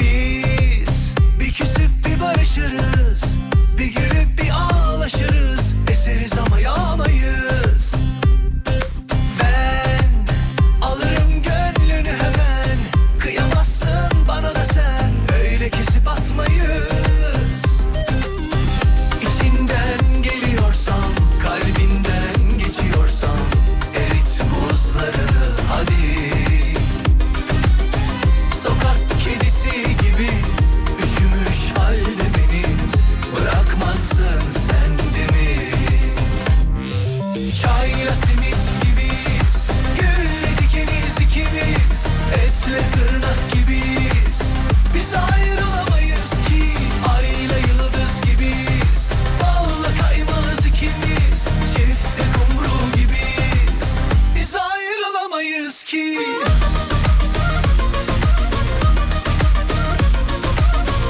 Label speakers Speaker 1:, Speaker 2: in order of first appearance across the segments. Speaker 1: Biz bir küsüp bir barışırız Bir gülüp bir ağlaşırız Eseriz ama yağmayız Ben alırım gönlünü hemen Kıyamazsın bana da sen Öyle kesip atmayız İçinden geliyorsam Kalbinden geçiyorsam Erit buzlarını hadi Sokak kedisi gibi üşümüş halde beni bırakmazsın sen de mi? Çayla simit gibiyiz, gülle dikeniz ikimiz, etle tırnak gibiyiz. Biz ayrılamayız ki ayla yıldız gibiyiz, balla kaymağız ikimiz, çifte kumru gibiyiz. Biz ayrılamayız ki.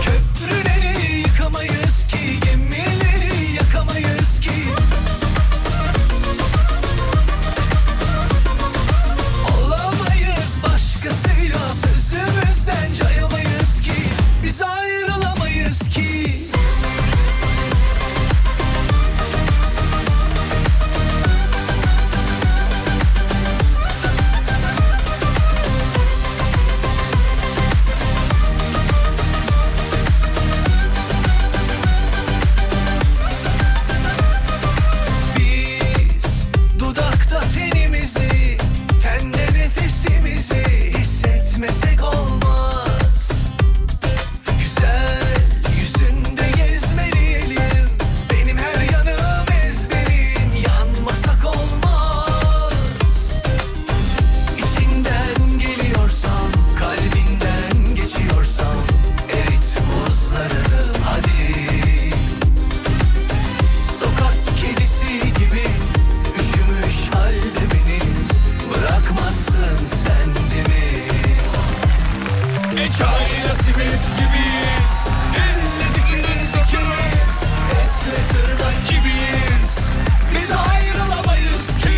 Speaker 1: Köprüleri yıkamayız ki gemileri yakamayız ki Olamayız başkasıyla sözümüzden cayamayız ki biz ayrılamayız ki Biz dudakta tenimizi, tende nefesimizi hissetmesek olmaz. Güzel yüzünde gezmeliyim, benim her yanım ezberim, yanmasak olmaz. İçinden geliyorsam, kalbinden geçiyorsam, erit buzlarını hadi. Sokak kedisi gibi üşümüş halde beni bırakmazsın sen de mi? E çayla simit gibiyiz, elle dikiniz ikimiz, etle tırnak gibiyiz. Biz ayrılamayız ki,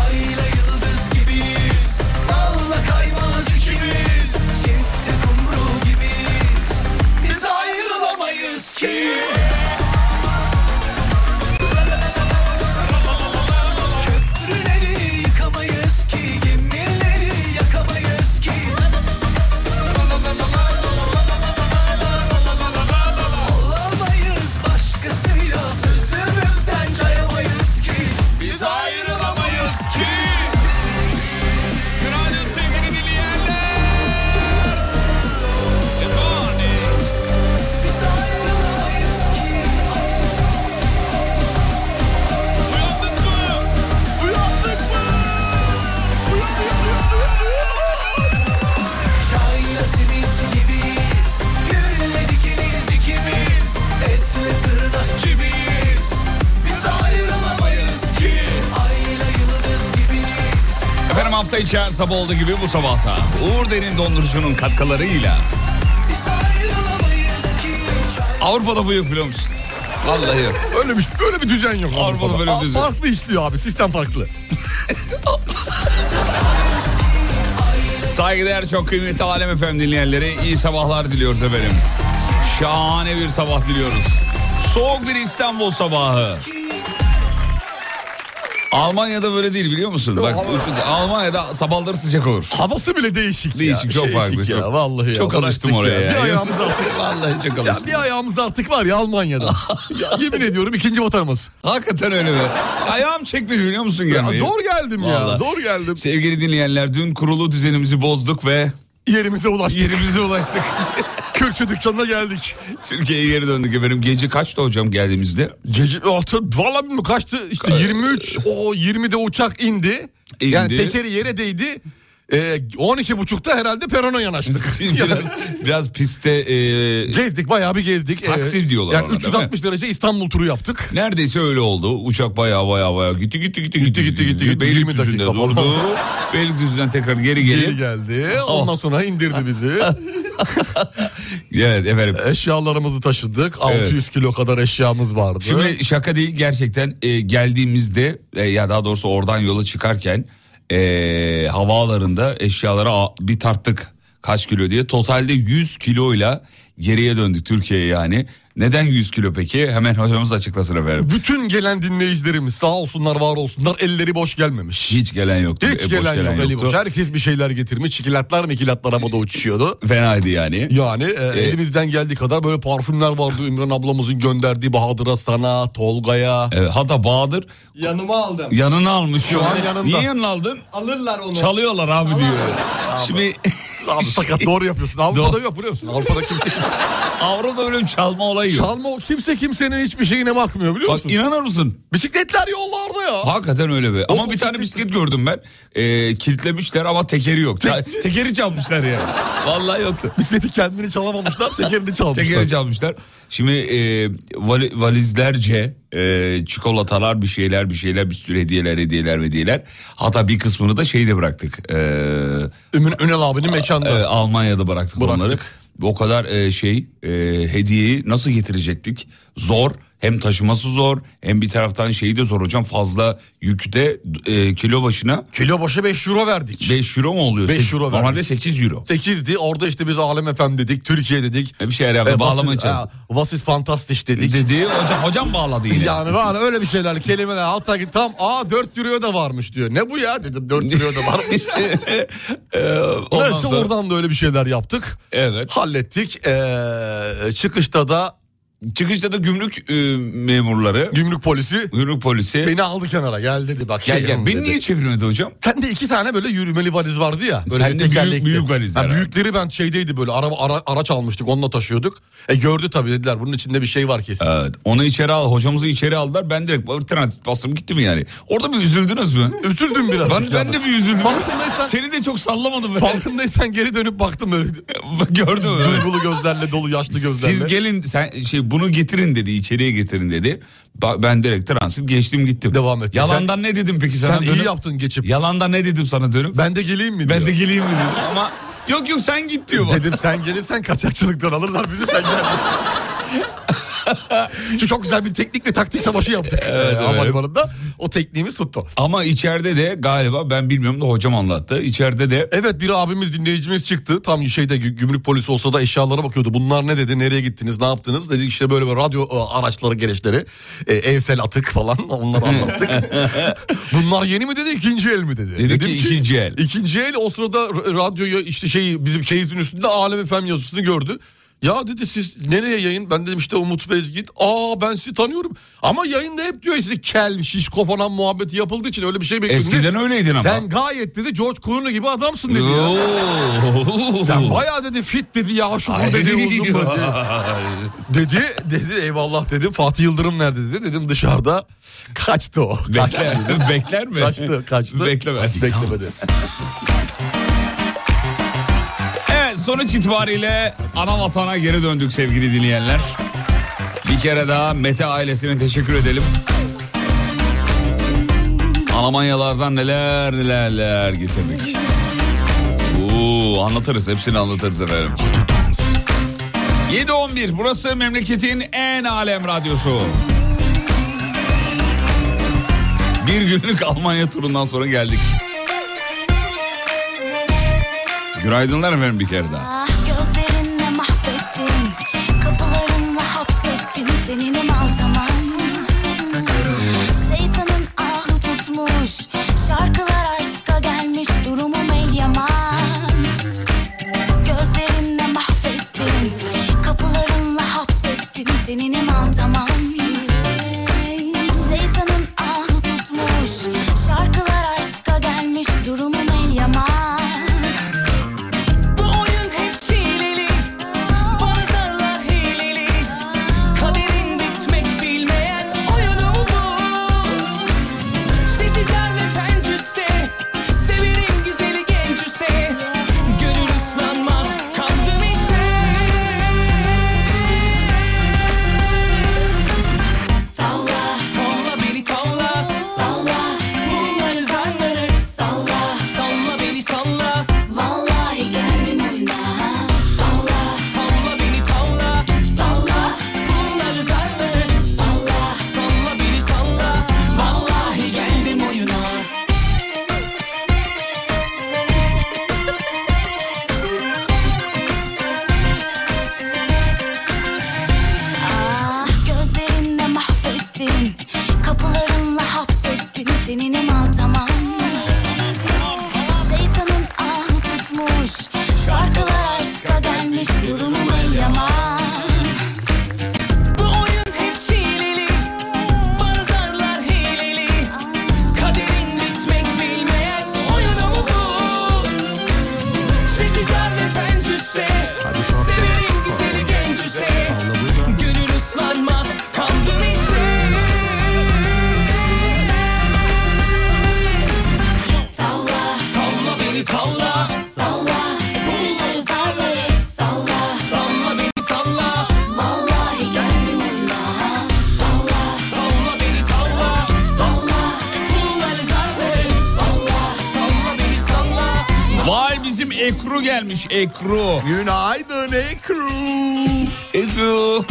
Speaker 1: ayla yıldız gibiyiz, balla kaymaz ikimiz, çifte kumru gibiyiz. Biz ayrılamayız ki. Köprüleri yıkamayız ki, gemileri yakamayız ki. Olamayız başkasıyla sözümüzden cayamayız ki. Biz ayrılamayız ki.
Speaker 2: Günaydın sevgili dinleyenler. Good morning.
Speaker 1: Biz ayrılamayız ki.
Speaker 2: Uyandık mı? Uyandık mı?
Speaker 1: Çayla simit gibiyiz, gülle dikeniz ikimiz, etle tırnak gibiyiz. Biz ayrılamayız ki, ayla yıldız gibiyiz.
Speaker 2: Efendim hafta içi her sabah olduğu gibi bu sabahta Uğur Derin Dondurucu'nun katkılarıyla
Speaker 1: Biz ayrılamayız ki,
Speaker 2: Avrupa'da bu yok biliyor musun? Vallahi yok.
Speaker 3: Öyle bir, öyle bir düzen yok.
Speaker 2: Avrupa'da böyle bir
Speaker 3: Aa,
Speaker 2: düzen.
Speaker 3: Farklı işliyor abi. Sistem farklı.
Speaker 2: Saygıdeğer çok kıymetli Alem FM dinleyenleri iyi sabahlar diliyoruz efendim. Şahane bir sabah diliyoruz. Soğuk bir İstanbul sabahı. Almanya'da böyle değil biliyor musun? Bak Almanya'da sabahları sıcak olur.
Speaker 3: Havası bile değişik.
Speaker 2: Değişik
Speaker 3: ya.
Speaker 2: çok
Speaker 3: Değişik
Speaker 2: farklı.
Speaker 3: Ya,
Speaker 2: çok,
Speaker 3: vallahi ya.
Speaker 2: Çok alıştım
Speaker 3: Bıraktık
Speaker 2: oraya ya.
Speaker 3: ya. Bir ayağımız artık.
Speaker 2: Vallahi çok
Speaker 3: Ya
Speaker 2: alıştım.
Speaker 3: bir ayağımız artık var ya Almanya'da. ya, yemin ediyorum ikinci vatanımız.
Speaker 2: Hakikaten öyle be. Ayağım çekmedi biliyor musun gelmeyi?
Speaker 3: zor geldim ya.
Speaker 2: Vallahi.
Speaker 3: Zor geldim.
Speaker 2: Sevgili dinleyenler dün kurulu düzenimizi bozduk ve
Speaker 3: Yerimize ulaştık.
Speaker 2: yerimize ulaştık.
Speaker 3: Kürkçü dükkanına geldik.
Speaker 2: Türkiye'ye geri döndük efendim. Gece kaçta hocam geldiğimizde?
Speaker 3: Gece, e, altı, valla bilmiyorum kaçtı. İşte 23, o 20'de uçak indi. Yani
Speaker 2: İndi.
Speaker 3: tekeri yere değdi. e, 12.30'da herhalde perona yanaştık.
Speaker 2: biraz biraz piste e,
Speaker 3: gezdik bayağı bir gezdik. E,
Speaker 2: Taksim diyorlar
Speaker 3: yani
Speaker 2: ona, değil mi?
Speaker 3: 360 derece İstanbul turu yaptık.
Speaker 2: Neredeyse öyle oldu. Uçak baya baya baya gitti gitti gitti gitti
Speaker 3: gitti, gitti, gitti.
Speaker 2: Beylikdüzü'nde
Speaker 3: 20 dakika
Speaker 2: durdu.
Speaker 3: falan.
Speaker 2: Beylikdüzü'nden tekrar geri Oh.
Speaker 3: Geri
Speaker 2: gelip.
Speaker 3: geldi. Ondan sonra indirdi bizi.
Speaker 2: Evet efendim.
Speaker 3: Eşyalarımızı taşıdık.
Speaker 2: Evet.
Speaker 3: 600 kilo kadar eşyamız vardı.
Speaker 2: Şimdi şaka değil gerçekten e, geldiğimizde e, ya daha doğrusu oradan yola çıkarken e, havaalarında eşyaları a- bir tarttık kaç kilo diye. Totalde 100 kiloyla geriye döndük Türkiye'ye yani. Neden 100 kilo peki? Hemen hocamız açıklasın efendim.
Speaker 3: Bütün gelen dinleyicilerimiz sağ olsunlar var olsunlar elleri boş gelmemiş.
Speaker 2: Hiç gelen yoktu.
Speaker 3: Hiç
Speaker 2: e, boş
Speaker 3: gelen, yok eli
Speaker 2: yoktu.
Speaker 3: boş. Herkes bir şeyler getirmiş. Çikolatlar mikilatlar havada uçuşuyordu.
Speaker 2: Fenaydı yani.
Speaker 3: Yani e, elimizden geldiği kadar böyle parfümler vardı. Ümran ablamızın gönderdiği Bahadır'a sana, Tolga'ya.
Speaker 2: Evet, hatta Bahadır
Speaker 4: Yanıma aldım.
Speaker 2: yanına almış. Şu
Speaker 3: an yanımda.
Speaker 2: Niye yanına aldın?
Speaker 4: Alırlar onu.
Speaker 2: Çalıyorlar abi diyor. Şimdi
Speaker 3: Abi sakat doğru yapıyorsun. Avrupa'da
Speaker 2: Doğru.
Speaker 3: yok biliyor musun? Avrupa'da kimse...
Speaker 2: Avrupa'da böyle bir çalma olayı yok.
Speaker 3: Çalma, kimse kimsenin hiçbir şeyine bakmıyor biliyor
Speaker 2: Bak
Speaker 3: musun? şey
Speaker 2: inanır mısın?
Speaker 3: Bisikletler yollarda ya.
Speaker 2: Hakikaten öyle be. Ama
Speaker 3: Otuz
Speaker 2: bir tane
Speaker 3: sekiz-
Speaker 2: bisiklet gördüm ben. Ee, kilitlemişler ama tekeri yok. Ta- tekeri çalmışlar ya. Vallahi yoktu.
Speaker 3: Bisikleti kendini çalamamışlar, tekerini çalmışlar.
Speaker 2: Tekeri çalmışlar. Şimdi e, vali- valizlerce e, çikolatalar bir şeyler bir şeyler bir sürü hediyeler hediyeler hediyeler. Hatta bir kısmını da şeyde bıraktık. E,
Speaker 3: Ümün- Ünal abinin
Speaker 2: e,
Speaker 3: mekanda.
Speaker 2: Almanya'da bıraktık,
Speaker 3: Bıraktık.
Speaker 2: onları. O kadar e, şey e, hediyeyi nasıl getirecektik? Zor. Hem taşıması zor hem bir taraftan şeyi de zor hocam fazla yükte e, kilo başına
Speaker 3: Kilo başa 5 euro verdik.
Speaker 2: 5 euro mu oluyor?
Speaker 3: Beş
Speaker 2: Sek-
Speaker 3: euro
Speaker 2: Normalde 8 euro.
Speaker 3: 8'di. Orada işte biz Alem FM dedik, Türkiye dedik.
Speaker 2: E, Bir şeyler yaptı.
Speaker 3: E,
Speaker 2: bağlama
Speaker 3: Vasis-
Speaker 2: içerisinde.
Speaker 3: ha, Vasis Fantastiş dedik.
Speaker 2: Dedi hocam, hocam bağladı yine.
Speaker 3: Yani var öyle bir şeyler kelimeler hatta ki tam aa 4 euro da varmış diyor. Ne bu ya dedim 4 euro da varmış.
Speaker 2: Ee, ondan
Speaker 3: Neyse
Speaker 2: sonra-
Speaker 3: oradan da öyle bir şeyler yaptık.
Speaker 2: Evet.
Speaker 3: Hallettik. Ee, çıkışta da
Speaker 2: Çıkışta da gümrük e, memurları,
Speaker 3: gümrük polisi
Speaker 2: gümrük polisi.
Speaker 3: beni aldı kenara gel dedi bak.
Speaker 2: gel gel.
Speaker 3: şeyim
Speaker 2: Beni
Speaker 3: dedi.
Speaker 2: niye çevirmedi hocam?
Speaker 3: Sende iki tane böyle yürümeli valiz vardı ya. Böyle
Speaker 2: Sende
Speaker 3: bir
Speaker 2: büyük-
Speaker 3: tekerlekli.
Speaker 2: büyük valizler
Speaker 3: Ha,
Speaker 2: abi.
Speaker 3: büyükleri ben şeydeydi böyle araba ara- araç almıştık onunla taşıyorduk. E gördü tabii dediler bunun içinde bir şey var kesin.
Speaker 2: Evet. Onu içeri al. Hocamızı içeri aldılar. Ben direkt bağır- transit bastım gittim yani. Orada bir üzüldünüz mü?
Speaker 3: Üzüldüm biraz.
Speaker 2: Ben, ben de bir üzüldüm.
Speaker 3: Farkındaysan-
Speaker 2: Seni de çok sallamadım. Ben.
Speaker 3: Farkındaysan geri dönüp baktım böyle
Speaker 2: Gördüm. evet.
Speaker 3: duygulu gözlerle dolu yaşlı gözlerle.
Speaker 2: Siz gelin sen şey bunu getirin dedi içeriye getirin dedi. Ba- Ben direkt transit geçtim gittim.
Speaker 3: Devam et.
Speaker 2: Yalandan ne dedim peki sana
Speaker 3: Sen iyi
Speaker 2: dönüp?
Speaker 3: yaptın geçip.
Speaker 2: Yalandan ne dedim sana dönüp? Ben,
Speaker 3: Ben de geleyim mi diyor.
Speaker 2: de geleyim mi dedim ama yok yok sen git diyor bana.
Speaker 3: Dedim sen gelirsen kaçakçılıktan alırlar bizi sen gel. Çünkü çok güzel bir teknik ve taktik savaşı yaptık. Evet, Havalimanında o tekniğimiz tuttu.
Speaker 2: Ama içeride de galiba ben bilmiyorum da hocam anlattı. İçeride de
Speaker 3: Evet bir abimiz dinleyicimiz çıktı. Tam şeyde gü- gümrük polisi olsa da eşyalara bakıyordu. Bunlar ne dedi? Nereye gittiniz? Ne yaptınız? Dedik işte böyle, böyle radyo e, araçları, gereçleri. e, evsel atık falan onları anlattık. Bunlar yeni mi dedi? ikinci el mi dedi?
Speaker 2: Dedi
Speaker 3: Dedim
Speaker 2: ki, "İkinci el."
Speaker 3: İkinci el o sırada r- radyoyu işte şey bizim keyizin üstünde Alem FM yazısını gördü. Ya dedi siz nereye yayın? Ben dedim işte Umut Bezgin. Aa ben sizi tanıyorum. Ama yayında hep diyor size kel, şişko falan muhabbeti yapıldığı için öyle bir şey bekliyorum.
Speaker 2: eskiden öyleydin ama.
Speaker 3: Sen gayet dedi George Clooney gibi adamsın dedi ya.
Speaker 2: Oo.
Speaker 3: Sen bayağı dedi fit dedi ya şu
Speaker 2: Ay.
Speaker 3: bu dedi uzun böyle. dedi. Dedi eyvallah dedi Fatih Yıldırım nerede dedi. Dedim dışarıda kaçtı o. Kaçtı.
Speaker 2: Bekler, bekler mi?
Speaker 3: Kaçtı, kaçtı.
Speaker 2: Beklemez.
Speaker 3: Beklemedi.
Speaker 2: Evet sonuç itibariyle ana vatana geri döndük sevgili dinleyenler. Bir kere daha Mete ailesine teşekkür edelim. Almanyalardan neler neler neler getirdik. Oo, anlatırız hepsini anlatırız efendim. 7.11 burası memleketin en alem radyosu. Bir günlük Almanya turundan sonra geldik. Günaydınlar efendim bir kere daha.
Speaker 5: Ah gözlerinle mahvettin Kapılarınla hapsettin Senin mal tamam Şeytanın ahı tutmuş Şarkılar aşka gelmiş Durumum el yaman Gözlerinle mahvettin Kapılarınla hapsettin Senin mal tamam Şeytanın ahı tutmuş Şarkılar aşka gelmiş Durumum el yaman
Speaker 6: Bu oyun hep çileli, bana zarlar hileli Kaderin bitmek bilmeyen oyunu bu Şişicar ve pencüse, severim güzeli gencüse
Speaker 5: Ah,
Speaker 2: Ekru gelmiş Ekru.
Speaker 3: Günaydın Ekru.
Speaker 2: Ekru.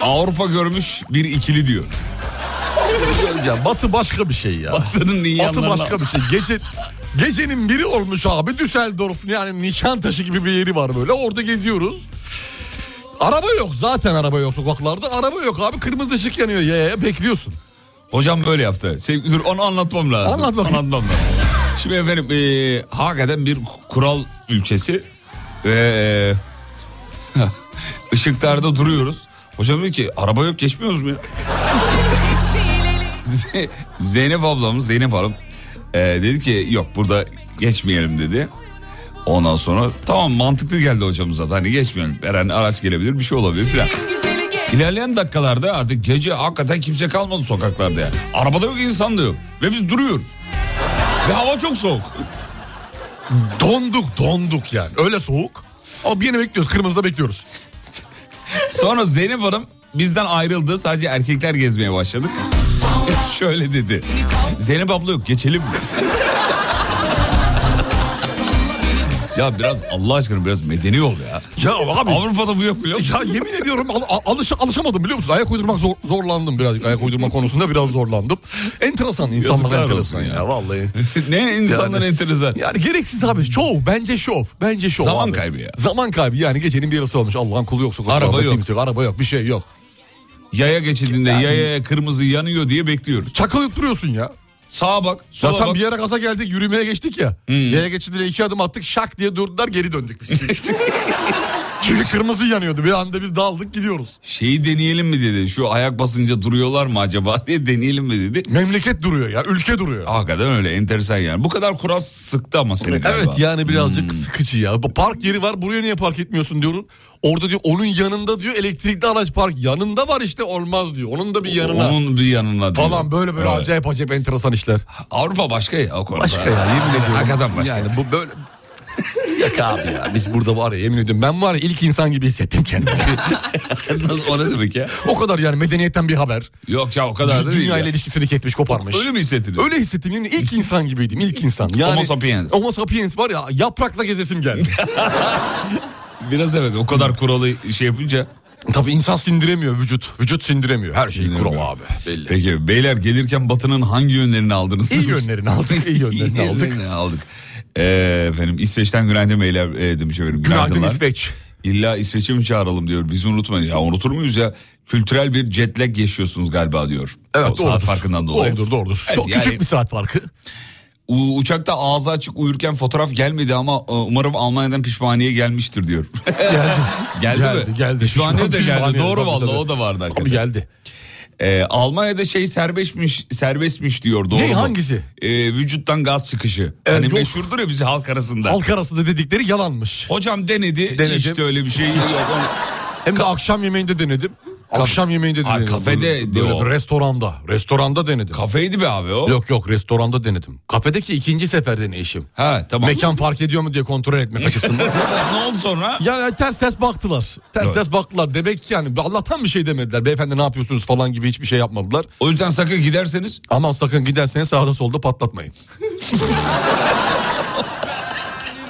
Speaker 2: Avrupa görmüş bir ikili diyor.
Speaker 3: ya batı başka bir şey ya.
Speaker 2: Batı'nın iyi
Speaker 3: Batı
Speaker 2: yanlarına-
Speaker 3: başka bir şey. Gece gecenin biri olmuş abi Düsseldorf yani Nişantaşı gibi bir yeri var böyle. Orada geziyoruz. Araba yok zaten araba yok sokaklarda. Araba yok abi kırmızı ışık yanıyor ya, ya bekliyorsun.
Speaker 2: Hocam böyle yaptı. Sevgili dur onu anlatmam lazım.
Speaker 3: Anlat bakayım.
Speaker 2: Anlatmam lazım. Şimdi efendim eee hakikaten bir kural ülkesi ve eee, ışıklarda duruyoruz. Hocam diyor ki araba yok geçmiyoruz mu ya? Z- Zeynep ablamız Zeynep Hanım eee, dedi ki yok burada geçmeyelim dedi. Ondan sonra tamam mantıklı geldi hocamıza da hani geçmeyelim. Her an araç gelebilir bir şey olabilir filan. İlerleyen dakikalarda artık gece hakikaten kimse kalmadı sokaklarda yani. Arabada yok insan da yok. Ve biz duruyoruz. Ve hava çok soğuk.
Speaker 3: Donduk donduk yani öyle soğuk. Abi yine bekliyoruz kırmızıda bekliyoruz.
Speaker 2: Sonra Zeynep Hanım bizden ayrıldı. Sadece erkekler gezmeye başladık. Şöyle dedi. Zeynep abla yok geçelim mi? ya biraz Allah aşkına biraz medeni ol ya.
Speaker 3: Ya abi
Speaker 2: Avrupa'da bu yok biliyor musun?
Speaker 3: Ya yemin ediyorum al- al- alış- alışamadım biliyor musun? Ayak uydurmak zor- zorlandım birazcık. Ayak uydurma konusunda biraz zorlandım. Enteresan insanlar
Speaker 2: Yazıklar
Speaker 3: enteresan
Speaker 2: olsun
Speaker 3: ya.
Speaker 2: ya.
Speaker 3: vallahi.
Speaker 2: ne insanlar
Speaker 3: Yani-
Speaker 2: enteresan.
Speaker 3: Yani gereksiz abi şov. Bence şov. Bence şov
Speaker 2: Zaman
Speaker 3: abi.
Speaker 2: kaybı ya.
Speaker 3: Zaman kaybı yani gecenin bir yarısı olmuş. Allah'ın kulu yok sokaklarda.
Speaker 2: Araba yok.
Speaker 3: kimse Araba yok bir şey yok.
Speaker 2: Yaya geçidinde yaya kırmızı yanıyor diye bekliyoruz.
Speaker 3: Çakalıp duruyorsun ya.
Speaker 2: Sağa bak, sola
Speaker 3: Zaten
Speaker 2: bak. Hmm.
Speaker 3: bir yere gaza geldik yürümeye geçtik ya. Yaya geçidine iki adım attık şak diye durdular geri döndük biz. Çünkü kırmızı yanıyordu. Bir anda biz daldık gidiyoruz.
Speaker 2: Şeyi deneyelim mi dedi. Şu ayak basınca duruyorlar mı acaba diye deneyelim mi dedi.
Speaker 3: Memleket duruyor ya ülke duruyor.
Speaker 2: Hakikaten öyle enteresan yani. Bu kadar kural sıktı ama seni galiba. Hmm.
Speaker 3: Evet yani birazcık sıkıcı ya. Bu Park yeri var buraya niye park etmiyorsun diyorum. Orada diyor onun yanında diyor elektrikli araç park. Yanında var işte olmaz diyor. Onun da bir yanına
Speaker 2: Onun bir yanına diyor.
Speaker 3: falan böyle böyle
Speaker 2: Evet.
Speaker 3: acayip acayip enteresan işler.
Speaker 2: Avrupa başka ya o konuda.
Speaker 3: Başka ya yemin ediyorum.
Speaker 2: Hakikaten başka.
Speaker 3: Yani bu böyle... Yok abi ya biz burada var ya yemin ediyorum ben var ya ilk insan gibi hissettim kendimi.
Speaker 2: Nasıl, o ne demek ya?
Speaker 3: o kadar yani medeniyetten bir haber.
Speaker 2: Yok ya o kadar da değil
Speaker 3: Dünya
Speaker 2: ya.
Speaker 3: ile ilişkisini ketmiş koparmış.
Speaker 2: Öyle mi hissettiniz?
Speaker 3: Öyle hissettim yani ilk insan gibiydim ilk insan. Yani,
Speaker 2: Homo sapiens.
Speaker 3: Homo sapiens var ya yaprakla gezesim geldi.
Speaker 2: Biraz evet o kadar kuralı şey yapınca.
Speaker 3: Tabii insan sindiremiyor vücut. Vücut sindiremiyor. Her şeyi
Speaker 2: Bilmiyorum ya.
Speaker 3: kural abi. Belli.
Speaker 2: Peki beyler gelirken Batı'nın hangi yönlerini aldınız?
Speaker 3: İyi yönlerini aldık. iyi yönlerini aldık.
Speaker 2: Yönlerini aldık. Ee, efendim İsveç'ten günaydın beyler e, demiş efendim.
Speaker 3: Günaydın
Speaker 2: Günaydınlar.
Speaker 3: İsveç.
Speaker 2: İlla İsveç'e mi çağıralım diyor. Bizi unutmayın. Ya unutur muyuz ya? Kültürel bir jet lag yaşıyorsunuz galiba diyor.
Speaker 3: Evet
Speaker 2: o saat
Speaker 3: doğrudur.
Speaker 2: farkından dolayı.
Speaker 3: Doğrudur doğrudur.
Speaker 2: Evet,
Speaker 3: Çok
Speaker 2: yani
Speaker 3: küçük bir saat farkı.
Speaker 2: u- uçakta ağzı açık uyurken fotoğraf gelmedi ama e, umarım Almanya'dan pişmaniye gelmiştir diyor. geldi.
Speaker 3: Geldi,
Speaker 2: mi?
Speaker 3: geldi.
Speaker 2: Pişmaniye de
Speaker 3: Pişman-
Speaker 2: geldi.
Speaker 3: pişmaniye,
Speaker 2: Doğru
Speaker 3: tabii,
Speaker 2: vallahi
Speaker 3: tabii.
Speaker 2: o da vardı
Speaker 3: Abi
Speaker 2: hakikaten.
Speaker 3: geldi.
Speaker 2: E, Almanya'da şey serbestmiş serbestmiş diyor. Doğru
Speaker 3: Ne,
Speaker 2: mu?
Speaker 3: hangisi?
Speaker 2: E, vücuttan gaz çıkışı.
Speaker 3: Evet,
Speaker 2: hani
Speaker 3: yok.
Speaker 2: meşhurdur ya bizi halk arasında.
Speaker 3: Halk arasında dedikleri yalanmış.
Speaker 2: Hocam denedi.
Speaker 3: Denedim.
Speaker 2: işte öyle bir şey yok.
Speaker 3: Hem de akşam yemeğinde denedim. Akşam yemeğinde
Speaker 2: Ay,
Speaker 3: denedim.
Speaker 2: kafede
Speaker 3: Böyle-
Speaker 2: diyor.
Speaker 3: Böyle bir restoranda. Restoranda denedim.
Speaker 2: Kafeydi be abi o.
Speaker 3: Yok yok restoranda denedim. Kafedeki ikinci sefer deneyişim.
Speaker 2: Ha tamam.
Speaker 3: Mekan fark ediyor mu diye kontrol etmek açısından.
Speaker 2: ne oldu sonra?
Speaker 3: Yani ters ters baktılar. Ters
Speaker 2: Evet.
Speaker 3: ters baktılar. Demek ki yani Allah'tan bir şey demediler. Beyefendi ne yapıyorsunuz falan gibi hiçbir şey yapmadılar.
Speaker 2: O yüzden sakın giderseniz
Speaker 3: Aman sakın giderseniz sağda solda patlatmayın.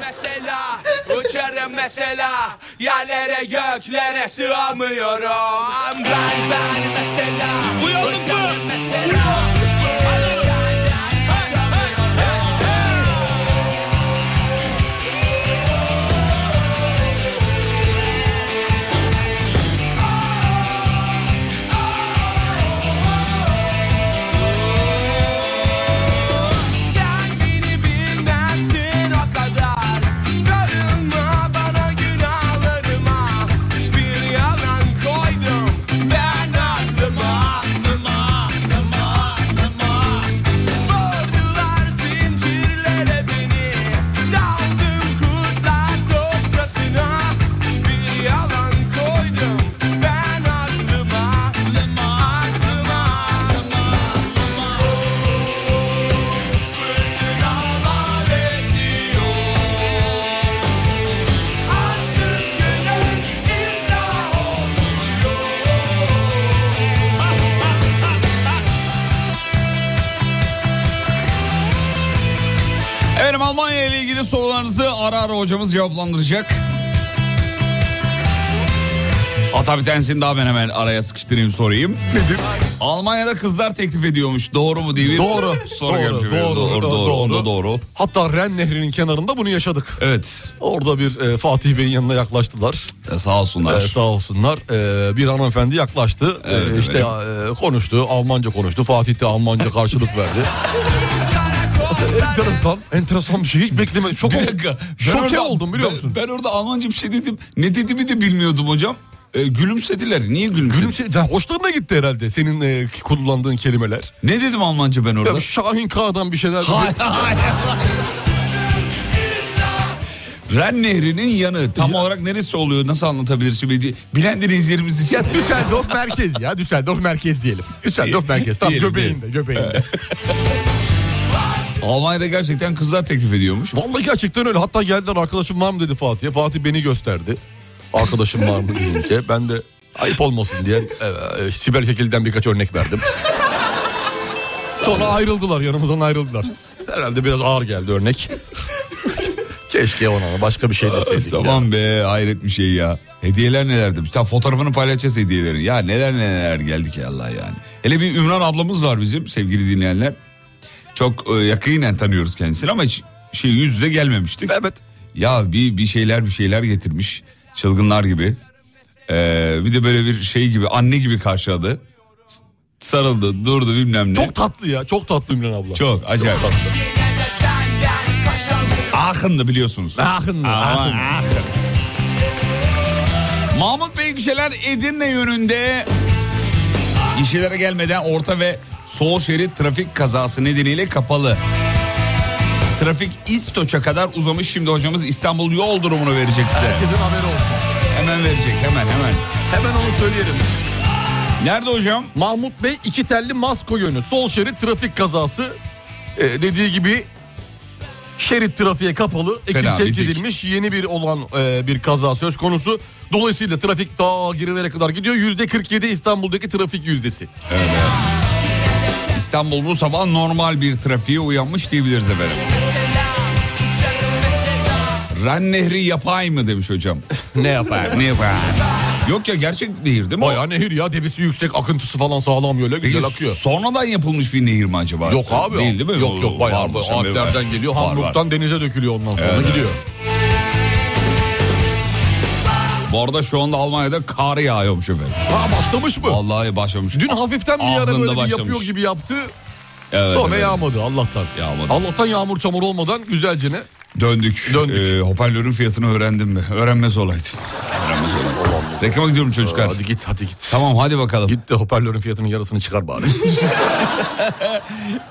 Speaker 4: mesela Uçarım mesela Yerlere göklere sığamıyorum Ben ben mesela Uyandık mı? Mesela Sen beni bilmezsin o kadar Karınma bana günahlarıma Bir yalan koydum ben aklıma Aklıma, aklıma, aklıma
Speaker 2: sorularınızı ara ara hocamız cevaplandıracak. Ata bir tanesini daha ben hemen araya sıkıştırayım sorayım. Nedir? Almanya'da kızlar teklif ediyormuş. Doğru mu diye bir
Speaker 3: Doğru.
Speaker 2: soru
Speaker 3: Doğru,
Speaker 2: gelmiş.
Speaker 3: doğru,
Speaker 2: doğru,
Speaker 3: doğru,
Speaker 2: doğru,
Speaker 3: doğru.
Speaker 2: doğru, doğru.
Speaker 3: Hatta Ren Nehri'nin kenarında bunu yaşadık.
Speaker 2: Evet
Speaker 3: Orada bir e, Fatih Bey'in yanına yaklaştılar.
Speaker 2: e, sağ olsunlar.
Speaker 3: Ee, sağ olsunlar. Ee, bir hanımefendi yaklaştı. Ee,
Speaker 2: Evet,
Speaker 3: işte e, konuştu. Almanca konuştu. Fatih de Almanca karşılık verdi. enteresan. Enteresan bir şey. Hiç beklemedim. Çok
Speaker 2: Bir dakika.
Speaker 3: Şoke oldum biliyor
Speaker 2: ben-
Speaker 3: musun?
Speaker 2: Ben, orada Almanca bir şey dedim. Ne dediğimi de bilmiyordum hocam. E, gülümsediler. Niye gülümsediler?
Speaker 3: Gülümse, ya hoşlarına gitti herhalde senin e, kullandığın kelimeler.
Speaker 2: Ne dedim Almanca ben orada?
Speaker 3: Ya Şahin K'dan bir şeyler.
Speaker 2: Hayır, hayır, hayır. Ren Nehri'nin yanı tam olarak neresi oluyor nasıl anlatabilirsin Bir- bilen dinleyicilerimiz için. Şey,
Speaker 3: Ya Düsseldorf merkez ya Düsseldorf merkez diyelim. Düsseldorf merkez tam
Speaker 2: Diyelim,
Speaker 3: göbeğinde göbeğinde.
Speaker 2: Almanya'da gerçekten kızlar teklif ediyormuş.
Speaker 3: Vallahi gerçekten öyle. Hatta geldiler arkadaşım var mı dedi Fatih'e. Fatih beni gösterdi. Arkadaşım var mı deyince ben de ayıp olmasın diye e, e, Sibel Kekil'den birkaç örnek verdim. Sonra ayrıldılar yanımızdan ayrıldılar. Herhalde biraz ağır geldi örnek. Keşke ona başka bir şey deseydik. ya.
Speaker 2: tamam be hayret bir şey ya. Hediyeler neler demiş. Tamam fotoğrafını paylaşacağız hediyelerin. Ya neler neler geldik ya Allah yani. Hele bir Ümran ablamız var bizim sevgili dinleyenler. Çok e, yakinen tanıyoruz kendisini ama hiç şey yüz yüze gelmemiştik.
Speaker 3: Evet.
Speaker 2: Ya bir bir şeyler bir şeyler getirmiş çılgınlar gibi. Ee, bir de böyle bir şey gibi anne gibi karşıladı. S- Sarıldı, durdu bilmem ne.
Speaker 3: Çok tatlı ya. Çok tatlı Ümran abla.
Speaker 2: Çok, acayip.
Speaker 3: tatlı.
Speaker 2: Ahındı biliyorsunuz.
Speaker 3: Ahındı,
Speaker 2: Aman,
Speaker 3: ahındı.
Speaker 2: ahın. Mahmut Bey gişeler Edirne yönünde gişelere gelmeden orta ve sol şerit trafik kazası nedeniyle kapalı. Trafik İstoç'a kadar uzamış. Şimdi hocamız İstanbul yol durumunu verecek size.
Speaker 3: Herkesin haberi olsun.
Speaker 2: Hemen verecek hemen hemen.
Speaker 3: Hemen onu söyleyelim.
Speaker 2: Nerede hocam?
Speaker 3: Mahmut Bey iki telli masko yönü. Sol şerit trafik kazası. Ee, dediği gibi şerit trafiğe kapalı. Ekip
Speaker 2: Fena
Speaker 3: sevk
Speaker 2: bir dik.
Speaker 3: edilmiş. Yeni bir olan e, bir kaza söz konusu. Dolayısıyla trafik daha gerilere kadar gidiyor. Yüzde 47 İstanbul'daki trafik yüzdesi.
Speaker 2: İstanbul bu sabah normal bir trafiğe uyanmış diyebiliriz efendim. Ren Nehri yapay mı demiş hocam.
Speaker 3: Ne yapar?
Speaker 2: ne yapar? Yok ya gerçek nehir değil mi?
Speaker 3: Baya nehir ya. Debisi yüksek. Akıntısı falan sağlam böyle
Speaker 2: Peki
Speaker 3: güzel akıyor.
Speaker 2: sonradan yapılmış bir nehir mi acaba?
Speaker 3: Yok abi.
Speaker 2: Değil değil mi?
Speaker 3: Yok yok bayağı.
Speaker 2: Varmış, var.
Speaker 3: Alplerden geliyor.
Speaker 2: Var, var.
Speaker 3: Hamburg'dan denize dökülüyor ondan sonra
Speaker 2: Evet,
Speaker 3: gidiyor.
Speaker 2: Bu arada şu anda Almanya'da kar yağıyormuş efendim.
Speaker 3: Ha başlamış mı?
Speaker 2: Vallahi başlamış.
Speaker 3: Dün hafiften bir ara
Speaker 2: Aklında
Speaker 3: böyle bir
Speaker 2: başlamış.
Speaker 3: yapıyor gibi yaptı.
Speaker 2: Evet,
Speaker 3: Sonra
Speaker 2: evet.
Speaker 3: yağmadı Allah'tan.
Speaker 2: Yağmadı.
Speaker 3: Allah'tan yağmur çamur olmadan güzelce ne?
Speaker 2: Döndük.
Speaker 3: Döndük.
Speaker 2: Ee, hoparlörün fiyatını öğrendim mi? Öğrenmez olaydı. Öğrenmez olaydı. Reklama gidiyorum çocuklar.
Speaker 3: Hadi git hadi git.
Speaker 2: Tamam hadi bakalım.
Speaker 3: Git de hoparlörün fiyatının yarısını çıkar bari.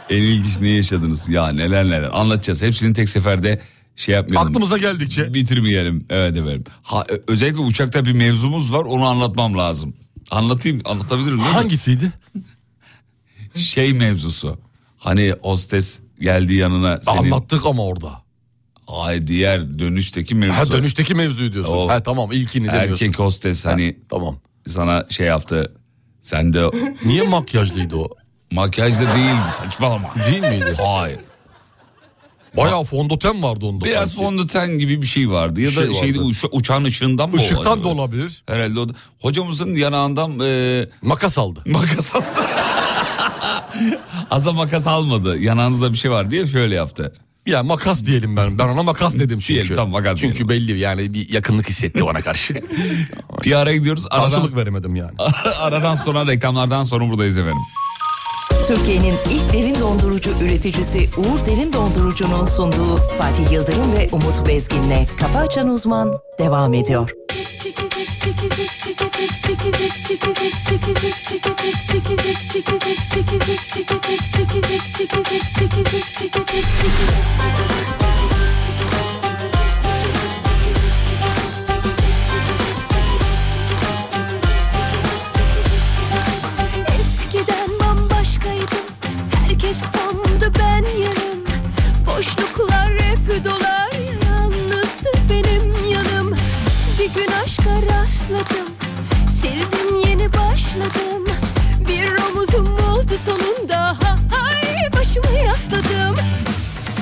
Speaker 2: En ilginç ne yaşadınız ya neler neler anlatacağız. Hepsini tek seferde şey yapmayalım.
Speaker 3: Aklımıza geldikçe.
Speaker 2: Bitirmeyelim. Evet efendim. Ha, ö- özellikle uçakta bir mevzumuz var onu anlatmam lazım. Anlatayım anlatabilirim değil mi?
Speaker 3: Hangisiydi?
Speaker 2: Şey mevzusu. Hani hostes geldi yanına senin.
Speaker 3: Anlattık ama orada.
Speaker 2: Ay diğer dönüşteki mevzu.
Speaker 3: Ha dönüşteki mevzuyu diyorsun.
Speaker 2: O-
Speaker 3: Ha tamam ilkini demiyorsun.
Speaker 2: Oh. Erkek hostes hani
Speaker 3: Tamam.
Speaker 2: sana şey yaptı. Sen de
Speaker 3: Niye makyajlıydı o?
Speaker 2: makyajda değildi saçmalama.
Speaker 3: Değil miydi?
Speaker 2: Hayır.
Speaker 3: Bayağı fondöten vardı onda.
Speaker 2: Biraz
Speaker 3: sanki.
Speaker 2: fondöten gibi bir şey vardı. Ya da
Speaker 3: Şey
Speaker 2: şeyde
Speaker 3: vardı.
Speaker 2: uça- uçağın ışığından mı
Speaker 3: Işıktan
Speaker 2: olabilir?
Speaker 3: da olabilir.
Speaker 2: Herhalde o da- hocamızın yanağından e,
Speaker 3: Makas aldı.
Speaker 2: makas attı. Aza makas almadı. Yanağınızda bir şey var diye şöyle yaptı.
Speaker 3: Ya makas diyelim ben. Ben ona makas dedim çünkü.
Speaker 2: Diyelim, tamam, makas
Speaker 3: Çünkü belli yani bir yakınlık hissetti ona karşı.
Speaker 2: Bir ara gidiyoruz. Aradan,
Speaker 3: Karşılık veremedim yani.
Speaker 2: aradan sonra reklamlardan sonra buradayız efendim.
Speaker 7: Türkiye'nin ilk derin dondurucu üreticisi Uğur Derin Dondurucu'nun sunduğu Fatih Yıldırım ve Umut Bezgin'le Kafa Açan Uzman devam ediyor.
Speaker 8: Eskiden bambaşkaydım Herkes tamdı ben yarım Boşluklar hep dolar Yalnızdı benim yanım Bir gün aşka rastladım Sevdim yeni başladım Bir omuzum oldu sonunda Hay başımı yasladım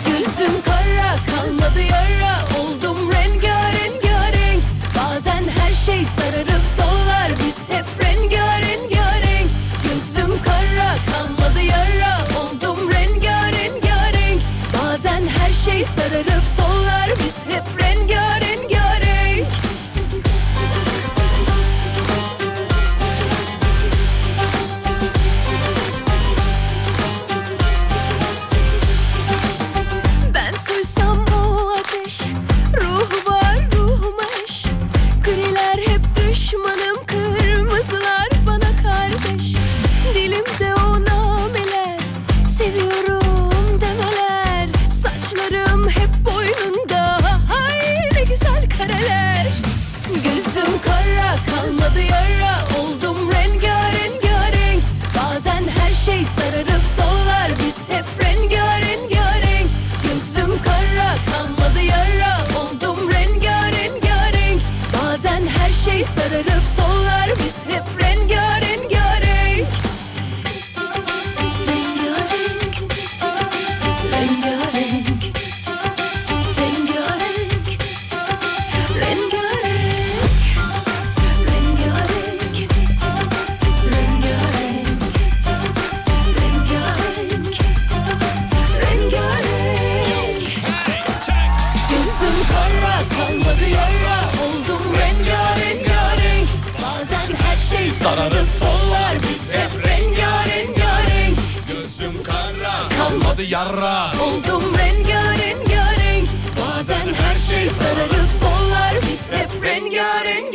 Speaker 8: Göz Yüzüm kara kalmadı yara Oldum rengarenk Bazen her şey sararıp sollar Biz hep rengarenk Yüzüm kara kalmadı yara Oldum rengarenk Bazen her şey sararıp sollar Biz hep rengarenk Ben suysam o ateş Ruh var ruhum eş Griler hep düşmanım Kırmızılar bana kardeş Dilimde o nameler Seviyorum demeler Saçlarım hep boynunda Ay ne güzel kareler Gözüm kara kalmadı yara Oldum rengarenk Bazen her şey sararıp sollar Biz hep rengarenk Gözüm kara kalmadı yara Oldum rengarenk Bazen her şey sararıp sollar Biz hep rengarenk Rengarenk Rengarenk Rengarenk Rengarenk Rengarenk Rengarenk Rengarenk Rengarenk Gözüm kara kalmadı yara Oldum rengarenk Bazen her şey sararıp sollar Biz hep rengarenk
Speaker 3: Gözüm kara kalmadı yara.
Speaker 8: Oldum rengarenk Bazen her şey sararıp sollar Biz hep rengarenk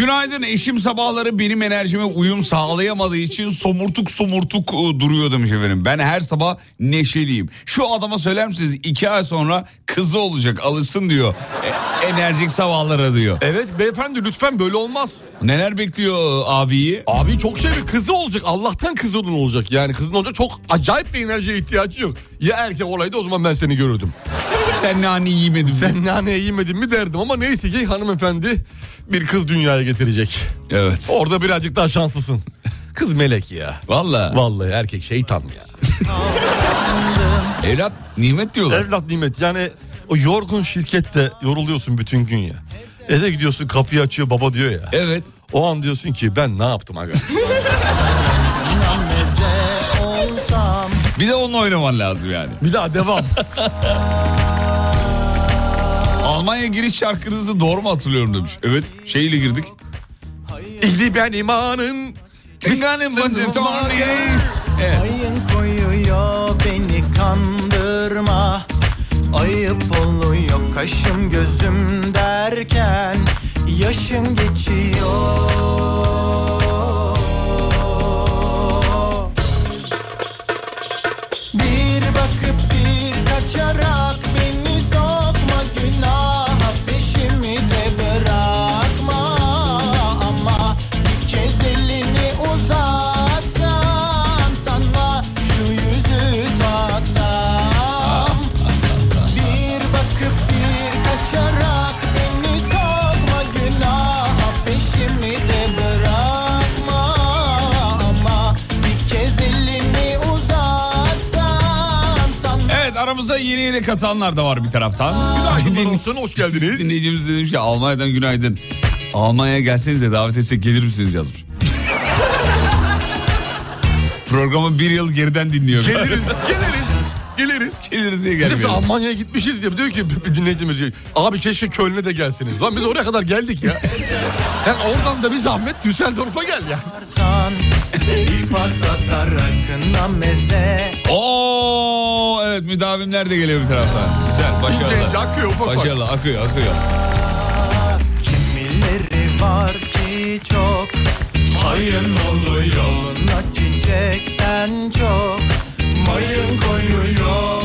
Speaker 2: Günaydın eşim sabahları benim enerjime uyum sağlayamadığı için somurtuk somurtuk e, duruyor demiş efendim. Ben her sabah neşeliyim. Şu adama söyler misiniz iki ay sonra kızı olacak alışsın diyor. E, enerjik sabahlara diyor.
Speaker 3: Evet beyefendi lütfen böyle olmaz.
Speaker 2: Neler bekliyor abiyi?
Speaker 3: Abi çok şey bir kızı olacak. Allah'tan kızı onun olacak. Yani kızın olacak çok acayip bir enerjiye ihtiyacı yok. Ya erkek olaydı o zaman ben seni görürdüm.
Speaker 2: Sen nane yemedin mi?
Speaker 3: Ben naneye yemedin mi derdim ama neyse ki hanımefendi bir kız dünyaya getirecek.
Speaker 2: Evet.
Speaker 3: Orada birazcık daha şanslısın. Kız melek ya.
Speaker 2: Valla
Speaker 3: Vallahi erkek şeytan ya.
Speaker 2: evlat nimet diyorlar.
Speaker 3: Evlat nimet yani o yorgun şirkette yoruluyorsun bütün gün ya. Eve gidiyorsun kapıyı açıyor baba diyor ya.
Speaker 2: Evet.
Speaker 3: O an diyorsun ki ben ne yaptım aga.
Speaker 2: Bir de onunla oynaman lazım yani.
Speaker 3: Bir daha devam.
Speaker 2: Almanya giriş şarkınızı doğru mu hatırlıyorum demiş. Evet şeyle girdik.
Speaker 3: İhdi ben imanın.
Speaker 2: Tinganin bacı Tony.
Speaker 1: Ayın koyuyor beni kandırma Ayıp oluyor kaşım gözüm derken Yaşın geçiyor Bir bakıp bir kaçarak beni sokma günaha Peşimi de bırakma ama bir kez elini uzatsam sana şu yüzü taksam bir bakıp bir kaçarak beni sokma günaha peşimi de bırakma ama bir kez elini uzatsan sana
Speaker 2: Evet aramıza yeni yeni katanlar da var bir taraftan.
Speaker 3: Günaydınlar
Speaker 2: Din-
Speaker 3: olsun, hoş geldiniz.
Speaker 2: Dinleyicimiz demiş ki Almanya'dan günaydın. Almanya'ya gelseniz de davet etsek gelir misiniz yazmış. Programı bir yıl geriden dinliyor.
Speaker 3: geliriz, geliriz, geliriz.
Speaker 2: Geliriz diye
Speaker 3: Herif
Speaker 2: gelmiyor.
Speaker 3: Almanya'ya gitmişiz diye diyor ki bir- bir dinleyicimiz diyor, abi keşke Köln'e de gelseniz. Lan biz oraya kadar geldik ya. Sen oradan da bir zahmet Düsseldorf'a gel ya.
Speaker 1: San bir pas atar rakına meze
Speaker 2: Oo evet müdavimler de geliyor bir taraftan. Güzel
Speaker 3: İnce ince
Speaker 2: başarılı.
Speaker 3: akıyor ufak ufak.
Speaker 2: Başarılı akıyor akıyor.
Speaker 1: Kimileri var ki çok Hayın oluyor Yoluna çiçekten çok Mayın koyuyor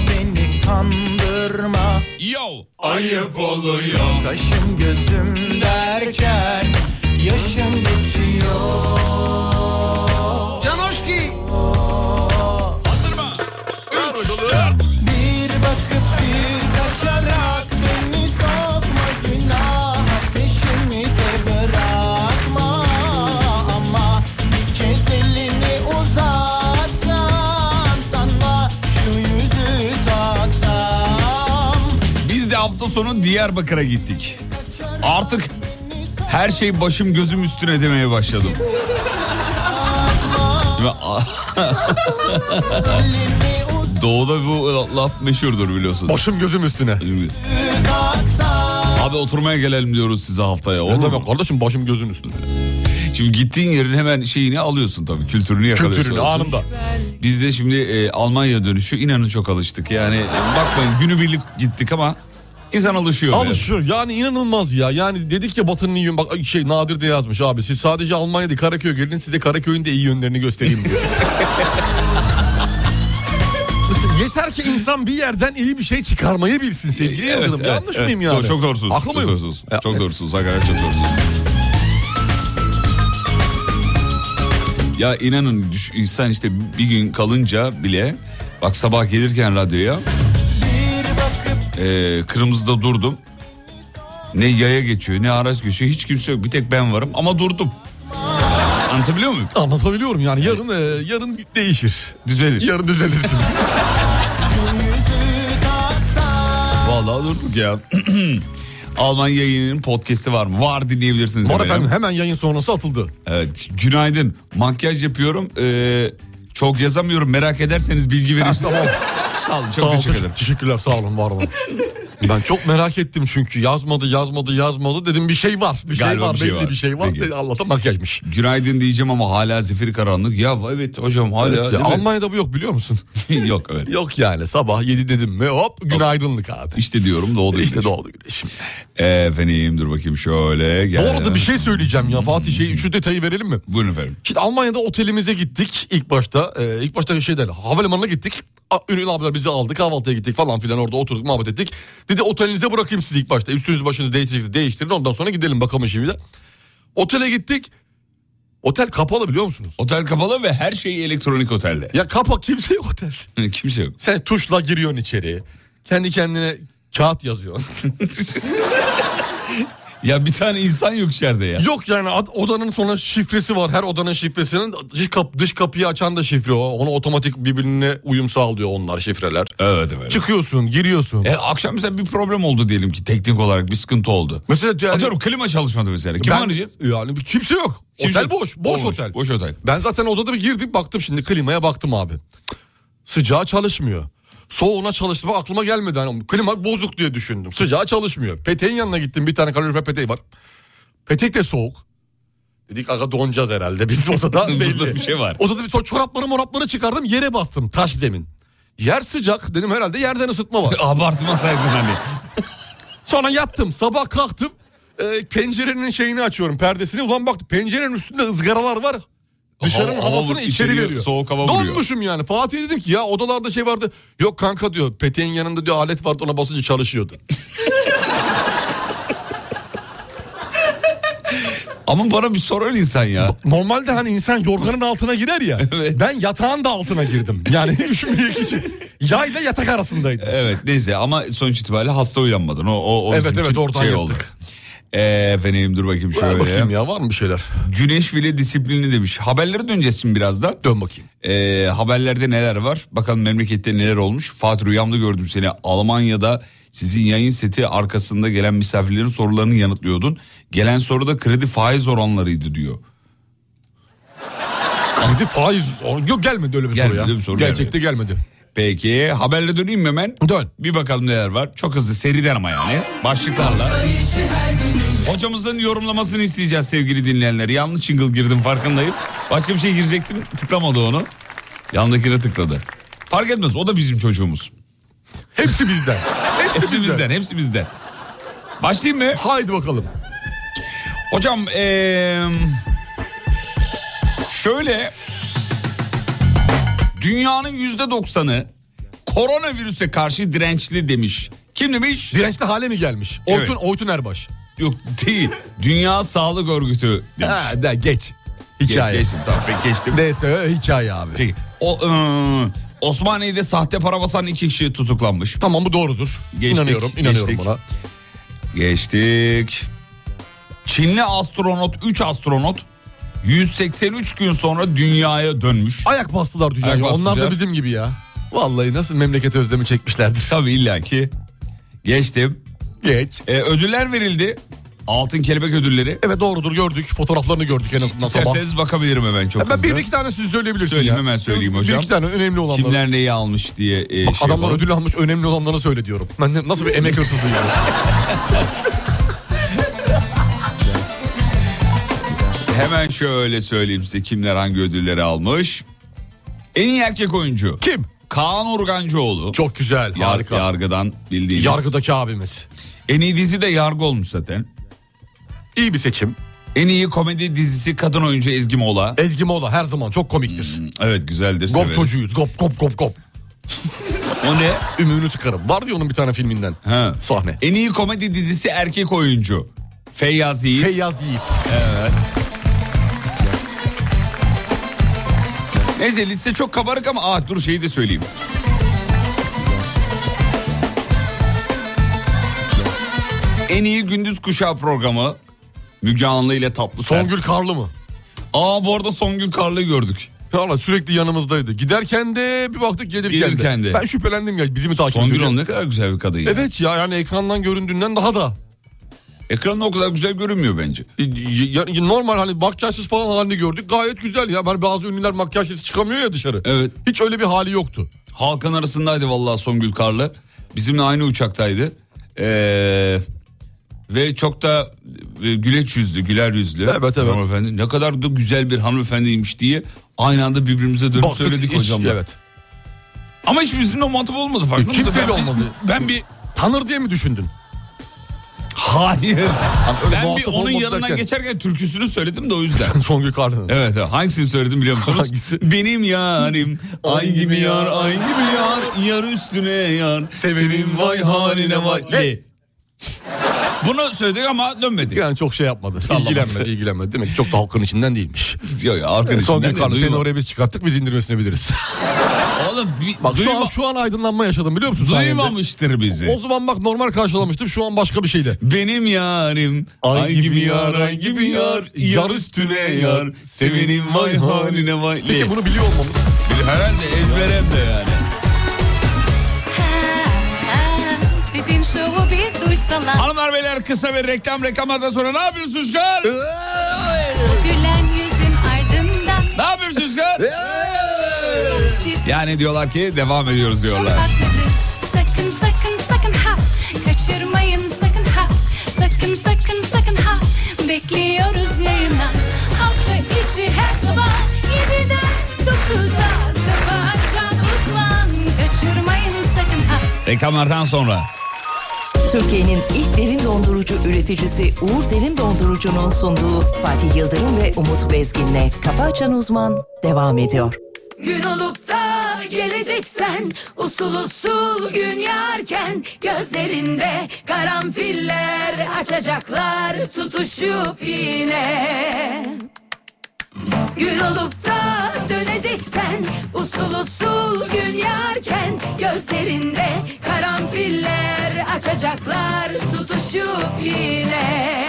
Speaker 1: Beni kandırma
Speaker 2: Yo.
Speaker 1: Ayıp oluyor Kaşım gözüm derken Yaşım geçiyor Bir bakıp bir kaçarak beni sokma günaha peşimi de bırakma ama bir kez elini uzatsan sana şu yüzü tak
Speaker 2: hafta sonu Diyarbakır'a gittik. Artık her şey başım gözüm üstüne demeye başladım. Şimdi a- Doğuda bu laf meşhurdur biliyorsun.
Speaker 3: Başım gözüm üstüne.
Speaker 2: Abi oturmaya gelelim diyoruz size haftaya.
Speaker 3: Ne
Speaker 2: Olur mu?
Speaker 3: demek kardeşim başım gözün üstüne.
Speaker 2: Şimdi gittiğin yerin hemen şeyini alıyorsun tabii. Kültürünü yakalıyorsun.
Speaker 3: Kültürünü anında.
Speaker 2: Biz de şimdi e, Almanya dönüşü inanın çok alıştık. Yani e, bakmayın günübirlik gittik ama insan alışıyor. be.
Speaker 3: Alışıyor yani inanılmaz ya. Yani dedik ya Batı'nın iyi yönü. Bak şey Nadir de yazmış abi. Siz sadece Almanya'da Karaköy gelin size Karaköy'ün de iyi yönlerini göstereyim diyor. Yeter ki insan bir yerden iyi bir şey çıkarmayı bilsin sevgili
Speaker 2: Evet,
Speaker 3: Yıldırım.
Speaker 2: evet,
Speaker 3: Yanlış
Speaker 2: evet.
Speaker 3: mıyım yani?
Speaker 2: Doğru, Çok doğrusunuz.
Speaker 3: Haklı
Speaker 2: çok
Speaker 3: mıyım?
Speaker 2: doğrusunuz.
Speaker 3: Ya, e-
Speaker 2: Çok doğrusunuz. Hakikaten çok doğrusunuz. Ya inanın düş- insan işte bir gün kalınca bile bak sabah gelirken radyoya e, kırmızıda durdum. Ne yaya geçiyor ne araç geçiyor hiç kimse yok bir tek ben varım ama durdum. Anlatabiliyor muyum?
Speaker 3: Anlatabiliyorum yani yarın e, yarın değişir.
Speaker 2: Düzelir.
Speaker 3: Yarın düzelirsin.
Speaker 2: Vallahi durduk ya. Almanya yayınının podcast'i var mı? Var dinleyebilirsiniz.
Speaker 3: Var
Speaker 2: efendim.
Speaker 3: efendim hemen yayın sonrası atıldı.
Speaker 2: Evet günaydın. Makyaj yapıyorum. Ee, çok yazamıyorum. Merak ederseniz bilgi verin.
Speaker 3: tamam.
Speaker 2: Sağ olun. Çok
Speaker 3: Sağ ol,
Speaker 2: teşekkür ederim.
Speaker 3: Teşekkürler sağ olun var olun. ben çok merak ettim çünkü yazmadı yazmadı yazmadı dedim bir şey var. Bir
Speaker 2: Galiba
Speaker 3: şey var
Speaker 2: bir şey
Speaker 3: belli
Speaker 2: var.
Speaker 3: bir şey var.
Speaker 2: Peki.
Speaker 3: Dedi, Allah'tan makyajmış.
Speaker 2: Günaydın diyeceğim ama hala zifiri karanlık. Ya evet hocam hala.
Speaker 3: Evet ya,
Speaker 2: değil mi?
Speaker 3: Almanya'da bu yok biliyor musun?
Speaker 2: Yok evet.
Speaker 3: yok yani sabah 7 dedim mi hop günaydınlık abi.
Speaker 2: İşte diyorum doğdu.
Speaker 3: İşte
Speaker 2: güneş.
Speaker 3: doğdu güneşim.
Speaker 2: Efendim dur bakayım şöyle.
Speaker 3: Bu
Speaker 2: Ee, Gel.
Speaker 3: arada bir şey söyleyeceğim ya Fatih şey şu detayı verelim mi?
Speaker 2: Buyurun efendim.
Speaker 3: Şimdi Almanya'da otelimize gittik ilk başta. Ee, ilk başta şeyden havalimanına gittik. A- Ünlü abiler bizi aldı kahvaltıya gittik falan filan orada oturduk muhabbet ettik. Dedi otelinize bırakayım sizi ilk başta. Üstünüz başınız değiştirdi değiştirin ondan sonra gidelim bakalım şimdi de. Otele gittik. Otel kapalı biliyor musunuz?
Speaker 2: Otel kapalı ve her şey elektronik otelde.
Speaker 3: Ya kapa kimse yok otel.
Speaker 2: Kimse yok.
Speaker 3: Sen tuşla giriyorsun içeri. Kendi kendine kağıt yazıyorsun.
Speaker 2: Ya bir tane insan yok içeride ya.
Speaker 3: yok yani ad- odanın sonra şifresi var. Her odanın şifresinin dış, kap- dış kapıyı açan da şifre o. Ona otomatik birbirine uyum sağlıyor onlar şifreler.
Speaker 2: Evet evet.
Speaker 3: Çıkıyorsun, giriyorsun.
Speaker 2: E, akşam mesela bir problem oldu diyelim ki teknik olarak bir sıkıntı oldu.
Speaker 3: Mesela yani
Speaker 2: Atıyorum klima çalışmadı mesela. Kim
Speaker 3: ben-
Speaker 2: arayacağız?
Speaker 3: Yani bir- kimse yok.
Speaker 2: Kimse-
Speaker 3: otel boş, boş, otel.
Speaker 2: Boş otel.
Speaker 3: Ben zaten odada bir girdim baktım şimdi klimaya baktım abi. Sıcağı çalışmıyor. Soğuğuna çalıştım aklıma gelmedi. Hani klima bozuk diye düşündüm. Sıcağı çalışmıyor. Peteğin yanına gittim bir tane kalorifer peteği var. Petek de soğuk. Dedik aga donacağız herhalde biz odada.
Speaker 2: Burada
Speaker 3: belli.
Speaker 2: bir şey var.
Speaker 3: Odada bir sonra çorapları morapları çıkardım yere bastım taş zemin. Yer sıcak dedim herhalde yerden ısıtma var.
Speaker 2: Abartmasaydın hani.
Speaker 3: Sonra yattım sabah kalktım e, pencerenin şeyini açıyorum perdesini. Ulan bak pencerenin üstünde ızgaralar var. Dışarının
Speaker 2: Hava- hava
Speaker 3: havasını
Speaker 2: vur-
Speaker 3: içeri
Speaker 2: içeriye
Speaker 3: veriyor.
Speaker 2: soğuk hava vuruyor.
Speaker 3: Donmuşum yani. Fatih dedim ki ya odalarda şey vardı. Yok kanka diyor peteğin yanında diyor alet vardı ona basınca çalışıyordu.
Speaker 2: Ama bana bir sorar insan ya.
Speaker 3: Normalde hani insan yorganın altına girer ya.
Speaker 2: Evet.
Speaker 3: Ben yatağın da altına girdim. Yani düşünmeyek için. Yayla yatak arasındaydım.
Speaker 2: Evet neyse ama sonuç itibariyle hasta uyanmadın. O, o, o
Speaker 3: Evet,
Speaker 2: bizim
Speaker 3: evet,
Speaker 2: için şey
Speaker 3: oradan yırttık.
Speaker 2: Ee, efendim dur bakayım
Speaker 3: Ver
Speaker 2: şöyle.
Speaker 3: bakayım ya var mı bir şeyler?
Speaker 2: Güneş bile disiplinli demiş. Haberlere döneceğiz şimdi birazdan.
Speaker 3: Dön bakayım.
Speaker 2: Ee, haberlerde neler var? Bakalım memlekette neler olmuş? Fatih Rüyam'da gördüm seni. Almanya'da sizin yayın seti arkasında gelen misafirlerin sorularını yanıtlıyordun. Gelen soru da kredi faiz oranlarıydı diyor.
Speaker 3: Kredi faiz. Yok gelmedi öyle bir
Speaker 2: Gelmedi,
Speaker 3: soru
Speaker 2: öyle
Speaker 3: ya.
Speaker 2: bir soru
Speaker 3: Gerçekte gelmedi.
Speaker 2: Peki haberle döneyim mi hemen?
Speaker 3: Dön.
Speaker 2: Bir bakalım neler var. Çok hızlı seriden ama yani. Başlıklarla. Hocamızın yorumlamasını isteyeceğiz sevgili dinleyenler. Yanlış jingle girdim farkındayım. Başka bir şey girecektim tıklamadı onu. Yandakine tıkladı. Fark etmez o da bizim çocuğumuz.
Speaker 3: Hepsi bizden.
Speaker 2: Hepsi bizden hepsi bizden. Başlayayım mı?
Speaker 3: Haydi bakalım.
Speaker 2: Hocam eee, şöyle dünyanın yüzde doksanı koronavirüse karşı dirençli demiş. Kim demiş?
Speaker 3: Dirençli hale mi gelmiş?
Speaker 2: Evet.
Speaker 3: Oytun, Oytun Erbaş.
Speaker 2: Yok değil. Dünya Sağlık Örgütü demiş.
Speaker 3: Ha, de, geç.
Speaker 2: Geç,
Speaker 3: Hikaye.
Speaker 2: geçtim tamam peki geçtim.
Speaker 3: DSÖ hikaye abi.
Speaker 2: Peki, O, eee, Osmaniye'de sahte para basan iki kişi tutuklanmış.
Speaker 3: Tamam bu doğrudur.
Speaker 2: Geçtik,
Speaker 3: inanıyorum, inanıyorum
Speaker 2: geçtik.
Speaker 3: buna.
Speaker 2: Geçtik. Çinli astronot 3 astronot 183 gün sonra dünyaya dönmüş.
Speaker 3: Ayak bastılar dünyaya.
Speaker 2: Ayak
Speaker 3: Onlar
Speaker 2: bastılar.
Speaker 3: da bizim gibi ya. Vallahi nasıl memleket özlemi çekmişlerdir.
Speaker 2: Tabii illaki. Geçtim.
Speaker 3: Geç.
Speaker 2: Ee, ödüller verildi. Altın kelebek ödülleri.
Speaker 3: Evet doğrudur gördük. Fotoğraflarını gördük en azından sabah.
Speaker 2: İsterseniz bakabilirim hemen çok
Speaker 3: Ben
Speaker 2: hızlı.
Speaker 3: bir iki tanesini söyleyebilirsin
Speaker 2: Söyleyeyim,
Speaker 3: ya.
Speaker 2: hemen söyleyeyim hocam.
Speaker 3: Bir iki tane önemli olanları.
Speaker 2: Kimler neyi almış diye e,
Speaker 3: Bak
Speaker 2: şey
Speaker 3: adamlar
Speaker 2: yapalım.
Speaker 3: ödül almış önemli olanlarını söyle diyorum. Ben de- nasıl bir emek hırsızı yani.
Speaker 2: Hemen şöyle söyleyeyim size kimler hangi ödülleri almış. En iyi erkek oyuncu.
Speaker 3: Kim?
Speaker 2: Kaan Urgancıoğlu.
Speaker 3: Çok güzel
Speaker 2: Yar-
Speaker 3: harika.
Speaker 2: Yargıdan bildiğiniz.
Speaker 3: Yargıdaki abimiz.
Speaker 2: En iyi dizi de Yargı olmuş zaten.
Speaker 3: İyi bir seçim.
Speaker 2: En iyi komedi dizisi kadın oyuncu Ezgi Mola. Hmm,
Speaker 3: Ezgi Mola her zaman çok komiktir.
Speaker 2: Evet güzeldir.
Speaker 3: Gop
Speaker 2: severiz.
Speaker 3: çocuğuyuz. Gop gop gop gop.
Speaker 2: O ne?
Speaker 3: Ümüğünü sıkarım. Var ya onun bir tane filminden.
Speaker 2: Ha.
Speaker 3: Sahne.
Speaker 2: En iyi komedi dizisi erkek oyuncu. Feyyaz Yiğit.
Speaker 3: Feyyaz Yiğit.
Speaker 2: Neyse liste çok kabarık ama ah dur şeyi de söyleyeyim. En iyi gündüz kuşağı programı Müge Anlı ile Tatlı Sert.
Speaker 3: Songül Karlı mı?
Speaker 2: Aa bu arada Songül Karlı'yı gördük.
Speaker 3: Valla sürekli yanımızdaydı. Giderken de bir baktık gelirken,
Speaker 2: Gelirken de.
Speaker 3: Ben şüphelendim ya bizi mi takip
Speaker 2: Songül
Speaker 3: ediyor?
Speaker 2: Hanım ne kadar güzel bir kadın ya.
Speaker 3: Evet ya yani ekrandan göründüğünden daha da.
Speaker 2: Ekranda o kadar güzel görünmüyor bence.
Speaker 3: E, ya- ya- normal hani makyajsız falan halini gördük. Gayet güzel ya. Ben bazı ünlüler makyajsız çıkamıyor ya dışarı.
Speaker 2: Evet.
Speaker 3: Hiç öyle bir hali yoktu.
Speaker 2: Halkın arasındaydı vallahi Songül Karlı. Bizimle aynı uçaktaydı. Ee, ve çok da e, güleç yüzlü, güler yüzlü.
Speaker 3: Evet, evet.
Speaker 2: Hanımefendi. Ne kadar da güzel bir hanımefendiymiş diye aynı anda birbirimize dönüp
Speaker 3: Baktık
Speaker 2: söyledik
Speaker 3: hiç-
Speaker 2: hocamla.
Speaker 3: Evet.
Speaker 2: Ama hiçbirimizin o mantıp olmadı farkında mısın?
Speaker 3: Kimseyle
Speaker 2: Ben bir-
Speaker 3: şey olmadı.
Speaker 2: Ben bir...
Speaker 3: Tanır diye mi düşündün?
Speaker 2: Hayır.
Speaker 3: Hani öyle
Speaker 2: ben bir
Speaker 3: muhatap
Speaker 2: onun
Speaker 3: olmadı
Speaker 2: yanından
Speaker 3: derken-
Speaker 2: geçerken türküsünü söyledim de o yüzden.
Speaker 3: Songül Karlı'nın.
Speaker 2: Evet evet. hangisini söyledim biliyor musunuz?
Speaker 3: Hangisi?
Speaker 2: Benim yarim ay gibi yar ay gibi yar yar üstüne yar senin vay haline vay.
Speaker 3: Ne?
Speaker 2: Bunu söyledik ama dönmedik.
Speaker 3: Yani çok şey yapmadı.
Speaker 2: Sallamadı.
Speaker 3: İlgilenmedi, ilgilenmedi. Demek ki çok da halkın içinden değilmiş. E,
Speaker 2: Yok ya halkın
Speaker 3: Songül
Speaker 2: içinden de
Speaker 3: Karlı seni
Speaker 2: duyma.
Speaker 3: oraya biz çıkarttık biz indirmesini biliriz.
Speaker 2: Oğlum bir,
Speaker 3: Bak şu
Speaker 2: duyma-
Speaker 3: an, şu an aydınlanma yaşadım biliyor musun? sayende?
Speaker 2: duymamıştır bizi.
Speaker 3: O zaman bak normal karşılamıştım şu an başka bir şeyle.
Speaker 2: Benim yarim ay, gibi yar ay gibi yar yar üstüne yar sevenin vay haline vay.
Speaker 3: Peki bunu biliyor olmamız.
Speaker 2: herhalde ezberem de yani.
Speaker 8: Sizin şovu bir duysalar
Speaker 2: Hanımlar beyler kısa bir reklam reklamlardan sonra ne yapıyorsunuz çocuklar?
Speaker 3: Ee?
Speaker 8: Gülen yüzün ardından
Speaker 2: Ne yapıyorsunuz çocuklar? Yani diyorlar ki devam ediyoruz diyorlar.
Speaker 8: Haklıdır. Sakın sakın sakın ha Kaçırmayın sakın ha Sakın sakın sakın ha Bekliyoruz yayına Hafta içi her sabah 7'den 9'a Kafa açan uzman Kaçırmayın sakın ha
Speaker 2: Reklamlardan sonra.
Speaker 7: Türkiye'nin ilk derin dondurucu üreticisi Uğur Derin Dondurucu'nun sunduğu Fatih Yıldırım ve Umut Bezgin'le Kafa Açan Uzman devam ediyor.
Speaker 8: Gün olup da geleceksen Usul usul gün yarken Gözlerinde karanfiller Açacaklar tutuşup yine Gün olup da döneceksen Usul usul gün yarken Gözlerinde karanfiller Açacaklar tutuşup yine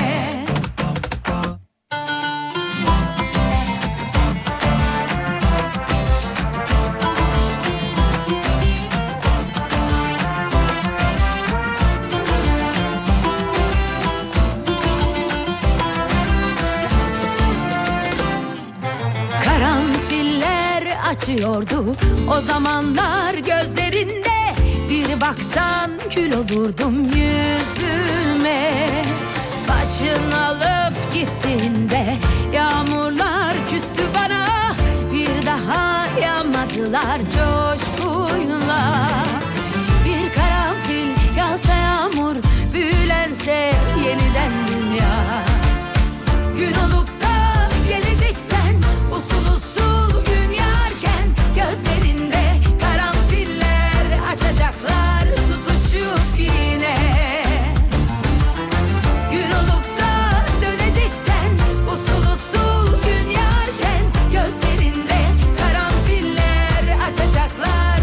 Speaker 8: Karanfiller açıyordu o zamanlar gözlerinde Bir baksan kül olurdum yüzüme Başın alıp gittiğinde yağmurlar küstü bana Bir daha yağmadılar coşkuyla Bir karanfil yağsa yağmur büyülense yeniden dünya Gün olup da geleceksen Usul usul gün yarken Gözlerinde karanfiller Açacaklar tutuşup yine Gün olup da döneceksen Usul usul gün yarken Gözlerinde karanfiller Açacaklar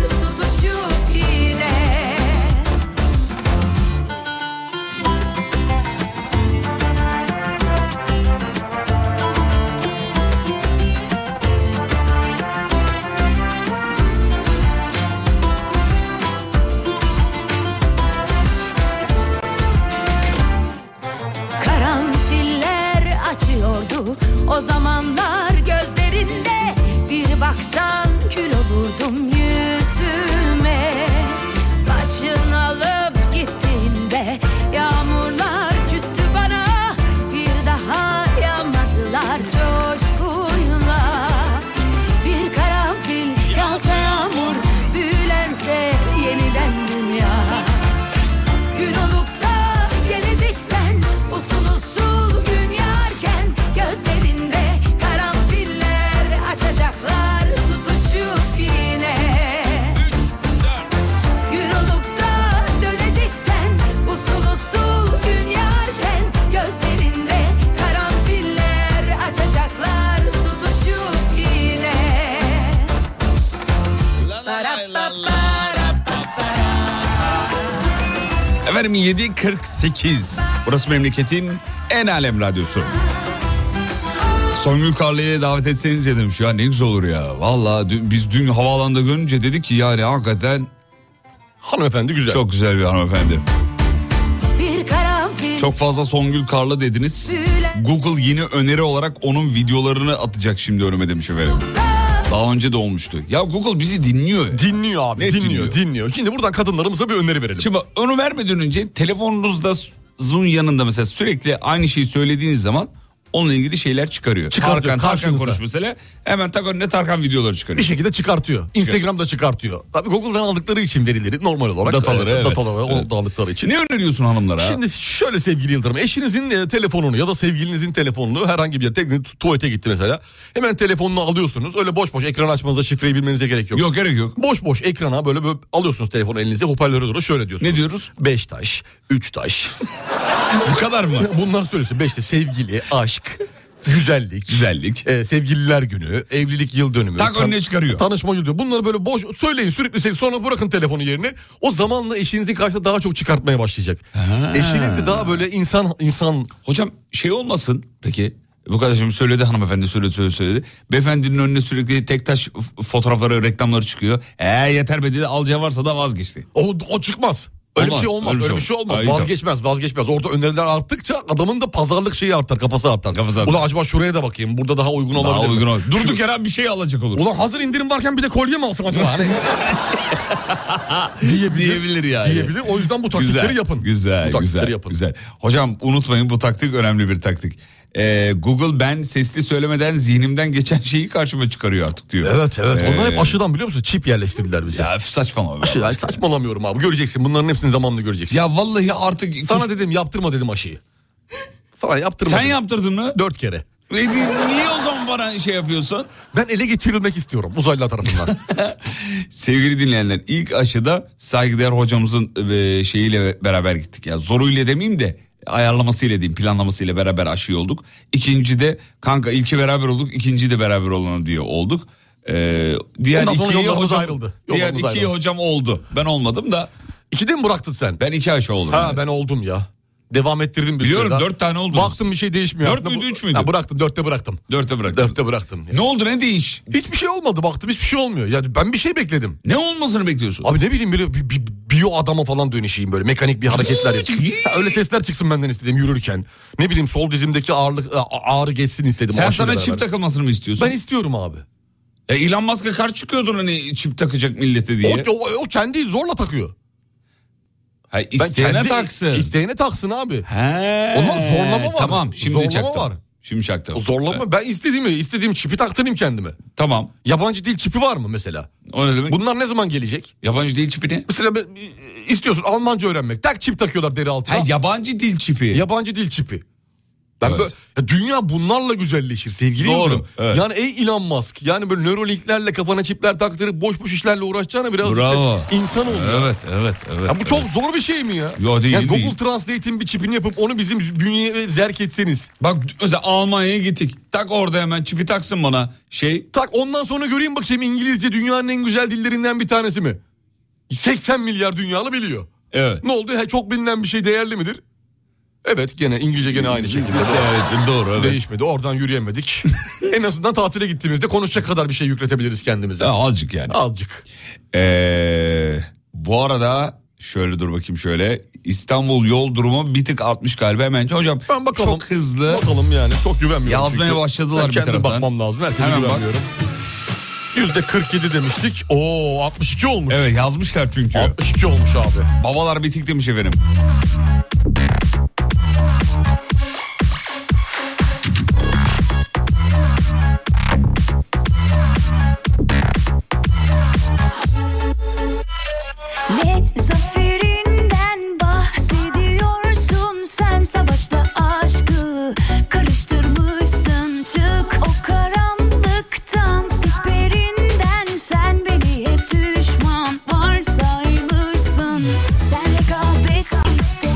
Speaker 2: Efendim 7.48. Burası memleketin en alem radyosu. Songül Karlı'ya davet etseniz ya demiş ya ne güzel olur ya. Valla biz dün havaalanında görünce dedik ki yani hakikaten
Speaker 3: Hanımefendi güzel.
Speaker 2: çok güzel bir hanımefendi.
Speaker 9: Bir karanfil
Speaker 2: Çok fazla Songül Karlı dediniz. Google yeni öneri olarak onun videolarını atacak şimdi önüme demiş efendim. Daha önce de olmuştu. Ya Google bizi dinliyor. ya.
Speaker 3: Dinliyor abi.
Speaker 2: Ne
Speaker 3: dinliyor,
Speaker 2: dinliyor?
Speaker 3: dinliyor. Şimdi buradan kadınlarımıza bir öneri verelim.
Speaker 2: Şimdi onu vermeden önce telefonunuzda zun yanında mesela sürekli aynı şeyi söylediğiniz zaman onunla ilgili şeyler çıkarıyor.
Speaker 3: Çıkartıyor,
Speaker 2: Tarkan, Tarkan
Speaker 3: karşınıza.
Speaker 2: konuş mesela hemen tak önüne Tarkan videoları
Speaker 3: bir
Speaker 2: çıkarıyor.
Speaker 3: şekilde çıkartıyor. Instagram'da çıkartıyor. Tabii Google'dan aldıkları için verileri normal olarak
Speaker 2: Dataları,
Speaker 3: e,
Speaker 2: evet.
Speaker 3: dataları o
Speaker 2: Evet.
Speaker 3: da aldıkları için.
Speaker 2: Ne öneriyorsun hanımlara?
Speaker 3: Şimdi şöyle sevgili Yıldırım eşinizin e, telefonunu ya da sevgilinizin telefonunu herhangi bir yerde tekne- tu- tuvalete gitti mesela. Hemen telefonunu alıyorsunuz öyle boş boş ekran açmanıza şifreyi bilmenize gerek yok.
Speaker 2: Yok gerek yok.
Speaker 3: Boş boş ekrana böyle, böyle alıyorsunuz telefonu elinize hoparlöre doğru şöyle diyorsunuz.
Speaker 2: Ne diyoruz?
Speaker 3: Beş taş, üç taş.
Speaker 2: Bu kadar mı?
Speaker 3: Bunlar söylüyorsun. Beşte sevgili, aşk, güzellik.
Speaker 2: Güzellik.
Speaker 3: e, sevgililer günü, evlilik yıl dönümü.
Speaker 2: Tak
Speaker 3: tan-
Speaker 2: önüne çıkarıyor.
Speaker 3: Tanışma yıl dönümü. Bunları böyle boş söyleyin sürekli sevgili. Sonra bırakın telefonu yerine. O zamanla eşinizin karşısında daha çok çıkartmaya başlayacak. Eşiniz de daha böyle insan insan
Speaker 2: Hocam şey olmasın peki bu kadar şimdi söyledi hanımefendi söyledi söyledi söyledi. Beyefendinin önüne sürekli tek taş f- fotoğrafları reklamları çıkıyor. Eee yeter be dedi alacağı varsa da vazgeçti.
Speaker 3: o, o çıkmaz. Öyle
Speaker 2: Olmaz,
Speaker 3: bir şey olmaz. Öyle, bir şey olmaz.
Speaker 2: Ay, tamam.
Speaker 3: vazgeçmez, vazgeçmez. Orada öneriler arttıkça adamın da pazarlık şeyi artar, kafası artar.
Speaker 2: Kafası artar.
Speaker 3: Ulan acaba şuraya da bakayım. Burada daha uygun olabilir.
Speaker 2: Daha
Speaker 3: mi?
Speaker 2: uygun olur.
Speaker 3: Şu-
Speaker 2: Durduk yere bir şey alacak olur.
Speaker 3: Ulan hazır indirim varken bir de kolye mi alsam acaba? Hani- diyebilir,
Speaker 2: Diyebilir yani.
Speaker 3: Diyebilir. O yüzden bu taktikleri
Speaker 2: güzel,
Speaker 3: yapın.
Speaker 2: Güzel,
Speaker 3: bu taktikleri
Speaker 2: güzel,
Speaker 3: yapın.
Speaker 2: güzel. Hocam unutmayın bu taktik önemli bir taktik. Ee, Google ben sesli söylemeden zihnimden geçen şeyi karşıma çıkarıyor artık diyor.
Speaker 3: Evet evet.
Speaker 2: Ee,
Speaker 3: Onlar hep aşıdan biliyor musun? Çip yerleştirdiler bize.
Speaker 2: Ya saçmalama. be.
Speaker 3: Aşı, ay saçmalamıyorum abi. Göreceksin. Bunların hepsini zamanla göreceksin.
Speaker 2: Ya vallahi artık
Speaker 3: Sana dedim yaptırma dedim aşıyı. Sana yaptırma.
Speaker 2: sen
Speaker 3: dedim.
Speaker 2: yaptırdın mı?
Speaker 3: Dört kere.
Speaker 2: E, Niye o zaman bana şey yapıyorsun?
Speaker 3: Ben ele geçirilmek istiyorum uzaylılar tarafından.
Speaker 2: Sevgili dinleyenler ilk aşıda saygıdeğer hocamızın e, şeyiyle beraber gittik. Ya zoruyla demeyeyim de ayarlamasıyla diyeyim planlamasıyla beraber aşı olduk. İkinci de kanka ilki beraber olduk ikinci de beraber olalım diye olduk. Ee, diğer
Speaker 3: Ondan sonra
Speaker 2: ikiye
Speaker 3: yollarımız
Speaker 2: hocam,
Speaker 3: ayrıldı.
Speaker 2: Diğer
Speaker 3: Yollarımız
Speaker 2: ikiye
Speaker 3: ayrıldı.
Speaker 2: hocam oldu. Ben olmadım da
Speaker 3: İkide mi bıraktın sen?
Speaker 2: ben iki aşı oldum.
Speaker 3: Ha
Speaker 2: yani.
Speaker 3: ben oldum ya. Devam ettirdim bir
Speaker 2: Biliyorum,
Speaker 3: süre daha.
Speaker 2: dört tane oldunuz.
Speaker 3: Baktım bir şey değişmiyor.
Speaker 2: Dört
Speaker 3: Aslında
Speaker 2: müydü,
Speaker 3: bu-
Speaker 2: üç müydü?
Speaker 3: Ha, bıraktım dörtte bıraktım.
Speaker 2: Dörtte bıraktım.
Speaker 3: Dörtte bıraktım.
Speaker 2: Ne oldu ne değiş?
Speaker 3: Hiçbir şey olmadı baktım hiçbir şey olmuyor. Yani ben bir şey bekledim.
Speaker 2: Ne olmasını bekliyorsun?
Speaker 3: Abi ne bileyim böyle bir, bir- biyo adama falan dönüşeyim böyle mekanik bir hareketler yapayım. Ha, Öyle sesler çıksın benden istedim yürürken. Ne bileyim sol dizimdeki ağırlık a- ağrı geçsin istedim.
Speaker 2: Sen
Speaker 3: o aşıyla
Speaker 2: sana
Speaker 3: beraber.
Speaker 2: çip takılmasını mı istiyorsun?
Speaker 3: Ben istiyorum abi.
Speaker 2: E, Elon Musk'a karşı çıkıyordun hani çip takacak millete
Speaker 3: O,
Speaker 2: diye.
Speaker 3: o, o kendi zorla takıyor.
Speaker 2: Ha,
Speaker 3: Ben
Speaker 2: isteyene
Speaker 3: kendi-
Speaker 2: taksın.
Speaker 3: İsteyene taksın abi.
Speaker 2: He.
Speaker 3: Ondan zorlama var.
Speaker 2: Tamam şimdi
Speaker 3: Zorlama
Speaker 2: çaktım.
Speaker 3: var.
Speaker 2: Şimdi çaktım.
Speaker 3: Zorlama
Speaker 2: Evet,
Speaker 3: ben istediğimi istediğim çipi taktırayım kendime.
Speaker 2: Tamam.
Speaker 3: Yabancı dil çipi var mı mesela?
Speaker 2: O ne demek?
Speaker 3: Bunlar ne zaman gelecek?
Speaker 2: Yabancı dil çipi ne?
Speaker 3: Mesela ben- e, istiyorsun Almanca öğrenmek. Tak çip takıyorlar deri altına.
Speaker 2: Ha, yabancı dil çipi.
Speaker 3: Yabancı dil çipi. Ben
Speaker 2: Evet.
Speaker 3: böyle- ya dünya bunlarla güzelleşir sevgili
Speaker 2: Doğru,
Speaker 3: Yıldırım.
Speaker 2: evet.
Speaker 3: Yani ey Elon Musk yani böyle nörolinklerle kafana çipler taktırıp boş boş işlerle uğraşacağına biraz
Speaker 2: Bravo.
Speaker 3: insan ol. ya.
Speaker 2: evet evet evet.
Speaker 3: Ya bu çok zor bir şey mi ya?
Speaker 2: Yo, değil,
Speaker 3: yani Google
Speaker 2: değil.
Speaker 3: Translate'in bir çipini yapıp onu bizim bünyeye zerk etseniz.
Speaker 2: Bak mesela Almanya'ya gittik. Tak orada hemen çipi taksın bana. Şey
Speaker 3: Tak ondan sonra göreyim bakayım İngilizce dünyanın en güzel dillerinden bir tanesi mi? 80 milyar dünyalı biliyor.
Speaker 2: evet.
Speaker 3: Ne oldu? He, çok bilinen bir şey değerli midir? Evet gene İngilizce gene aynı şekilde.
Speaker 2: Evet doğru evet.
Speaker 3: Değişmedi. Oradan yürüyemedik. en azından tatile gittiğimizde konuşacak kadar bir şey yükletebiliriz kendimize.
Speaker 2: Ha, azıcık yani.
Speaker 3: Azıcık.
Speaker 2: Ee, bu arada şöyle dur bakayım şöyle. İstanbul yol durumu bir tık artmış galiba hemen. Hocam
Speaker 3: Ben bakalım.
Speaker 2: çok hızlı.
Speaker 3: Bakalım yani. Çok güvenmiyorum.
Speaker 2: Yazmaya
Speaker 3: çünkü.
Speaker 2: başladılar
Speaker 3: ben
Speaker 2: bir
Speaker 3: kendim
Speaker 2: taraftan.
Speaker 3: bakmam lazım. Herkese
Speaker 2: Hemen bak.
Speaker 3: güvenmiyorum. Yüzde 47 demiştik. Oo 62 olmuş.
Speaker 2: Evet yazmışlar çünkü.
Speaker 3: 62 olmuş abi.
Speaker 2: Babalar bitik demiş efendim.
Speaker 9: Ne zaferinden bahsediyorsun sen savaşla aşkı karıştırmışsın çık o karanlıktan siperinden sen beni hep düşman varsaymışsın sen rekabet iste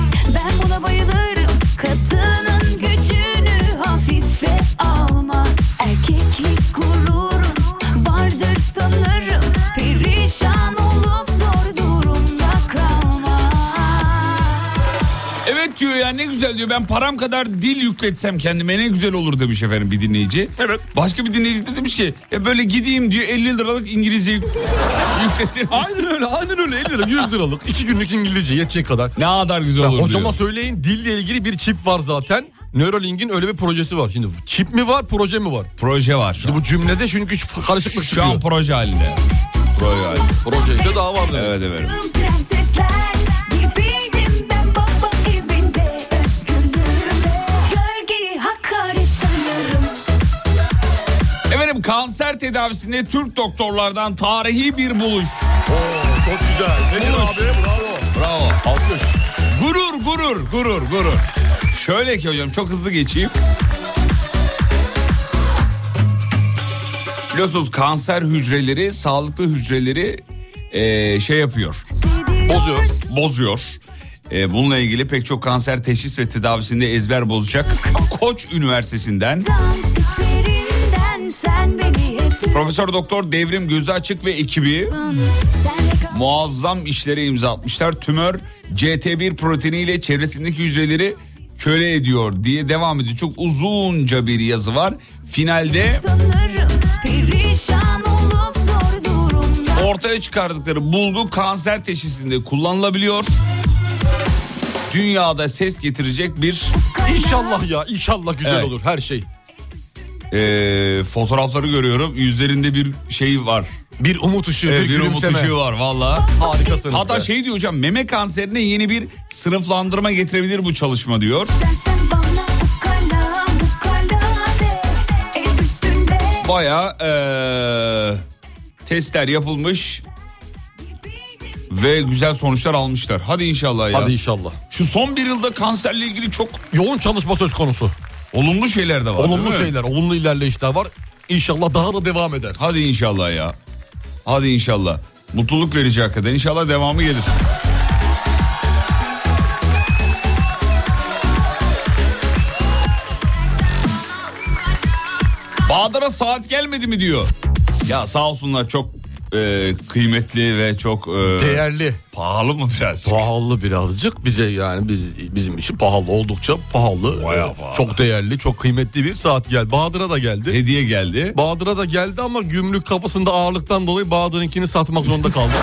Speaker 2: güzel diyor ben param kadar dil yükletsem kendime ne güzel olur demiş efendim bir dinleyici. Evet. Başka bir dinleyici de demiş ki ya böyle gideyim diyor 50 liralık İngilizce yük- yükletir misin?
Speaker 3: Aynen öyle aynen öyle 50 lira 100 liralık 2 günlük İngilizce yetecek kadar.
Speaker 2: Ne kadar güzel
Speaker 3: Ya
Speaker 2: olur
Speaker 3: Hocama
Speaker 2: diyor.
Speaker 3: söyleyin dille ilgili bir çip var zaten. Neuralink'in öyle bir projesi var. Şimdi çip mi var proje mi var?
Speaker 2: Proje var şu an.
Speaker 3: Bu cümlede çünkü karışıklık
Speaker 2: Şu
Speaker 3: çıkıyor.
Speaker 2: an proje halinde. Proje halinde.
Speaker 3: Projede daha var demek.
Speaker 2: Evet efendim.
Speaker 9: Prensesler gibiydim ben baba evinde özgürlüğüme Gölgeyi hakaret sanırım
Speaker 2: Efendim kanser tedavisinde Türk doktorlardan tarihi bir buluş.
Speaker 3: Çok güzel. Nedir abi? Bravo.
Speaker 2: Bravo.
Speaker 3: Alkış.
Speaker 2: Gurur, gurur, gurur, gurur. Şöyle ki hocam çok hızlı geçeyim. Biliyorsunuz kanser hücreleri, sağlıklı hücreleri eee, şey yapıyor,
Speaker 3: Bozuyor.
Speaker 2: bozuyor. Eee, bununla ilgili pek çok kanser teşhis ve tedavisinde ezber bozacak Koç Üniversitesi'nden
Speaker 9: Danslıklarından sen beni hep
Speaker 2: Profesör Doktor Devrim Gözü Açık ve ekibi
Speaker 9: tuttun Sen de kal-
Speaker 2: muazzam işlere imza atmışlar. Tümör CT1 proteiniyle çevresindeki hücreleri köle ediyor diye devam ediyor. Çok uzunca bir yazı var. Finalde
Speaker 9: sanırım Perişan olup zor durumda
Speaker 2: ortaya çıkardıkları bulgu kanser teşhisinde kullanılabiliyor. Dünyada ses getirecek bir
Speaker 3: İnşallah ya inşallah güzel
Speaker 2: Evet.
Speaker 3: olur her şey.
Speaker 2: eee, fotoğrafları görüyorum. Yüzlerinde bir şey var.
Speaker 3: Bir umut ışığı,
Speaker 2: Evet,
Speaker 3: bir,
Speaker 2: bir umut
Speaker 3: gülümseme.
Speaker 2: ışığı var valla.
Speaker 3: Harikasınız.
Speaker 2: Hatta
Speaker 3: be.
Speaker 2: şey diyor hocam meme kanserine yeni bir sınıflandırma getirebilir bu çalışma diyor.
Speaker 9: Sen sen bana ukala ukala de El üstünde
Speaker 2: Baya e, testler yapılmış ve güzel sonuçlar almışlar. Hadi inşallah ya.
Speaker 3: Hadi inşallah.
Speaker 2: Şu son bir yılda kanserle ilgili çok
Speaker 3: Yoğun çalışma söz konusu.
Speaker 2: olumlu şeyler de var.
Speaker 3: olumlu
Speaker 2: değil mi?
Speaker 3: şeyler, olumlu ilerleyişler var. İnşallah daha da devam eder.
Speaker 2: Hadi inşallah ya. Hadi inşallah. Mutluluk verici hakikaten. İnşallah devamı gelir. Bahadır'a saat gelmedi mi diyor. Ya sağ olsunlar çok e, kıymetli ve çok e,
Speaker 3: Değerli.
Speaker 2: pahalı mı biraz?
Speaker 3: Pahalı birazcık bize yani biz bizim için pahalı oldukça pahalı.
Speaker 2: Bayağı
Speaker 3: Ee,
Speaker 2: pahalı.
Speaker 3: Çok değerli, çok kıymetli bir saat geldi. Bahadır'a da geldi.
Speaker 2: Hediye geldi.
Speaker 3: Bahadır'a da geldi ama gümrük kapısında ağırlıktan dolayı Bahadır'ınkini satmak zorunda kaldı.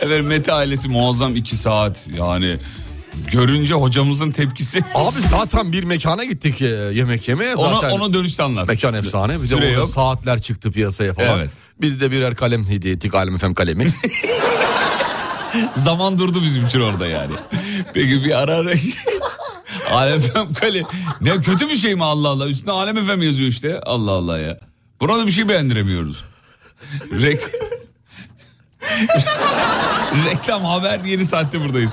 Speaker 2: Evet Mete ailesi muazzam iki saat yani görünce hocamızın tepkisi.
Speaker 3: Abi zaten bir mekana gittik e, yemek yemeye.
Speaker 2: Ona,
Speaker 3: zaten
Speaker 2: ona dönüşte anlat.
Speaker 3: Mekan efsane. Bize
Speaker 2: Süre
Speaker 3: orada
Speaker 2: yok.
Speaker 3: saatler çıktı piyasaya falan.
Speaker 2: Evet.
Speaker 3: Biz de birer kalem hediye ettik. Alem Efem kalemi.
Speaker 2: Zaman durdu bizim için orada yani. Peki bir ara ara. Alem Efem Kale. Ne kötü bir şey mi Allah Allah? Üstüne Alem Efem yazıyor işte. Allah Allah ya. Buna da bir şey beğendiremiyoruz. Rek... Reklam haber yeni saatte buradayız.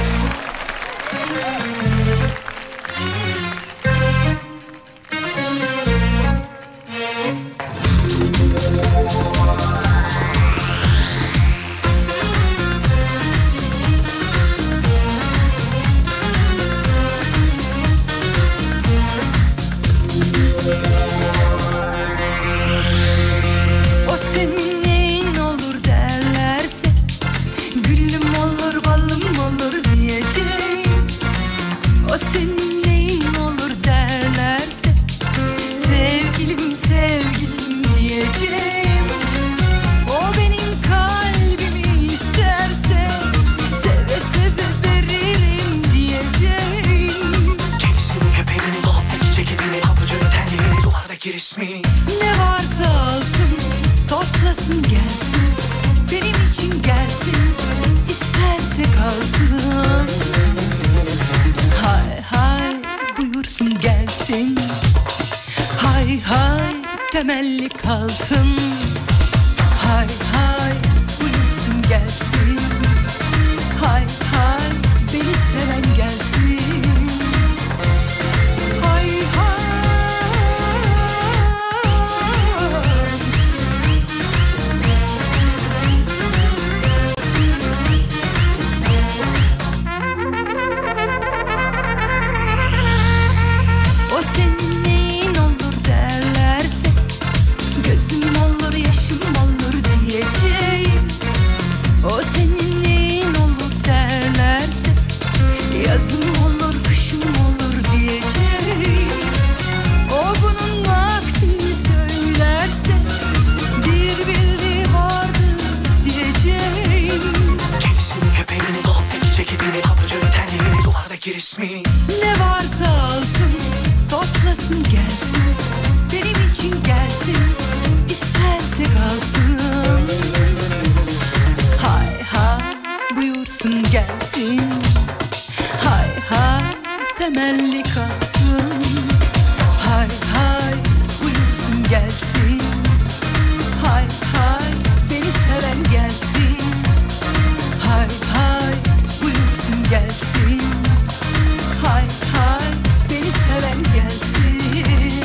Speaker 6: O senin neyin olur derlerse Gülüm olur balım olur diye resmini
Speaker 9: Ne varsa alsın, toplasın gelsin. Benim için gelsin, isterse kalsın. Hay hay buyursun gelsin. Hay hay temelli kalsın. Hay hay buyursun gelsin. Hay hay beni seven gelsin. Hay hay buyursun gelsin. Hay hay beni seven gelsin.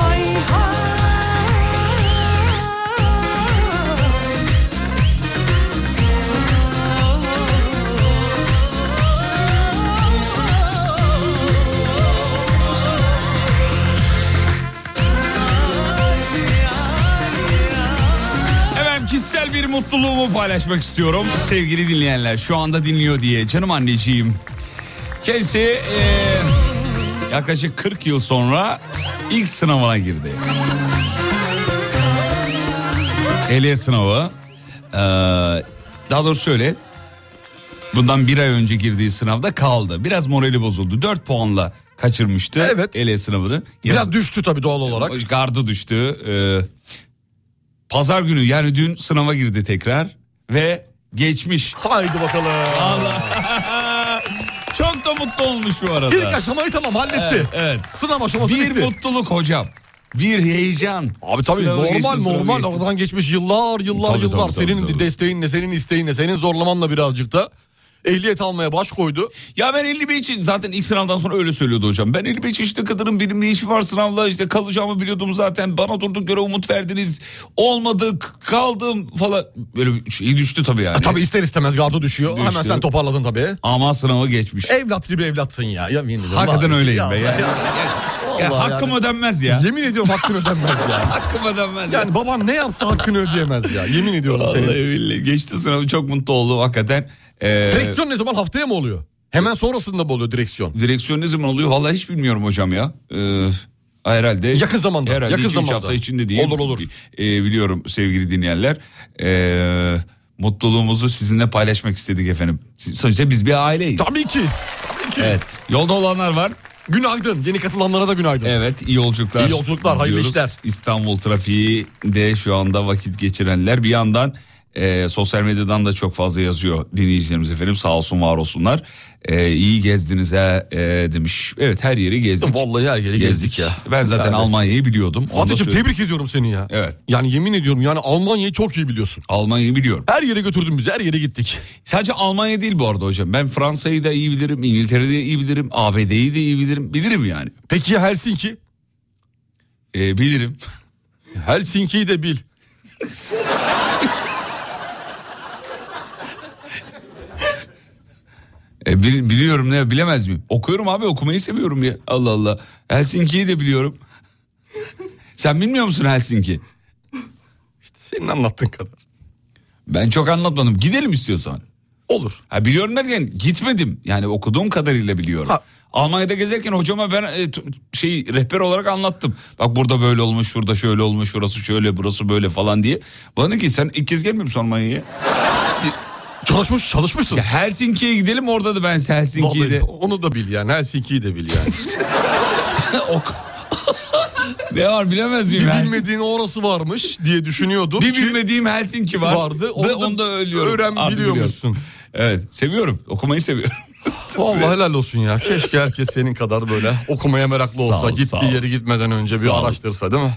Speaker 9: Hay hay.
Speaker 2: Efendim kişisel bir mutluluğumu paylaşmak istiyorum. Sevgili dinleyenler şu anda dinliyor diye canım anneciğim. Kendisi eee, yaklaşık 40 yıl sonra ilk sınavına girdi. Ehliyet sınavı. Eee, daha doğrusu şöyle. Bundan bir ay önce girdiği sınavda kaldı. Biraz morali bozuldu. 4 puanla kaçırmıştı
Speaker 3: Evet.
Speaker 2: ehliyet sınavını. Yaz-
Speaker 3: Biraz düştü tabii doğal olarak.
Speaker 2: Gardı düştü. Ee, pazar günü yani dün sınava girdi tekrar ve geçmiş.
Speaker 3: Haydi bakalım.
Speaker 2: Çok da mutlu olmuş bu
Speaker 3: İlk
Speaker 2: arada.
Speaker 3: aşamayı tamam halletti.
Speaker 2: Evet, evet.
Speaker 3: Sınav aşaması
Speaker 2: Bir
Speaker 3: bitti.
Speaker 2: mutluluk hocam. Bir heyecan.
Speaker 3: Abi tabii
Speaker 2: Sınava
Speaker 3: normal
Speaker 2: geçtim, sınava
Speaker 3: normal
Speaker 2: geçtim.
Speaker 3: oradan geçmiş yıllar yıllar
Speaker 2: Tabii,
Speaker 3: yıllar
Speaker 2: tabii, tabii,
Speaker 3: senin
Speaker 2: tabii.
Speaker 3: desteğinle senin isteğinle senin zorlamanla birazcık da ehliyet almaya baş koydu.
Speaker 2: Ya ben 51 için zaten ilk sınavdan sonra öyle söylüyordu hocam. Ben 51 için işte Kıdır'ın bilimli işi var sınavla işte kalacağımı biliyordum zaten. Bana durduk göre umut verdiniz. Olmadık kaldım falan. Böyle bir şey düştü tabii yani.
Speaker 3: E Tabii ister istemez gardı düşüyor.
Speaker 2: Düştü.
Speaker 3: Hemen sen toparladın tabii.
Speaker 2: Ama sınava geçmiş.
Speaker 3: Evlat gibi evlatsın ya. ya yemin ediyorum.
Speaker 2: Hakikaten
Speaker 3: Vallahi-
Speaker 2: öyleyim be ya.
Speaker 3: Ya-
Speaker 2: Ya
Speaker 3: Vallahi
Speaker 2: hakkım
Speaker 3: yani.
Speaker 2: ödenmez ya.
Speaker 3: Yemin ediyorum hakkın ödenmez ya.
Speaker 2: Hakkım ödenmez ya.
Speaker 3: Yani baban ne yapsa hakkını ödeyemez ya. Yemin ediyorum
Speaker 2: Vallahi
Speaker 3: senin.
Speaker 2: billahi. Geçti sınavı çok mutlu oldum hakikaten. Ee,
Speaker 3: Direksiyon ne zaman haftaya mı oluyor? Hemen sonrasında mı oluyor direksiyon?
Speaker 2: direksiyon ne zaman oluyor? Vallahi hiç bilmiyorum hocam ya. Ee, herhalde.
Speaker 3: Yakın zamanda,
Speaker 2: Herhalde
Speaker 3: yakın
Speaker 2: iki, üç
Speaker 3: zamanda.
Speaker 2: hafta içinde değil.
Speaker 3: Olur, olur.
Speaker 2: Ee, biliyorum sevgili dinleyenler. Ee, mutluluğumuzu sizinle paylaşmak istedik efendim. Siz- Sonuçta biz bir aileyiz.
Speaker 3: Tabii ki. Tabii ki.
Speaker 2: Evet. Yolda olanlar var.
Speaker 3: Günaydın. Yeni katılanlara da günaydın.
Speaker 2: Evet iyi yolculuklar.
Speaker 3: İyi yolculuklar, hayırlı
Speaker 2: diyoruz.
Speaker 3: işler.
Speaker 2: İstanbul trafiği de şu anda vakit geçirenler bir yandan e, sosyal medyadan da çok fazla yazıyor dinleyicilerimiz efendim sağ olsun var olsunlar. E, iyi gezdiniz ha e, demiş. Evet her yeri gezdik.
Speaker 3: Vallahi her yeri gezdik ya.
Speaker 2: Ben zaten
Speaker 3: Yani.
Speaker 2: Almanya'yı biliyordum. Onu da
Speaker 3: Fatih'im
Speaker 2: söyleyeyim.
Speaker 3: tebrik ediyorum seni ya.
Speaker 2: Evet.
Speaker 3: Yani yemin ediyorum yani Almanya'yı çok iyi biliyorsun.
Speaker 2: Almanya'yı biliyorum.
Speaker 3: Her yere götürdün bizi her yere gittik.
Speaker 2: Sadece Almanya değil bu arada hocam. Ben Fransa'yı da iyi bilirim, İngiltere'yi de iyi bilirim, ABD'yi de iyi bilirim. Bilirim yani.
Speaker 3: Peki ya Helsinki?
Speaker 2: E, bilirim.
Speaker 3: Helsinki'yi de bil.
Speaker 2: E, bil- biliyorum ne bilemez miyim? Okuyorum abi okumayı seviyorum ya. Allah Allah. Helsinki'yi de biliyorum. Sen bilmiyor musun Helsinki?
Speaker 3: Senin anlattığın kadar.
Speaker 2: Ben çok anlatmadım. Gidelim istiyorsan.
Speaker 3: Olur.
Speaker 2: Ha biliyorum derken gitmedim. Yani okuduğum kadarıyla biliyorum.
Speaker 3: Ha.
Speaker 2: Almanya'da gezerken hocama ben e, t- şey rehber olarak anlattım. Bak burada böyle olmuş, şurada şöyle olmuş, şurası şöyle, burası böyle falan diye. Bana dedi ki sen ilk kez gelmiyor musun Almanya'ya?
Speaker 3: Çalışmış çalışmışsın.
Speaker 2: Ya Helsinki'ye gidelim orada da ben Helsinki'yi
Speaker 3: Vallahi
Speaker 2: de
Speaker 3: onu da bil yani Helsinki'yi de bil yani.
Speaker 2: ok. ne var bilemez miyim?
Speaker 3: bir
Speaker 2: Helsinki-
Speaker 3: bilmediğin orası varmış diye düşünüyordum.
Speaker 2: Bir
Speaker 3: ki-
Speaker 2: bilmediğim Helsinki var.
Speaker 3: Vardı,
Speaker 2: Ve
Speaker 3: onu da
Speaker 2: onu da ölüyorum.
Speaker 3: öğren-
Speaker 2: Artık
Speaker 3: biliyor
Speaker 2: biliyorum.
Speaker 3: musun?
Speaker 2: Evet seviyorum. Okumayı seviyorum.
Speaker 3: Vallahi helal olsun ya. Keşke herkes senin kadar böyle okumaya meraklı olsa.
Speaker 2: Sağ ol,
Speaker 3: gittiği
Speaker 2: sağ ol.
Speaker 3: yere gitmeden önce
Speaker 2: Sağ
Speaker 3: bir
Speaker 2: ol.
Speaker 3: araştırsa değil mi?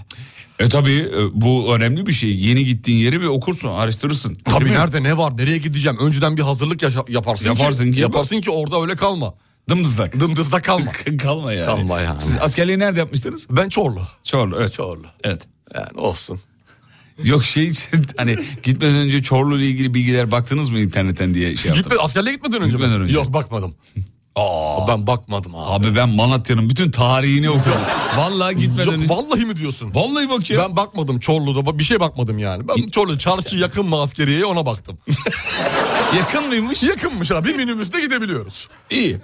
Speaker 2: E tabii e, bu önemli bir şey. Yeni gittiğin yeri bir okursun, araştırırsın.
Speaker 3: Tabii
Speaker 2: Değil mi?
Speaker 3: nerede ne var nereye gideceğim önceden bir hazırlık yaşa- yaparsın,
Speaker 2: Yaparsın ki-
Speaker 3: yaparsın ki orada öyle kalma.
Speaker 2: Dımdızlak.
Speaker 3: Dımdızda kalma.
Speaker 2: Kalma yani.
Speaker 3: Kalma yani.
Speaker 2: Siz askerliği nerede yapmıştınız?
Speaker 3: Ben Çorlu.
Speaker 2: Çorlu evet.
Speaker 3: Çorlu.
Speaker 2: Evet.
Speaker 3: Yani olsun.
Speaker 2: Yok şey için hani gitmeden önce Çorlu ile ilgili bilgiler baktınız mı internetten diye şey yaptım.
Speaker 3: Gitme, askerliğe gitmeden önce
Speaker 2: Gitmeden
Speaker 3: mi?
Speaker 2: önce.
Speaker 3: Yok bakmadım.
Speaker 2: Aa,
Speaker 3: Ben bakmadım abi.
Speaker 2: abi ben Malatya'nın bütün tarihini okudum. Vallahi gitmeden
Speaker 3: Yok
Speaker 2: önce.
Speaker 3: vallahi mi diyorsun?
Speaker 2: Vallahi bak ya.
Speaker 3: Ben bakmadım Çorlu'da bir şey bakmadım yani. Ben Çorlu çarşı yakın mı askeriyeye ona baktım.
Speaker 2: Yakın mıymış?
Speaker 3: Yakınmış abi bir minibüsle gidebiliyoruz.
Speaker 2: İyi.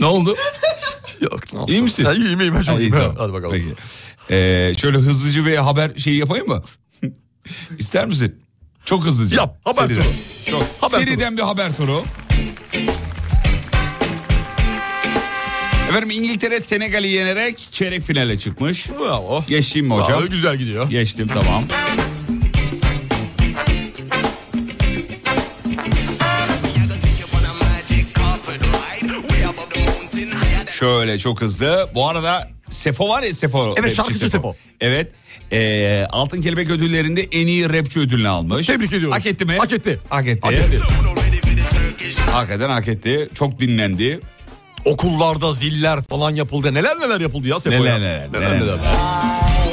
Speaker 2: ne oldu?
Speaker 3: Yok ne
Speaker 2: İyi misin?
Speaker 3: Ya, iyiyim iyiyim ben çok
Speaker 2: Ha, iyi,
Speaker 3: iyiyim.
Speaker 2: tamam.
Speaker 3: Hadi bakalım.
Speaker 2: Peki. Ee, şöyle hızlıca bir haber şeyi yapayım mı? İster misin? Çok hızlıca.
Speaker 3: Yap, haber
Speaker 2: Seriden.
Speaker 3: turu.
Speaker 2: Çok.
Speaker 3: Haber
Speaker 2: Seriden bir haber turu. Efendim İngiltere Senegal'i yenerek çeyrek finale çıkmış.
Speaker 3: Bravo.
Speaker 2: Geçtim mi hocam?
Speaker 3: Vallahi güzel gidiyor.
Speaker 2: Geçtim tamam. Şöyle çok hızlı. Bu arada Sefo var ya Sefo.
Speaker 3: Evet,
Speaker 2: rapçi
Speaker 3: şarkıcı Sefo.
Speaker 2: Evet. Ee, Altın Kelebek ödüllerinde en iyi rapçi ödülünü almış.
Speaker 3: Tebrik ediyoruz.
Speaker 2: Hak etti mi?
Speaker 3: Hak etti.
Speaker 2: Hak etti.
Speaker 3: Hak etti.
Speaker 2: Hakikaten hak etti. Çok dinlendi.
Speaker 3: Okullarda ziller falan yapıldı. Neler neler yapıldı ya Sepo'ya.
Speaker 2: Neler neler, neler neler.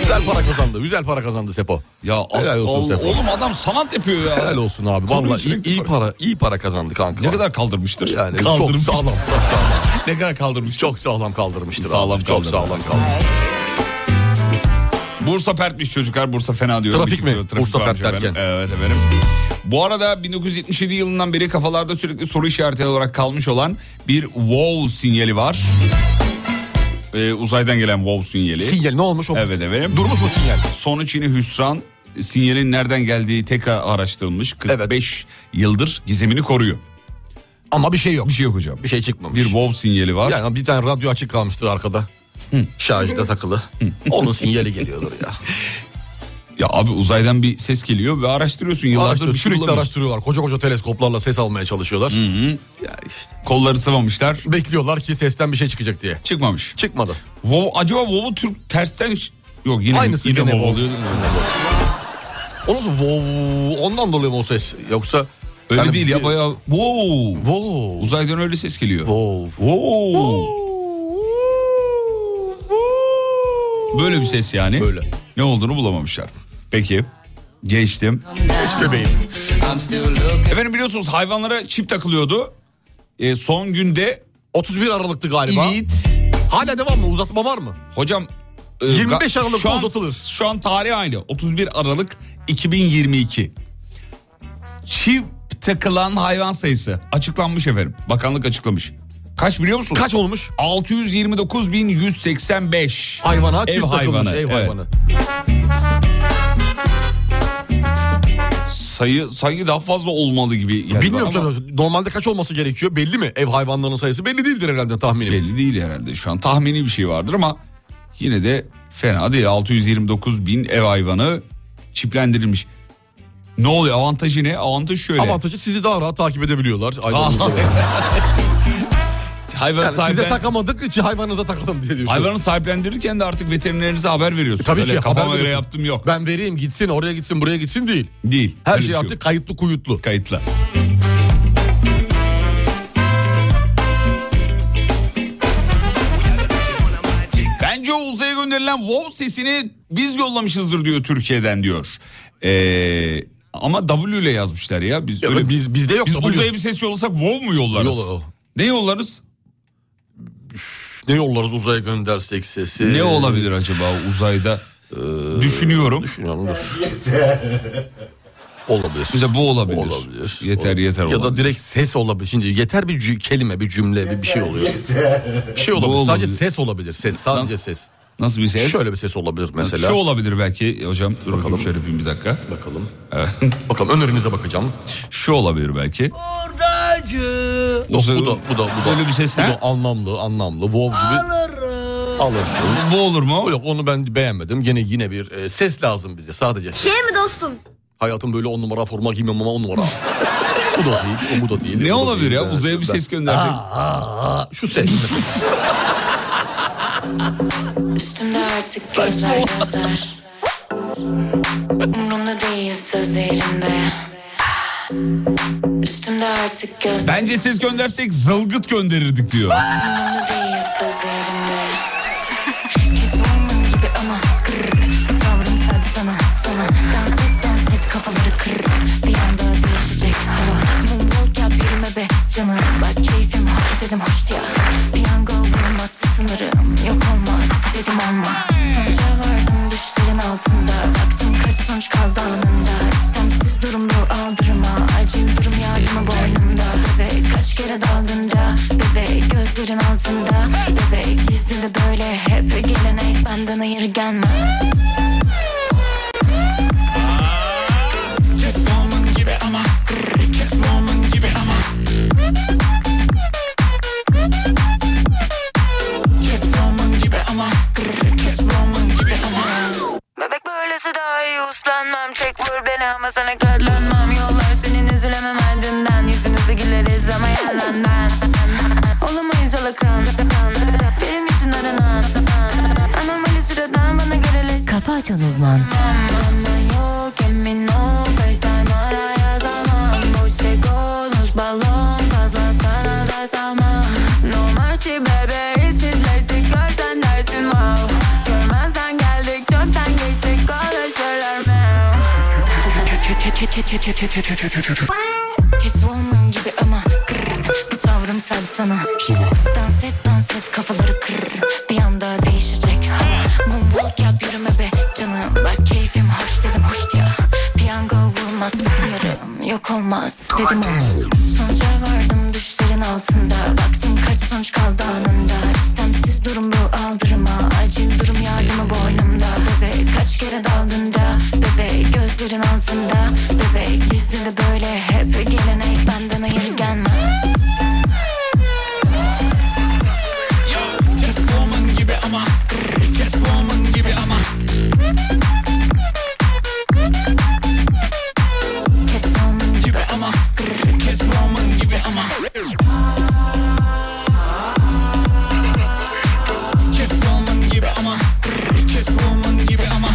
Speaker 3: Güzel para kazandı. Güzel para kazandı Sepo.
Speaker 2: Ya
Speaker 3: Helal
Speaker 2: al-
Speaker 3: olsun
Speaker 2: al-
Speaker 3: Sefo.
Speaker 2: oğlum adam sanat yapıyor ya.
Speaker 3: Helal olsun abi.
Speaker 2: Konuyu
Speaker 3: Vallahi iyi,
Speaker 2: sürekli
Speaker 3: iyi
Speaker 2: bak-
Speaker 3: para iyi para kazandı kanka.
Speaker 2: Ne kadar kaldırmıştır?
Speaker 3: yani çok
Speaker 2: kaldırmıştır.
Speaker 3: sağlam. Çok sağlam.
Speaker 2: Ne kadar kaldırmıştır?
Speaker 3: Çok sağlam kaldırmıştır.
Speaker 2: Sağlam
Speaker 3: abi. Çok
Speaker 2: kaldırdı.
Speaker 3: sağlam kaldırdı.
Speaker 2: Bursa pertmiş çocuklar. Bursa fena diyorum.
Speaker 3: Trafik
Speaker 2: Bir
Speaker 3: mi?
Speaker 2: tık diyor.
Speaker 3: Bursa
Speaker 2: varmış
Speaker 3: pert
Speaker 2: efendim.
Speaker 3: derken.
Speaker 2: Evet efendim. Bu arada 1977 yılından beri kafalarda sürekli soru işareti olarak kalmış olan bir wow sinyali var. Ee, uzaydan gelen wow sinyali.
Speaker 3: Sinyal ne olmuş? O...
Speaker 2: Evet efendim.
Speaker 3: Durmuş mu sinyal?
Speaker 2: Sonuç yine hüsran. Sinyalin nereden geldiği tekrar araştırılmış. 45 yıldır gizemini koruyor.
Speaker 3: Ama bir şey yok.
Speaker 2: Bir şey yok hocam.
Speaker 3: Bir şey çıkmamış.
Speaker 2: Bir wow sinyali var.
Speaker 3: Yani bir tane radyo açık kalmıştır arkada. Şarjda takılı. Onun sinyali geliyordur ya.
Speaker 2: Ya abi uzaydan bir ses geliyor ve araştırıyorsun yıllardır
Speaker 3: Araştır-
Speaker 2: bir şey
Speaker 3: sürekli
Speaker 2: bulamıyorsun.
Speaker 3: araştırıyorlar. Koca koca teleskoplarla ses almaya çalışıyorlar. Ya işte.
Speaker 2: Kolları sıvamışlar.
Speaker 3: Bekliyorlar ki sesten bir şey çıkacak diye.
Speaker 2: Çıkmamış.
Speaker 3: Çıkmadı.
Speaker 2: Wow, acaba Wow'u Türk tersten... Yok yine,
Speaker 3: Aynısı
Speaker 2: yine
Speaker 3: gene
Speaker 2: Wow
Speaker 3: Wow.
Speaker 2: oluyor değil mi?
Speaker 3: O nasıl wow ondan dolayı mı o ses? Yoksa...
Speaker 2: Öyle
Speaker 3: Yani
Speaker 2: değil
Speaker 3: bir-
Speaker 2: ya bayağı wow.
Speaker 3: Wow.
Speaker 2: Uzaydan öyle ses geliyor.
Speaker 3: Wow.
Speaker 2: Wow. Böyle bir ses yani.
Speaker 3: Böyle.
Speaker 2: Ne olduğunu bulamamışlar. Peki. Geçtim.
Speaker 3: Geç bebeğim.
Speaker 2: Efendim biliyorsunuz hayvanlara çip takılıyordu. E, son günde
Speaker 3: 31 Aralık'tı galiba.
Speaker 2: evet.
Speaker 3: Hala devam mı? Uzatma var mı?
Speaker 2: Hocam e,
Speaker 3: 25
Speaker 2: ga-
Speaker 3: Aralık'ta
Speaker 2: şu an,
Speaker 3: uzatılır.
Speaker 2: Şu an tarih aynı. 31 Aralık 2022. Çip takılan hayvan sayısı açıklanmış efendim. Bakanlık açıklamış. Kaç biliyor musun?
Speaker 3: Kaç olmuş?
Speaker 2: 629.185.
Speaker 3: Hayvana
Speaker 2: Ev
Speaker 3: çift takılmış
Speaker 2: hayvanı,
Speaker 3: ev
Speaker 2: evet.
Speaker 3: hayvanı.
Speaker 2: Sayı sayı daha fazla olmalı gibi geldi
Speaker 3: Bilmiyorum
Speaker 2: bana ama
Speaker 3: sana, normalde kaç olması gerekiyor belli mi? Ev hayvanlarının sayısı belli değildir herhalde tahminim.
Speaker 2: belli değil herhalde. Şu an tahmini bir şey vardır ama yine de fena değil. 629 bin ev hayvanı çiplendirilmiş. Ne oluyor? Avantajı ne? Avantajı şöyle.
Speaker 3: Avantajı sizi daha rahat takip edebiliyorlar.
Speaker 2: Ah.
Speaker 3: Hayvanınızı.
Speaker 2: Hayvan
Speaker 3: yani size
Speaker 2: sahiplen-
Speaker 3: takamadık için hayvanınıza takalım diye diyorsunuz.
Speaker 2: Hayvanı sahiplendirirken de artık veterinerinize haber veriyorsun.
Speaker 3: Tabii
Speaker 2: Öyle
Speaker 3: ki, haber
Speaker 2: Kafama göre
Speaker 3: veriyorsun.
Speaker 2: yaptım yok.
Speaker 3: Ben vereyim gitsin oraya gitsin buraya gitsin değil.
Speaker 2: Değil.
Speaker 3: Her
Speaker 2: Öyle bir
Speaker 3: şey
Speaker 2: yok.
Speaker 3: artık kayıtlı kuyutlu.
Speaker 2: kayıtla. Bence o uzaya gönderilen wow sesini biz yollamışızdır diyor Türkiye'den diyor. Ee, ama W ile yazmışlar ya. Biz,
Speaker 3: Ya
Speaker 2: öyle,
Speaker 3: biz,
Speaker 2: biz,
Speaker 3: bizde yok. W.
Speaker 2: uzaya bir ses yollasak wow mu yollarız?
Speaker 3: Yol-
Speaker 2: Ne yollarız?
Speaker 3: Ne yollarız uzaya göndersek sesi. Ee,
Speaker 2: Ne olabilir acaba uzayda? Düşünüyorum.
Speaker 3: Düşünüyorum dur. olabilir.
Speaker 2: Mesela bu olabilir.
Speaker 3: Olabilir.
Speaker 2: Yeter
Speaker 3: Olabilir.
Speaker 2: yeter
Speaker 3: Ya da
Speaker 2: olabilir.
Speaker 3: direkt ses olabilir. Şimdi yeter bir cü- kelime, bir cümle, bir, bir şey oluyor. Bir şey olabilir.
Speaker 2: Bu
Speaker 3: Sadece
Speaker 2: olabilir.
Speaker 3: ses olabilir. Ses, sadece ses.
Speaker 2: Nasıl bir ses?
Speaker 3: Şöyle bir ses olabilir mesela.
Speaker 2: Şu olabilir belki hocam. Dur bakalım
Speaker 3: Bakalım.
Speaker 2: şöyle yapayım bir dakika.
Speaker 3: Bakalım. Bakalım önerinize bakacağım.
Speaker 2: Şu olabilir belki.
Speaker 3: Yok, bu da bu da bu da.
Speaker 2: Böyle bir ses,
Speaker 3: Bu da
Speaker 2: he?
Speaker 3: anlamlı, anlamlı. Wow gibi. Alırsın.
Speaker 2: Bu olur mu?
Speaker 3: Yok onu ben beğenmedim. Yine yine bir e, ses lazım bize sadece. Şey mi dostum? Hayatım böyle on numara forma giymem ama on numara. bu da değil, o bu da değil.
Speaker 2: Ne
Speaker 3: bu da
Speaker 2: olabilir
Speaker 3: değil.
Speaker 2: ya?
Speaker 3: Evet,
Speaker 2: Uzaya bir
Speaker 3: ben-
Speaker 2: ses göndersek.
Speaker 3: Aa, şu ses.
Speaker 6: Üstümde artık gözler gözler Umrumda değil sözlerinde Üstümde artık gözler
Speaker 2: Bence ses göndersek zılgıt gönderirdik diyor.
Speaker 6: Umrumda değil sözlerinde Catwoman gibi ama kırr Tavrım sadece sana sana Dans et dans et kafaları kırr Bir anda değişecek hava Moonwalk yap yürüme be canım Bak keyfim hak edelim hoş ya Piyango vurmaz sınırım Yok olmaz dedim olmaz Sonuca vardım düşlerin altında Baktım kaç sonuç kaldı anında İstemsiz durumda aldırma Acil durum yardımı boynumda Bebek kaç kere daldın da Bebek gözlerin altında Bebek gizli de böyle hep Gelenek benden hayır gelmez Catwoman
Speaker 7: Kafa Açan Uzman.
Speaker 6: Catwoman gibi ama kır, Bu tavrım sadece sana Dans et dans et kafaları kır Bir anda değişecek hava Moonwalk yap yürüme be canım Bak keyfim hoş dedim hoş ya Piyango vurmaz sınırım Yok olmaz dedim ama Sonuca vardım düşlerin altında Baktım kaç sonuç kaldı anında İstemsiz durum bu aldırma Acil durum yardımı boynumda Bebek kaç kere daldın da Bebek gözlerin altında Bebek bizde de böyle hep Gelenek benden hayır gelmez Catwoman gibi ama Grr, Catwoman gibi ama Catwoman gibi ama Grr, Catwoman gibi ama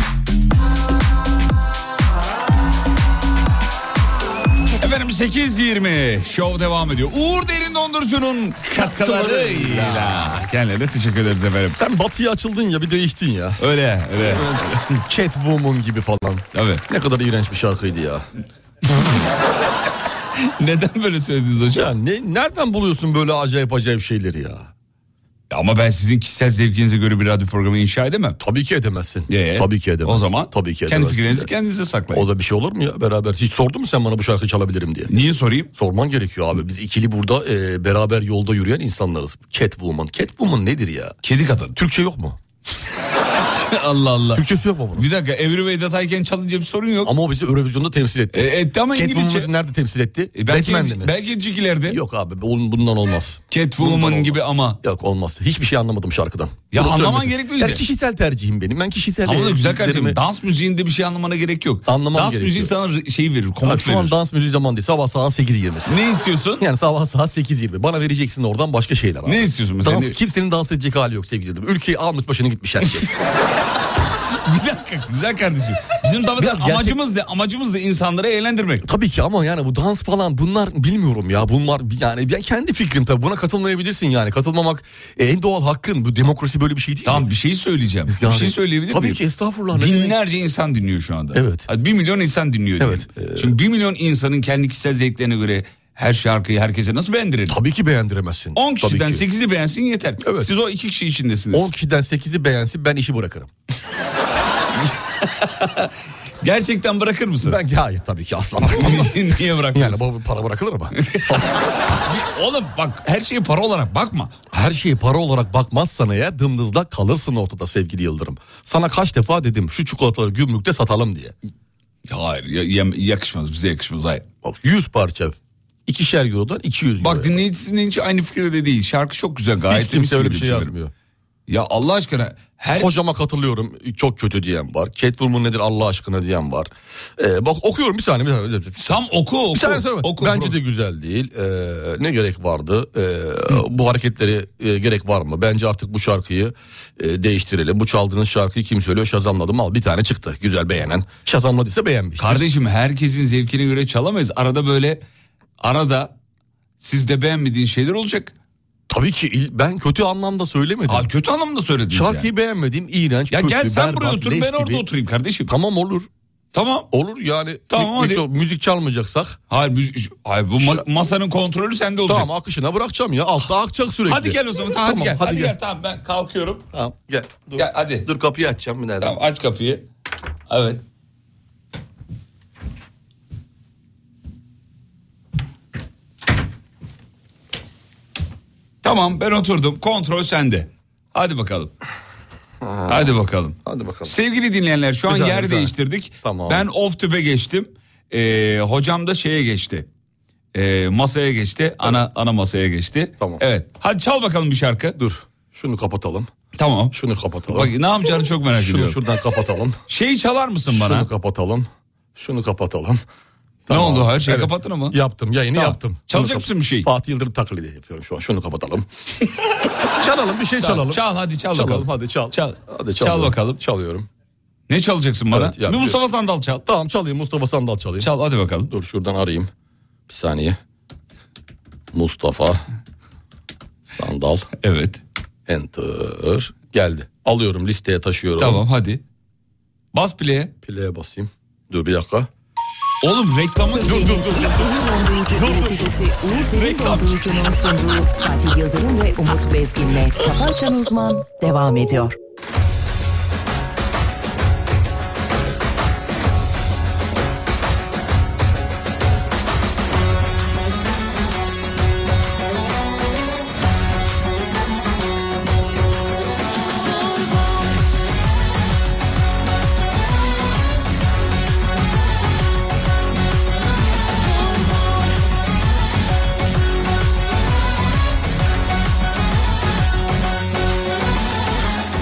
Speaker 2: Efendim 8.20 şov devam ediyor. Uğur Derin Dondurucu'nun katkılarıyla. Kendilerine teşekkür ederiz efendim.
Speaker 3: Sen batıya açıldın ya bir değiştin ya.
Speaker 2: Öyle öyle.
Speaker 3: Catwoman gibi falan.
Speaker 2: Evet.
Speaker 3: Ne kadar iğrenç bir şarkıydı ya.
Speaker 2: Neden böyle söylediniz hocam?
Speaker 3: Ya ne, nereden buluyorsun böyle acayip acayip şeyleri ya?
Speaker 2: Ama ben sizin kişisel zevkinize göre bir radyo programı inşa edemem.
Speaker 3: Tabii ki edemezsin.
Speaker 2: Ee,
Speaker 3: Tabii ki edemezsin.
Speaker 2: O zaman
Speaker 3: Tabii ki
Speaker 2: kendi
Speaker 3: edemezsin.
Speaker 2: fikrinizi kendinize saklayın.
Speaker 3: O da bir şey olur mu ya beraber? Hiç sordun mu sen bana bu şarkı çalabilirim diye?
Speaker 2: Niye sorayım?
Speaker 3: Sorman gerekiyor abi. Biz ikili burada e, beraber yolda yürüyen insanlarız. Catwoman. Catwoman nedir ya?
Speaker 2: Kedi kadın.
Speaker 3: Türkçe yok mu?
Speaker 2: Allah Allah.
Speaker 3: Türkçesi yok mu bunun?
Speaker 2: Bir dakika Everyway Datayken çalınca bir sorun yok.
Speaker 3: Ama o bizi Eurovision'da temsil etti.
Speaker 2: E, etti ama İngilizce.
Speaker 3: Catwoman'ı nerede temsil etti?
Speaker 2: E, belki,
Speaker 3: Batman'de mi?
Speaker 2: belki cikilerde.
Speaker 3: Yok abi bu- bundan olmaz. Bundan
Speaker 2: Catwoman
Speaker 3: olmaz.
Speaker 2: gibi ama.
Speaker 3: Yok olmaz. Hiçbir şey anlamadım şarkıdan.
Speaker 2: Ya
Speaker 3: Bunu
Speaker 2: anlaman
Speaker 3: söylemedim.
Speaker 2: gerekmiyordu.
Speaker 3: Yani kişisel tercihim benim. Ben kişisel... e,
Speaker 2: Ama da güzel
Speaker 3: tercihimi-
Speaker 2: kardeşim. Dans müziğinde bir şey anlamana gerek yok.
Speaker 3: Anlamam
Speaker 2: dans müziği
Speaker 3: gerekiyor.
Speaker 2: sana re- şey verir,
Speaker 3: Abi
Speaker 2: komut
Speaker 3: şu an
Speaker 2: verir.
Speaker 3: dans müziği zaman değil. Sabah saat 8.20'si.
Speaker 2: Ne istiyorsun?
Speaker 3: Yani sabah saat 8.20. Bana vereceksin oradan başka şeyler abi.
Speaker 2: Ne istiyorsun mesela?
Speaker 3: Dans,
Speaker 2: Ne-
Speaker 3: kimsenin dans edecek hali yok sevgilim. Ülkeyi almış başını gitmiş her şey.
Speaker 2: Bir dakika güzel kardeşim. Bizim zaten
Speaker 3: Biraz gerçek-
Speaker 2: amacımız ne? Amacımız da insanları eğlendirmek.
Speaker 3: tabii ki ama yani bu dans falan bunlar bilmiyorum ya. Bunlar bir- yani ben kendi fikrim tabii. Buna katılmayabilirsin yani. Katılmamak e, en doğal hakkın. Bu demokrasi böyle bir şey değil.
Speaker 2: Tamam bir şey söyleyeceğim.
Speaker 3: Yani-
Speaker 2: bir şey söyleyebilir
Speaker 3: Tabii
Speaker 2: miyim?
Speaker 3: ki estağfurullah. ne demek?
Speaker 2: Binlerce insan dinliyor şu anda.
Speaker 3: Evet.
Speaker 2: Hadi Bir milyon insan dinliyor. diyelim.
Speaker 3: Evet, e-
Speaker 2: Şimdi bir milyon insanın kendi kişisel zevklerine göre her şarkıyı herkese nasıl beğendirelim?
Speaker 3: Tabii ki beğendiremezsin.
Speaker 2: 10 kişiden
Speaker 3: Tabii ki.
Speaker 2: 8'i beğensin yeter.
Speaker 3: Evet.
Speaker 2: Siz o iki kişi içindesiniz.
Speaker 3: 10 kişiden 8'i beğensin ben işi bırakırım.
Speaker 2: Gerçekten bırakır mısın?
Speaker 3: Ben hayır tabii ki asla bırakmam.
Speaker 2: Niye
Speaker 3: yani
Speaker 2: bırakmıyorsun?
Speaker 3: bu para bırakılır mı?
Speaker 2: Oğlum bak her şeye para olarak bakma.
Speaker 3: Her şeyi para olarak bakmazsan eğer dımdızlak kalırsın ortada sevgili Yıldırım. Sana kaç defa dedim şu çikolataları gümrükte satalım diye.
Speaker 2: Hayır ya- ya- yakışmaz bize yakışmaz hayır.
Speaker 3: Bak 100 parça. ikişer eurodan 200
Speaker 2: Bak
Speaker 3: euroya.
Speaker 2: dinleyicisi dinleyici aynı fikirde değil. Şarkı çok güzel gayet
Speaker 3: Hiç kimse
Speaker 2: temiz
Speaker 3: öyle bir
Speaker 2: gibi
Speaker 3: şey
Speaker 2: söylerim.
Speaker 3: yazmıyor.
Speaker 2: Ya Allah aşkına her
Speaker 3: Hocama katılıyorum çok kötü diyen var. Catwoman nedir Allah aşkına diyen var. Ee, bak okuyorum bir saniye. Bir saniye.
Speaker 2: tam oku oku.
Speaker 3: Bir tane söyle.
Speaker 2: oku
Speaker 3: Bence
Speaker 2: bro.
Speaker 3: de güzel değil. Ee, ne gerek vardı? Ee, bu hareketlere e, gerek var mı? Bence artık bu şarkıyı e, değiştirelim. Bu çaldığınız şarkıyı kim söylüyor? Şazamladım al. Bir tane çıktı. Güzel beğenen. Şazamladıysa beğenmiş.
Speaker 2: Kardeşim herkesin zevkine göre çalamayız. Arada böyle arada sizde beğenmediğin şeyler olacak.
Speaker 3: Tabii ki il- ben kötü anlamda söylemedim.
Speaker 2: Aa, kötü anlamda söylediniz
Speaker 3: Şarkıyı
Speaker 2: yani.
Speaker 3: beğenmedim. iğrenç,
Speaker 2: Ya
Speaker 3: kötü,
Speaker 2: gel sen buraya
Speaker 3: berbat,
Speaker 2: otur
Speaker 3: leş
Speaker 2: ben orada
Speaker 3: gibi.
Speaker 2: oturayım kardeşim.
Speaker 3: Tamam olur.
Speaker 2: Tamam.
Speaker 3: Olur yani.
Speaker 2: Tamam,
Speaker 3: Mik-
Speaker 2: hadi.
Speaker 3: mikro- Müzik çalmayacaksak.
Speaker 2: Hayır, müz- hayır bu ma- masanın kontrolü sende olacak.
Speaker 3: Tamam akışına bırakacağım ya. Altta akacak sürekli.
Speaker 2: Hadi gel o zaman. Hadi
Speaker 3: Tamam,
Speaker 2: gel.
Speaker 3: Hadi, gel.
Speaker 2: Tamam ben kalkıyorum.
Speaker 3: Tamam, gel. Dur.
Speaker 2: Gel, hadi.
Speaker 3: Dur kapıyı açacağım. Bir nereden?
Speaker 2: Tamam aç kapıyı. Evet. Tamam ben oturdum. Kontrol sende. Hadi bakalım. Hadi bakalım.
Speaker 3: Hadi bakalım.
Speaker 2: Sevgili dinleyenler şu an
Speaker 3: Güzel,
Speaker 2: yer
Speaker 3: güzel.
Speaker 2: değiştirdik.
Speaker 3: Tamam.
Speaker 2: Ben off tübe geçtim. Ee, hocam da şeye geçti. Ee, masaya geçti. Ana ana masaya geçti.
Speaker 3: Tamam.
Speaker 2: Evet. Hadi çal bakalım bir şarkı.
Speaker 3: Dur. Şunu kapatalım.
Speaker 2: Tamam.
Speaker 3: Şunu kapatalım.
Speaker 2: Bak ne yapacağını çok merak
Speaker 3: şunu
Speaker 2: ediyorum.
Speaker 3: şuradan kapatalım.
Speaker 2: Şeyi çalar mısın bana?
Speaker 3: Şunu kapatalım. Şunu kapatalım.
Speaker 2: Ne oldu? Her şeyi
Speaker 3: Evet.
Speaker 2: kapattın ama.
Speaker 3: Yaptım. Yayını
Speaker 2: Tamam.
Speaker 3: yaptım. Şunu
Speaker 2: Çalacak
Speaker 3: kap-
Speaker 2: mısın bir şey?
Speaker 3: Fatih Yıldırım taklidi yapıyorum şu an. Şunu kapatalım. çalalım bir şey çalalım.
Speaker 2: Çal hadi çal
Speaker 3: Çalalım,
Speaker 2: bakalım.
Speaker 3: hadi çal.
Speaker 2: Çal.
Speaker 3: Hadi
Speaker 2: Çal bakalım.
Speaker 3: Çalıyorum.
Speaker 2: Ne çalacaksın bana?
Speaker 3: Evet, ya,
Speaker 2: Bir Mustafa Sandal çal.
Speaker 3: Tamam çalayım Mustafa Sandal çalayım.
Speaker 2: Çal hadi bakalım.
Speaker 3: Dur şuradan arayayım. Bir saniye. Mustafa Sandal
Speaker 2: Evet.
Speaker 3: Enter geldi. Alıyorum listeye taşıyorum.
Speaker 2: Tamam hadi. Bas play'e.
Speaker 3: Play'e basayım. Dur bir dakika.
Speaker 2: Oğlum reklamı
Speaker 7: Türkiye'nin ilk derin dondurucu üreticisi Uğur Derin Dondurucu'nun sunduğu Fatih Yıldırım ve Umut Bezgin'le Kafa Açan Uzman devam ediyor.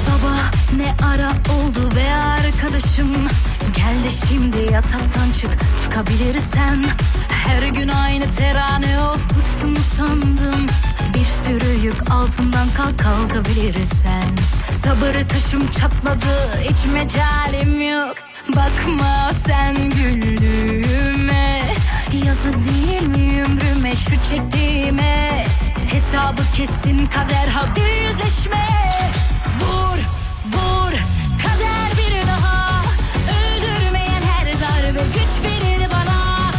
Speaker 8: Sabah ne ara oldu be arkadaşım Gel de şimdi yataktan çık çıkabilirsen Her gün aynı terane of bıktım sandım Bir sürü yük altından kalk kalkabilirsen Sabırı taşım çatladı hiç mecalim yok Bakma sen güldüğüme Yazı değil mi ömrüme şu çektiğime Hesabı kesin kader hadi yüzleşme Vur, vur, kader bir daha Öldürmeyen her darbe güç verir bana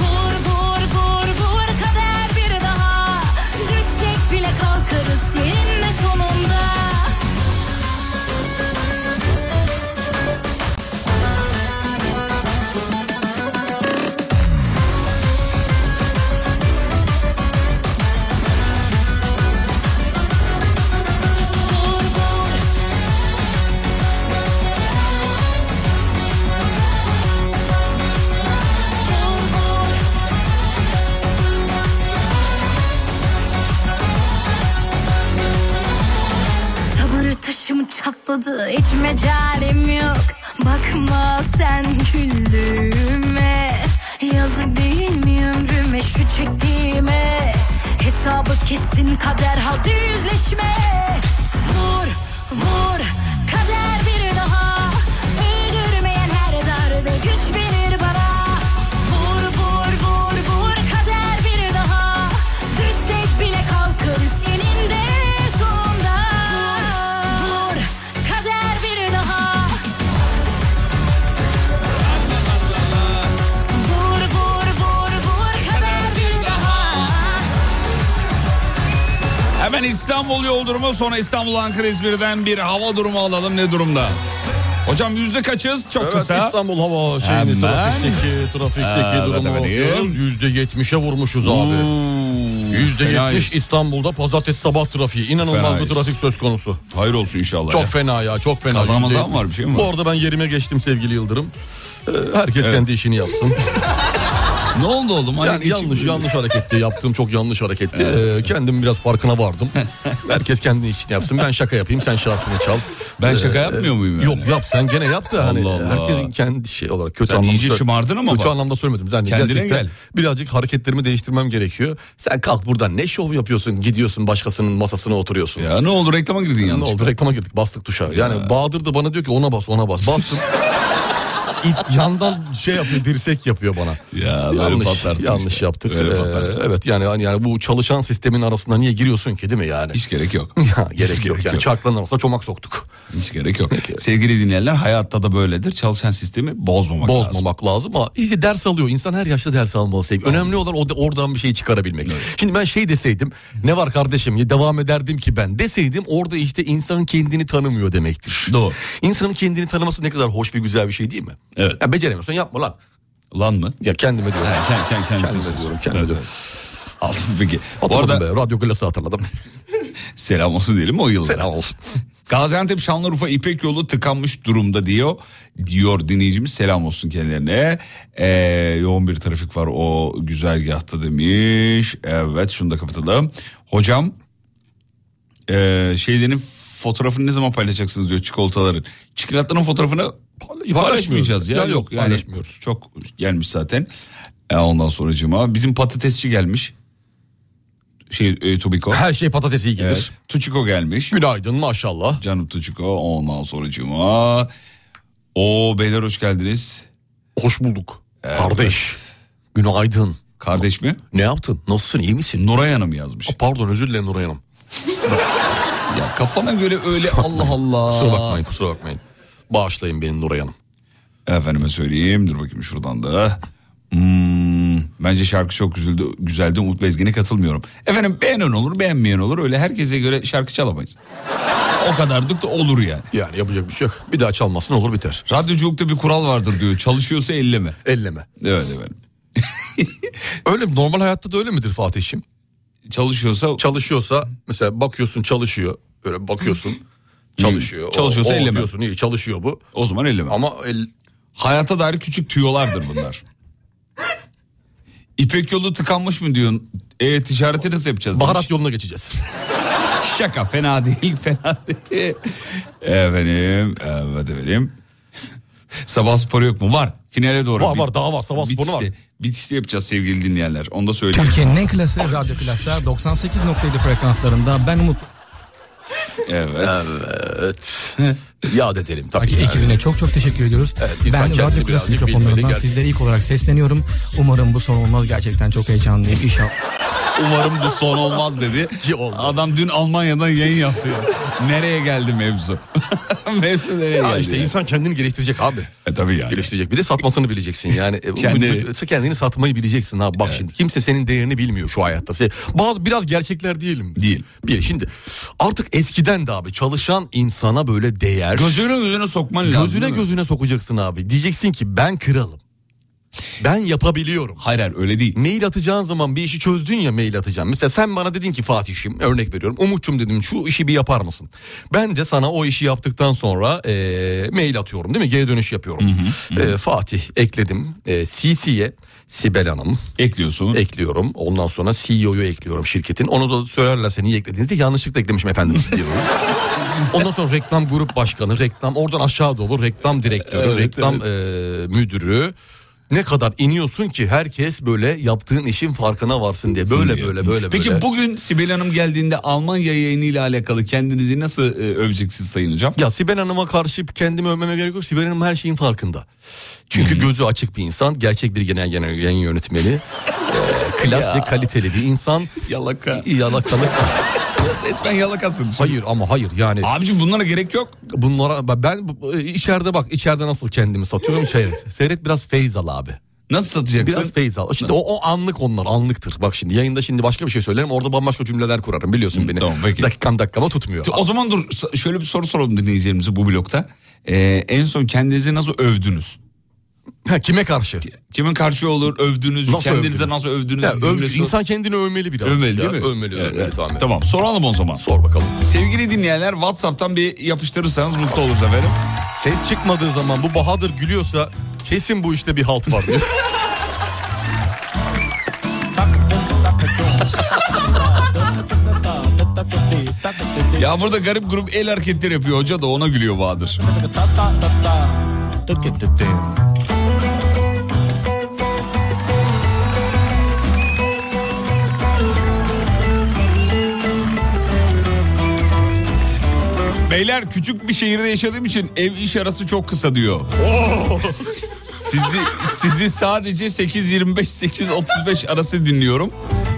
Speaker 8: Vur, vur, vur, vur, kader bir daha Düşsek bile kalkarız seninle sonunda Vur, vur, Sabır taşım çatladı hiç mecalim yok Bakma sen güldüğüme Yazık değil mi ömrüme şu çektiğime Hesabı kesin kader hadi yüzleşme Vur vur kader bir daha Öldürmeyen her darbe güç verir bana Vur vur vur vur kader bir daha Düşsek bile kalkarız eninde sonunda Vur vur kader bir daha Vur vur vur vur kader bir daha
Speaker 2: Hemen İstanbul yol durumu sonra İstanbul Ankara İzmir'den bir hava durumu alalım ne durumda? Hocam yüzde kaçız? Çok
Speaker 3: Evet,
Speaker 2: kısa.
Speaker 3: İstanbul hava şeyini
Speaker 2: Hemen.
Speaker 3: trafikteki, trafikteki
Speaker 2: Evet,
Speaker 3: durumu
Speaker 2: efendim.
Speaker 3: bakıyorum. Yüzde yetmişe vurmuşuz
Speaker 2: Oo,
Speaker 3: abi. Yüzde
Speaker 2: fenayız.
Speaker 3: yetmiş İstanbul'da pazartesi sabah trafiği. İnanılmaz
Speaker 2: Fenayız.
Speaker 3: bir trafik söz konusu.
Speaker 2: Hayır olsun inşallah.
Speaker 3: Çok
Speaker 2: ya.
Speaker 3: fena ya çok fena.
Speaker 2: Kaza maza
Speaker 3: %70.
Speaker 2: mı var, bir şey mi var?
Speaker 3: Bu arada ben yerime geçtim sevgili Yıldırım. Ee, Herkes
Speaker 2: Evet.
Speaker 3: kendi işini yapsın.
Speaker 2: Ne oldu oğlum? Hani
Speaker 3: Yani
Speaker 2: geçim-
Speaker 3: yanlış yanlış hareketti. Yaptığım çok yanlış hareketti. Ee, kendim biraz farkına vardım. Herkes kendi işini yapsın. Ben şaka yapayım sen şarkını çal.
Speaker 2: Ben
Speaker 3: Ee,
Speaker 2: şaka yapmıyor muyum yani?
Speaker 3: Yok yap sen gene yap da hani
Speaker 2: Allah Allah.
Speaker 3: herkesin kendi şey olarak kötü
Speaker 2: Sen
Speaker 3: anlamda.
Speaker 2: iyice
Speaker 3: söyle-
Speaker 2: şımardın ama
Speaker 3: Kötü
Speaker 2: bak.
Speaker 3: anlamda söylemedim. Yani
Speaker 2: Kendine
Speaker 3: gerçekten
Speaker 2: gel.
Speaker 3: birazcık hareketlerimi değiştirmem gerekiyor. Sen kalk buradan ne şov yapıyorsun? Gidiyorsun başkasının masasına oturuyorsun.
Speaker 2: Ya ne oldu reklama girdin
Speaker 3: Ne
Speaker 2: yanlış.
Speaker 3: oldu reklama girdik bastık tuşa. Yani Bahadır da bana diyor ki ona bas ona bas. Bastım. İt yandan şey yapıyor dirsek yapıyor bana.
Speaker 2: Ya böyle patlarsın
Speaker 3: yanlış
Speaker 2: işte.
Speaker 3: yaptık.
Speaker 2: Böyle
Speaker 3: Ee,
Speaker 2: patlarsın.
Speaker 3: evet yani hani yani bu çalışan sistemin arasında niye giriyorsun ki değil mi yani?
Speaker 2: Hiç gerek yok.
Speaker 3: ya,
Speaker 2: Hiç
Speaker 3: gerek yok. Yani çarkların arasında çomak soktuk.
Speaker 2: Hiç gerek yok. Sevgili dinleyenler hayatta da böyledir. Çalışan sistemi bozmamak, lazım.
Speaker 3: Bozmamak lazım. ama işte ders alıyor. İnsan her yaşta ders almalı sevgili. Önemli olan o oradan bir şey çıkarabilmek. Şimdi ben şey deseydim ne var kardeşim ya devam ederdim ki ben deseydim orada işte insan kendini tanımıyor demektir.
Speaker 2: Doğru.
Speaker 3: İnsanın kendini tanıması ne kadar hoş bir güzel bir şey değil mi?
Speaker 2: Evet.
Speaker 3: Ya beceremiyorsan yapma lan.
Speaker 2: Lan mı?
Speaker 3: Ya kendime diyorum.
Speaker 2: Ha, kend- kend- kendisine
Speaker 3: kendime
Speaker 2: söylüyorsun.
Speaker 3: diyorum. Kendime
Speaker 2: Evet,
Speaker 3: diyorum.
Speaker 2: Altın peki. Bu
Speaker 3: Hatırladım
Speaker 2: arada
Speaker 3: be. Radyo glası hatırladım.
Speaker 2: selam olsun diyelim mi o yılda?
Speaker 3: Selam olsun.
Speaker 2: Gaziantep Şanlıurfa İpek yolu tıkanmış durumda diyor. Diyor dinleyicimiz selam olsun kendilerine. Ee, yoğun bir trafik var o güzergahta demiş. Evet şunu da kapatalım. Hocam ee, şeylerin fotoğrafını ne zaman paylaşacaksınız diyor çikolataların. Çikolatanın fotoğrafını paylaşmayacağız ya.
Speaker 3: Ya yok,
Speaker 2: yok yani
Speaker 3: paylaşmıyoruz.
Speaker 2: Çok gelmiş zaten. Ee, ondan sonra bizim patatesçi gelmiş. Şey e, Tubiko.
Speaker 3: Her şey patatesi iyi gelir.
Speaker 2: Evet. Tuçiko gelmiş.
Speaker 3: Günaydın maşallah.
Speaker 2: Canım Tuçuko ondan sonra Cuma. Oo beyler hoş geldiniz.
Speaker 3: Hoş bulduk. Kardeş. Günaydın.
Speaker 2: Kardeş mi?
Speaker 3: Ne yaptın? Nasılsın? İyi misin?
Speaker 2: Nuray Hanım yazmış.
Speaker 3: Aa, Pardon özür dilerim Nuray Hanım.
Speaker 2: Ya kafana göre öyle Allah Allah.
Speaker 3: Kusura bakmayın kusura bakmayın. Bağışlayın beni Nuray Hanım.
Speaker 2: Efendime söyleyeyim dur bakayım şuradan da. Hmm, bence şarkı çok güzeldi, güzeldi. Umut Bezgin'e katılmıyorum. Efendim beğenen olur beğenmeyen olur. Öyle herkese göre şarkı çalamayız. o kadardık da olur yani.
Speaker 3: Yani yapacak bir şey yok. Bir daha çalmasın olur biter.
Speaker 2: Radyoculukta bir kural vardır diyor. Çalışıyorsa elleme.
Speaker 3: Elleme.
Speaker 2: Evet efendim.
Speaker 3: Öyle mi? normal hayatta da öyle midir Fatih'ciğim?
Speaker 2: Çalışıyorsa
Speaker 3: Çalışıyorsa mesela bakıyorsun çalışıyor. Böyle bakıyorsun çalışıyor. O-
Speaker 2: Çalışıyorsa
Speaker 3: o,
Speaker 2: elleme.
Speaker 3: diyorsun, iyi çalışıyor bu.
Speaker 2: o zaman elleme.
Speaker 3: Ama el,
Speaker 2: Hayata dair küçük tüyolardır bunlar. İpek yolu tıkanmış mı diyorsun? E, ticareti nasıl yapacağız? demiş.
Speaker 3: baharat yoluna geçeceğiz.
Speaker 2: Şaka fena değil fena değil. Efendim evet efendim. Sabah sporu yok mu? Var. Finale doğru.
Speaker 3: var
Speaker 2: Bir-
Speaker 3: var daha var sabah
Speaker 2: bitişte,
Speaker 3: sporu var.
Speaker 2: bitişte yapacağız sevgili dinleyenler. Onu da söyleyeyim.
Speaker 10: Türkiye'nin en klası radyo klaslar 98.7 frekanslarında ben Umut
Speaker 2: Evet.
Speaker 3: Evet. Yad edelim tabii.
Speaker 10: Akit
Speaker 3: yani.
Speaker 10: ekibine çok çok teşekkür ediyoruz.
Speaker 3: Evet, insan
Speaker 10: ben
Speaker 3: kendini
Speaker 10: radyo klas
Speaker 3: birazcık bilmeli,
Speaker 10: mikrofonlarından
Speaker 3: gerçekten.
Speaker 10: sizlere ilk olarak sesleniyorum. Umarım bu son olmaz gerçekten çok heyecanlıyım inşallah.
Speaker 2: Umarım bu son olmaz dedi.
Speaker 3: Ki oldu.
Speaker 2: Adam dün Almanya'dan yayın yaptı. ya. nereye geldi mevzu? mevzu nereye
Speaker 3: Ya
Speaker 2: geldi?
Speaker 3: işte
Speaker 2: ya?
Speaker 3: insan kendini geliştirecek abi.
Speaker 2: E tabii yani.
Speaker 3: Geliştirecek. Bir de satmasını bileceksin yani. E,
Speaker 2: Kendi-
Speaker 3: bu- bu- Kendini satmayı bileceksin ha. Bak şimdi kimse senin değerini bilmiyor şu hayatta. Se- Bazı biraz gerçekler diyelim.
Speaker 2: Değil.
Speaker 3: Bir şimdi artık eskiden de abi çalışan insana böyle değer.
Speaker 2: Gözüne gözüne sokman lazım.
Speaker 3: gözüne
Speaker 2: değil mi?
Speaker 3: gözüne sokacaksın abi. Diyeceksin ki ben kralım. Ben yapabiliyorum.
Speaker 2: Hayır hayır öyle değil.
Speaker 3: Mail atacağın zaman bir işi çözdün ya mail atacağım. Mesela sen bana dedin ki Fatih'im örnek veriyorum. Umut'cum dedim şu işi bir yapar mısın? Ben de sana o işi yaptıktan sonra eee, mail atıyorum değil mi? Geri dönüş yapıyorum. Eee, Fatih ekledim. Eee, CC'ye Sibel Hanım
Speaker 2: Ekliyorsun.
Speaker 3: ekliyorum. Ondan sonra CEO'yu ekliyorum şirketin. Onu da söylerler seni iyi eklediğinizde yanlışlıkla eklemişim efendim diyorum. Ondan sonra reklam grup başkanı, reklam oradan aşağı doğru reklam direktörü,
Speaker 2: Evet,
Speaker 3: reklam eee, müdürü. Ne kadar iniyorsun ki herkes böyle yaptığın işin farkına varsın diye. Böyle
Speaker 2: diye.
Speaker 3: böyle böyle
Speaker 2: Peki
Speaker 3: böyle.
Speaker 2: bugün Sibel Hanım geldiğinde Almanya yayınıyla alakalı kendinizi nasıl e, öveceksiniz Sayın Hocam?
Speaker 3: Ya Sibel Hanım'a karşı kendimi övmeme gerek yok. Sibel Hanım her şeyin farkında. Çünkü gözü açık bir insan. Gerçek bir genel, genel yayın yönetmeni. Eee, klas ve kaliteli bir insan.
Speaker 2: Yalaka.
Speaker 3: Yalakalık.
Speaker 2: Resmen yalakasın.
Speaker 3: hayır ama hayır yani.
Speaker 2: Abicim bunlara gerek yok.
Speaker 3: Bunlara ben bu- bu- içeride bak içeride nasıl kendimi satıyorum seyret. Seyret biraz feyz al abi.
Speaker 2: Nasıl satacaksın?
Speaker 3: Biraz feyz al. Şimdi o, o anlık onlar anlıktır. Bak şimdi yayında şimdi başka bir şey söylerim orada bambaşka cümleler kurarım biliyorsun beni.
Speaker 2: tamam, peki.
Speaker 3: Dakikam dakikama tutmuyor.
Speaker 2: O zaman dur s- şöyle bir soru soralım dinleyicilerimize bu blokta. Ee, en son kendinizi nasıl övdünüz?
Speaker 3: Ha, kime karşı?
Speaker 2: Kimin karşı olur övdünüz?
Speaker 3: Nasıl
Speaker 2: kendinize
Speaker 3: övdünüz?
Speaker 2: nasıl övdünüz?
Speaker 3: Ya, öv-
Speaker 2: cümlesi-
Speaker 3: insan kendini övmeli biraz.
Speaker 2: övmeli
Speaker 3: ya.
Speaker 2: değil mi?
Speaker 3: Övmeli.
Speaker 2: Evet,
Speaker 3: övmeli,
Speaker 2: evet.
Speaker 3: tamam.
Speaker 2: Tamam soralım o zaman.
Speaker 3: Sor bakalım.
Speaker 2: Sevgili dinleyenler Whatsapp'tan bir yapıştırırsanız mutlu oluruz efendim.
Speaker 3: Ses çıkmadığı zaman bu Bahadır gülüyorsa kesin bu işte bir halt var diyor.
Speaker 2: Ya burada garip grup el hareketleri yapıyor hoca da ona gülüyor Bahadır. Beyler küçük bir şehirde yaşadığım için ev iş arası çok kısa diyor.
Speaker 1: Oh.
Speaker 2: sizi sizi sadece 8.25-8.35 arası dinliyorum.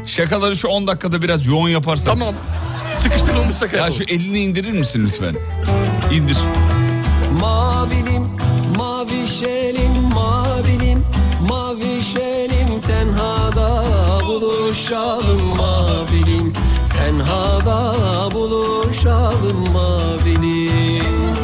Speaker 2: Şakaları şu 10 dakikada biraz yoğun yaparsak.
Speaker 3: tamam. Sıkıştırılmışsa
Speaker 2: Ya
Speaker 3: yapalım.
Speaker 2: şu elini indirir misin lütfen? İndir.
Speaker 1: Mavinim, mavi şelim, mavinim, mavi şelim Tenhada buluşalım mavinim Tenhada buluşalım mavinim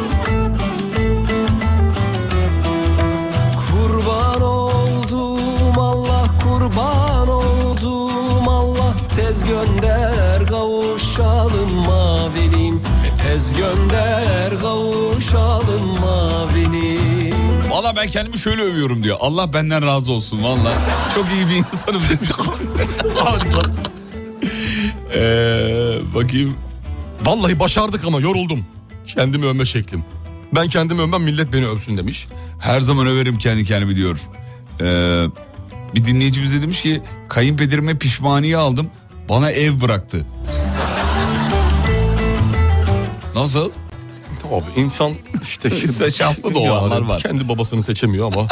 Speaker 1: Kurban oldum Allah kurban oldum Allah tez gönder kavuşalım mavinim Tez gönder kavuşalım mavinim
Speaker 2: Valla ben kendimi şöyle övüyorum diyor. Allah benden razı olsun valla. Çok iyi bir insanım demiş. Ee, bakayım.
Speaker 3: Vallahi başardık ama yoruldum. Kendimi övme şeklim. Ben kendimi övmem millet beni övsün demiş.
Speaker 2: Her zaman överim kendi kendimi diyor. Ee, bir dinleyicimiz de demiş ki kayınpederime pişmaniye aldım. Bana ev bıraktı. Nasıl?
Speaker 3: Abi insan işte
Speaker 2: İnsan şanslı da olanlar var.
Speaker 3: Kendi babasını seçemiyor ama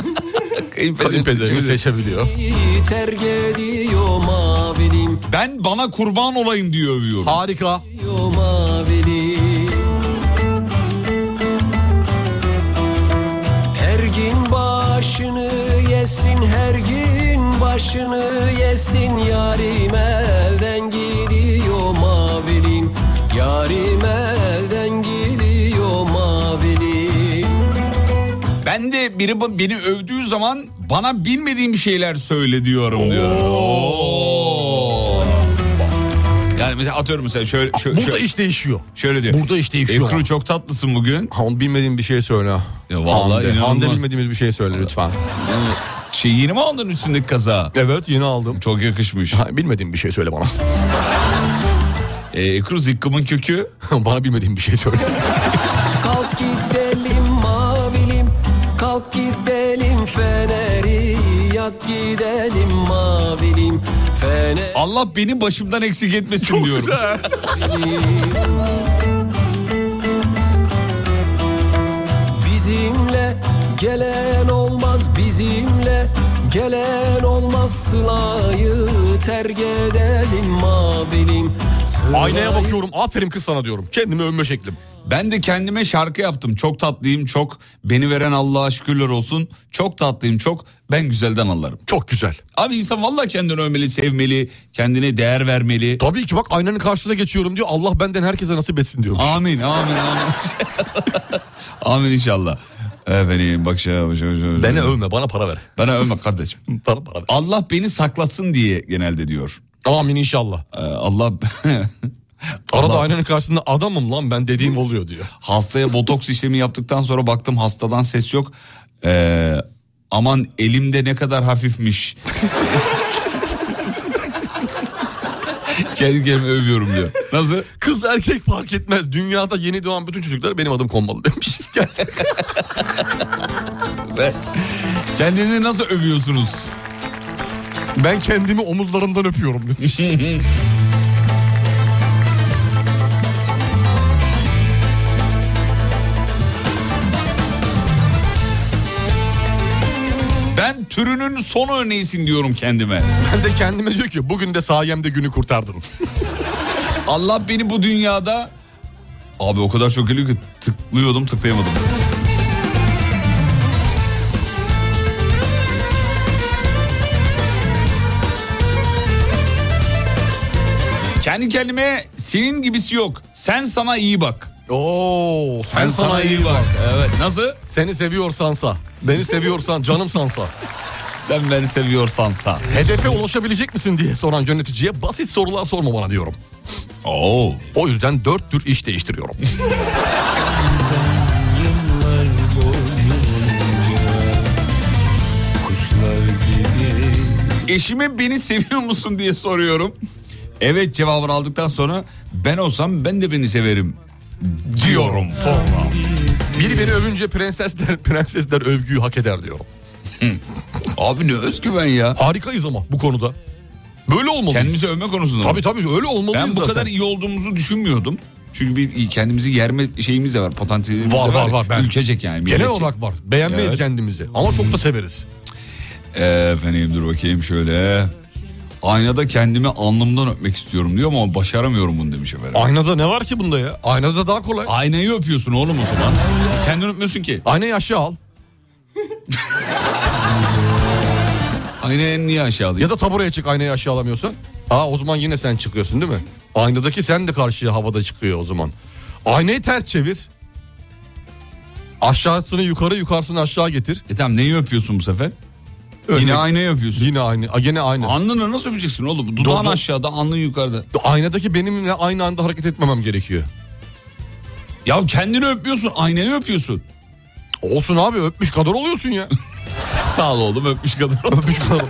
Speaker 3: kayınpederini seçebiliyor.
Speaker 11: terk ediyor mavilim
Speaker 2: Ben bana kurban olayım diye övüyorum.
Speaker 3: Harika.
Speaker 11: Yo mavilim Her gün başını yesin her gün başını yesin Yarim elden gidiyor mavilim Yarim elden gidiyor mavilim
Speaker 2: Ben de biri ba- beni övdüğü zaman bana bilmediğim şeyler söyle diyorum diyor. Oo. Yani mesela atıyorum mesela şöyle şöyle,
Speaker 3: Burada
Speaker 2: şöyle,
Speaker 3: iş değişiyor.
Speaker 2: şöyle diyor.
Speaker 3: Burada iş değişiyor.
Speaker 2: Ebru çok tatlısın bugün.
Speaker 3: Ha, onu bilmediğim bir şey söyle.
Speaker 2: Ya vallahi
Speaker 3: Hande.
Speaker 2: inanılmaz.
Speaker 3: Hande bilmediğimiz bir şey söyle lütfen.
Speaker 2: Şey yeni mi aldın üstündeki kaza?
Speaker 3: Evet yeni aldım.
Speaker 2: Çok yakışmış.
Speaker 3: Ha, bilmediğim bir şey söyle bana.
Speaker 2: E, Ekru zıkkımın kökü.
Speaker 3: bana bilmediğim bir şey söyle.
Speaker 11: Kalk gidelim mavilim Kalk gidelim feneri Yak gidelim mavilim Fener
Speaker 2: Allah beni başımdan eksik etmesin diyorum.
Speaker 11: Bizimle gelen olmaz bizimle gelen olmaz sılayı terk edelim mavilim. Sılayı-
Speaker 3: Aynaya bakıyorum. Aferin kız sana diyorum. Kendimi övme şeklim.
Speaker 2: Ben de kendime şarkı yaptım. Çok tatlıyım çok. Beni veren Allah'a şükürler olsun. Çok tatlıyım çok. Ben güzelden anlarım.
Speaker 3: Çok güzel.
Speaker 2: Abi insan vallahi kendini övmeli, sevmeli, kendine değer vermeli.
Speaker 3: Tabii ki bak aynanın karşısına geçiyorum diyor. Allah benden herkese nasip etsin diyormuş.
Speaker 2: Amin, amin, amin. amin inşallah. Efendim bak şey bak şey- şey-
Speaker 3: Beni övme bana para ver.
Speaker 2: Bana övme kardeşim.
Speaker 3: Bana para ver.
Speaker 2: Allah beni saklatsın diye genelde diyor.
Speaker 3: Amin inşallah.
Speaker 2: Ee, Allah
Speaker 3: Arada aynanın karşısında adamım lan ben dediğim oluyor diyor.
Speaker 2: hastaya botoks işlemi yaptıktan sonra baktım hastadan ses yok. Ee, aman elimde ne kadar hafifmiş. Kendi kendimi övüyorum diyor. Nasıl?
Speaker 3: Kız erkek fark etmez. Dünyada yeni doğan bütün çocuklar benim adım konmalı demiş.
Speaker 2: Kendinizi nasıl övüyorsunuz?
Speaker 3: ben kendimi omuzlarımdan öpüyorum demiş.
Speaker 2: Ben türünün son örneğisin diyorum kendime.
Speaker 3: Ben de kendime diyor ki bugün de sayemde günü kurtardın.
Speaker 2: Allah beni bu dünyada... Abi o kadar çok geliyor ki tıklıyordum tıklayamadım. Kendi kendime senin gibisi yok. Sen sana iyi bak.
Speaker 3: Oo sen,
Speaker 2: Ben
Speaker 3: sana, iyi bak.
Speaker 2: Evet nasıl?
Speaker 3: Seni seviyorsansa, beni seviyorsan, canım sansa.
Speaker 2: Sen beni seviyorsansa.
Speaker 3: Hedefe ulaşabilecek misin diye soran yöneticiye basit sorular sorma bana diyorum.
Speaker 2: Oo.
Speaker 3: O yüzden dört tür iş değiştiriyorum.
Speaker 2: Eşime beni seviyor musun diye soruyorum. Evet cevabını aldıktan sonra ben olsam ben de beni severim diyorum. Sonra.
Speaker 3: Biri beni övünce prensesler prensesler övgüyü hak eder diyorum.
Speaker 2: Abi ne özgüven ya.
Speaker 3: Harikayız ama bu konuda. Böyle olmalıyız.
Speaker 2: Kendimizi övme konusunda. mı?
Speaker 3: Tabii tabii öyle olmalıyız
Speaker 2: ben bu
Speaker 3: zaten.
Speaker 2: kadar iyi olduğumuzu düşünmüyordum. Çünkü bir kendimizi yerme şeyimiz de var, potansiyelimiz
Speaker 3: Var,
Speaker 2: de
Speaker 3: var, var. Ben-
Speaker 2: Ülkecek yani.
Speaker 3: Genel
Speaker 2: milletçe.
Speaker 3: olarak var. Beğenmeyiz
Speaker 2: Evet.
Speaker 3: kendimizi. Ama çok da severiz.
Speaker 2: Efendim dur bakayım şöyle. Aynada kendimi alnımdan öpmek istiyorum diyor ama başaramıyorum bunu demiş efendim.
Speaker 3: Aynada ne var ki bunda ya? Aynada daha kolay.
Speaker 2: Aynayı öpüyorsun oğlum o zaman. Kendini öpmüyorsun ki.
Speaker 3: Aynayı aşağı al.
Speaker 2: Aynayı niye aşağı alayım?
Speaker 3: Ya da taburaya çık aynayı aşağı alamıyorsan. Aa o zaman yine sen çıkıyorsun değil mi? Aynadaki sen de karşıya havada çıkıyor o zaman. Aynayı ters çevir. Aşağısını yukarı yukarısını aşağı getir.
Speaker 2: E tamam neyi öpüyorsun bu sefer? Yine
Speaker 3: Örnek-
Speaker 2: aynayı öpüyorsun.
Speaker 3: Yine aynı. Aa, Gene aynı.
Speaker 2: Alnını nasıl öpeceksin oğlum? Dudağın
Speaker 3: Doğru.
Speaker 2: aşağıda, alnın yukarıda.
Speaker 3: Aynadaki benimle aynı anda hareket etmemem gerekiyor.
Speaker 2: Ya kendini öpüyorsun, aynayı öpüyorsun.
Speaker 3: Olsun abi öpmüş kadar oluyorsun ya.
Speaker 2: Sağ ol oğlum öpmüş kadar oldu.
Speaker 3: öpmüş kadar.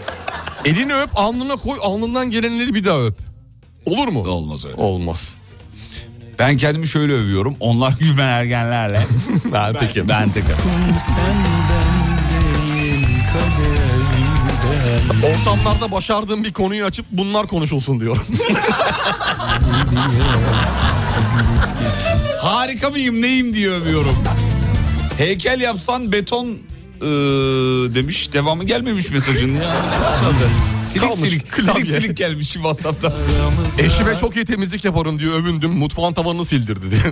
Speaker 3: Elini öp alnına koy alnından gelenleri bir daha öp. Olur mu?
Speaker 2: Olmaz öyle.
Speaker 3: Olmaz.
Speaker 2: Ben kendimi şöyle övüyorum. Onlar güven ergenlerle.
Speaker 3: Ben, peki.
Speaker 2: ben tek
Speaker 3: Ortamlarda başardığım bir konuyu açıp bunlar konuşulsun diyorum.
Speaker 2: Harika mıyım neyim diye övüyorum. Heykel yapsan beton eee, demiş. Devamı gelmemiş mesajın ya. silik
Speaker 3: Kalmış,
Speaker 2: silik.
Speaker 3: klavye.
Speaker 2: Silik silik gelmiş WhatsApp'ta.
Speaker 3: Eşime çok iyi temizlik yaparım diye övündüm. Mutfağın tavanını sildirdi diye.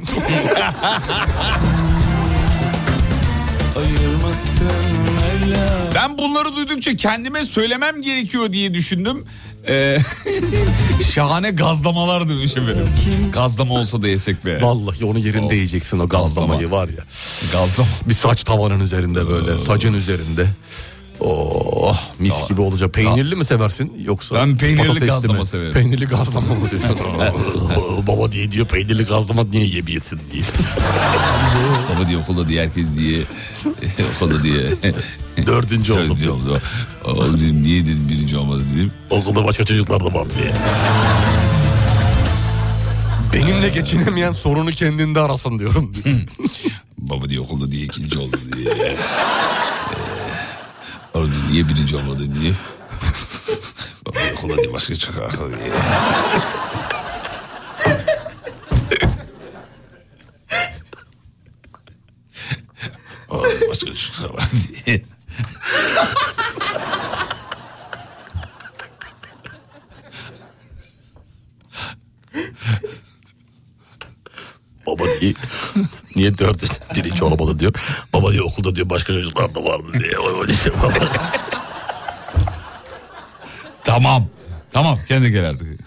Speaker 2: Ben bunları duydukça kendime söylemem gerekiyor diye düşündüm. Ee, şahane gazlamalar demiş efendim. Gazlama olsa da yesek be.
Speaker 3: Vallahi onun yerinde yiyeceksin o gazlamayı var ya. Gazlama. Bir saç tavanın üzerinde böyle saçın üzerinde. Oh mis gibi olacak. Peynirli mi seversin yoksa?
Speaker 2: Ben peynirli
Speaker 3: patatesli
Speaker 2: gazlama
Speaker 3: mi?
Speaker 2: severim.
Speaker 3: Peynirli gazlama mı seviyorsun? Baba diye diyor peynirli gazlama niye yemeyesin diye.
Speaker 2: Baba diye okulda diye herkes diye okulda diye.
Speaker 3: Dördüncü oldum.
Speaker 2: Dördüncü oldu. Oğlum dedim niye dedim birinci olmadı dedim.
Speaker 3: Okulda başka çocuklar da var diye. Benimle geçinemeyen sorunu kendinde arasın diyorum.
Speaker 2: Baba diye okulda diye ikinci oldu diye. Ee, Oğlum dedim, niye birinci olmadı diye. Baba diye okulda diye başka çıkar diye. Oğlum başka çıkar diye.
Speaker 3: Baba diye niye dördüncü birinci olamadı diyor. Baba diyor okulda diyor başka çocuklar da var diye. O- o şey baba.
Speaker 2: Tamam. Tamam kendi gel artık.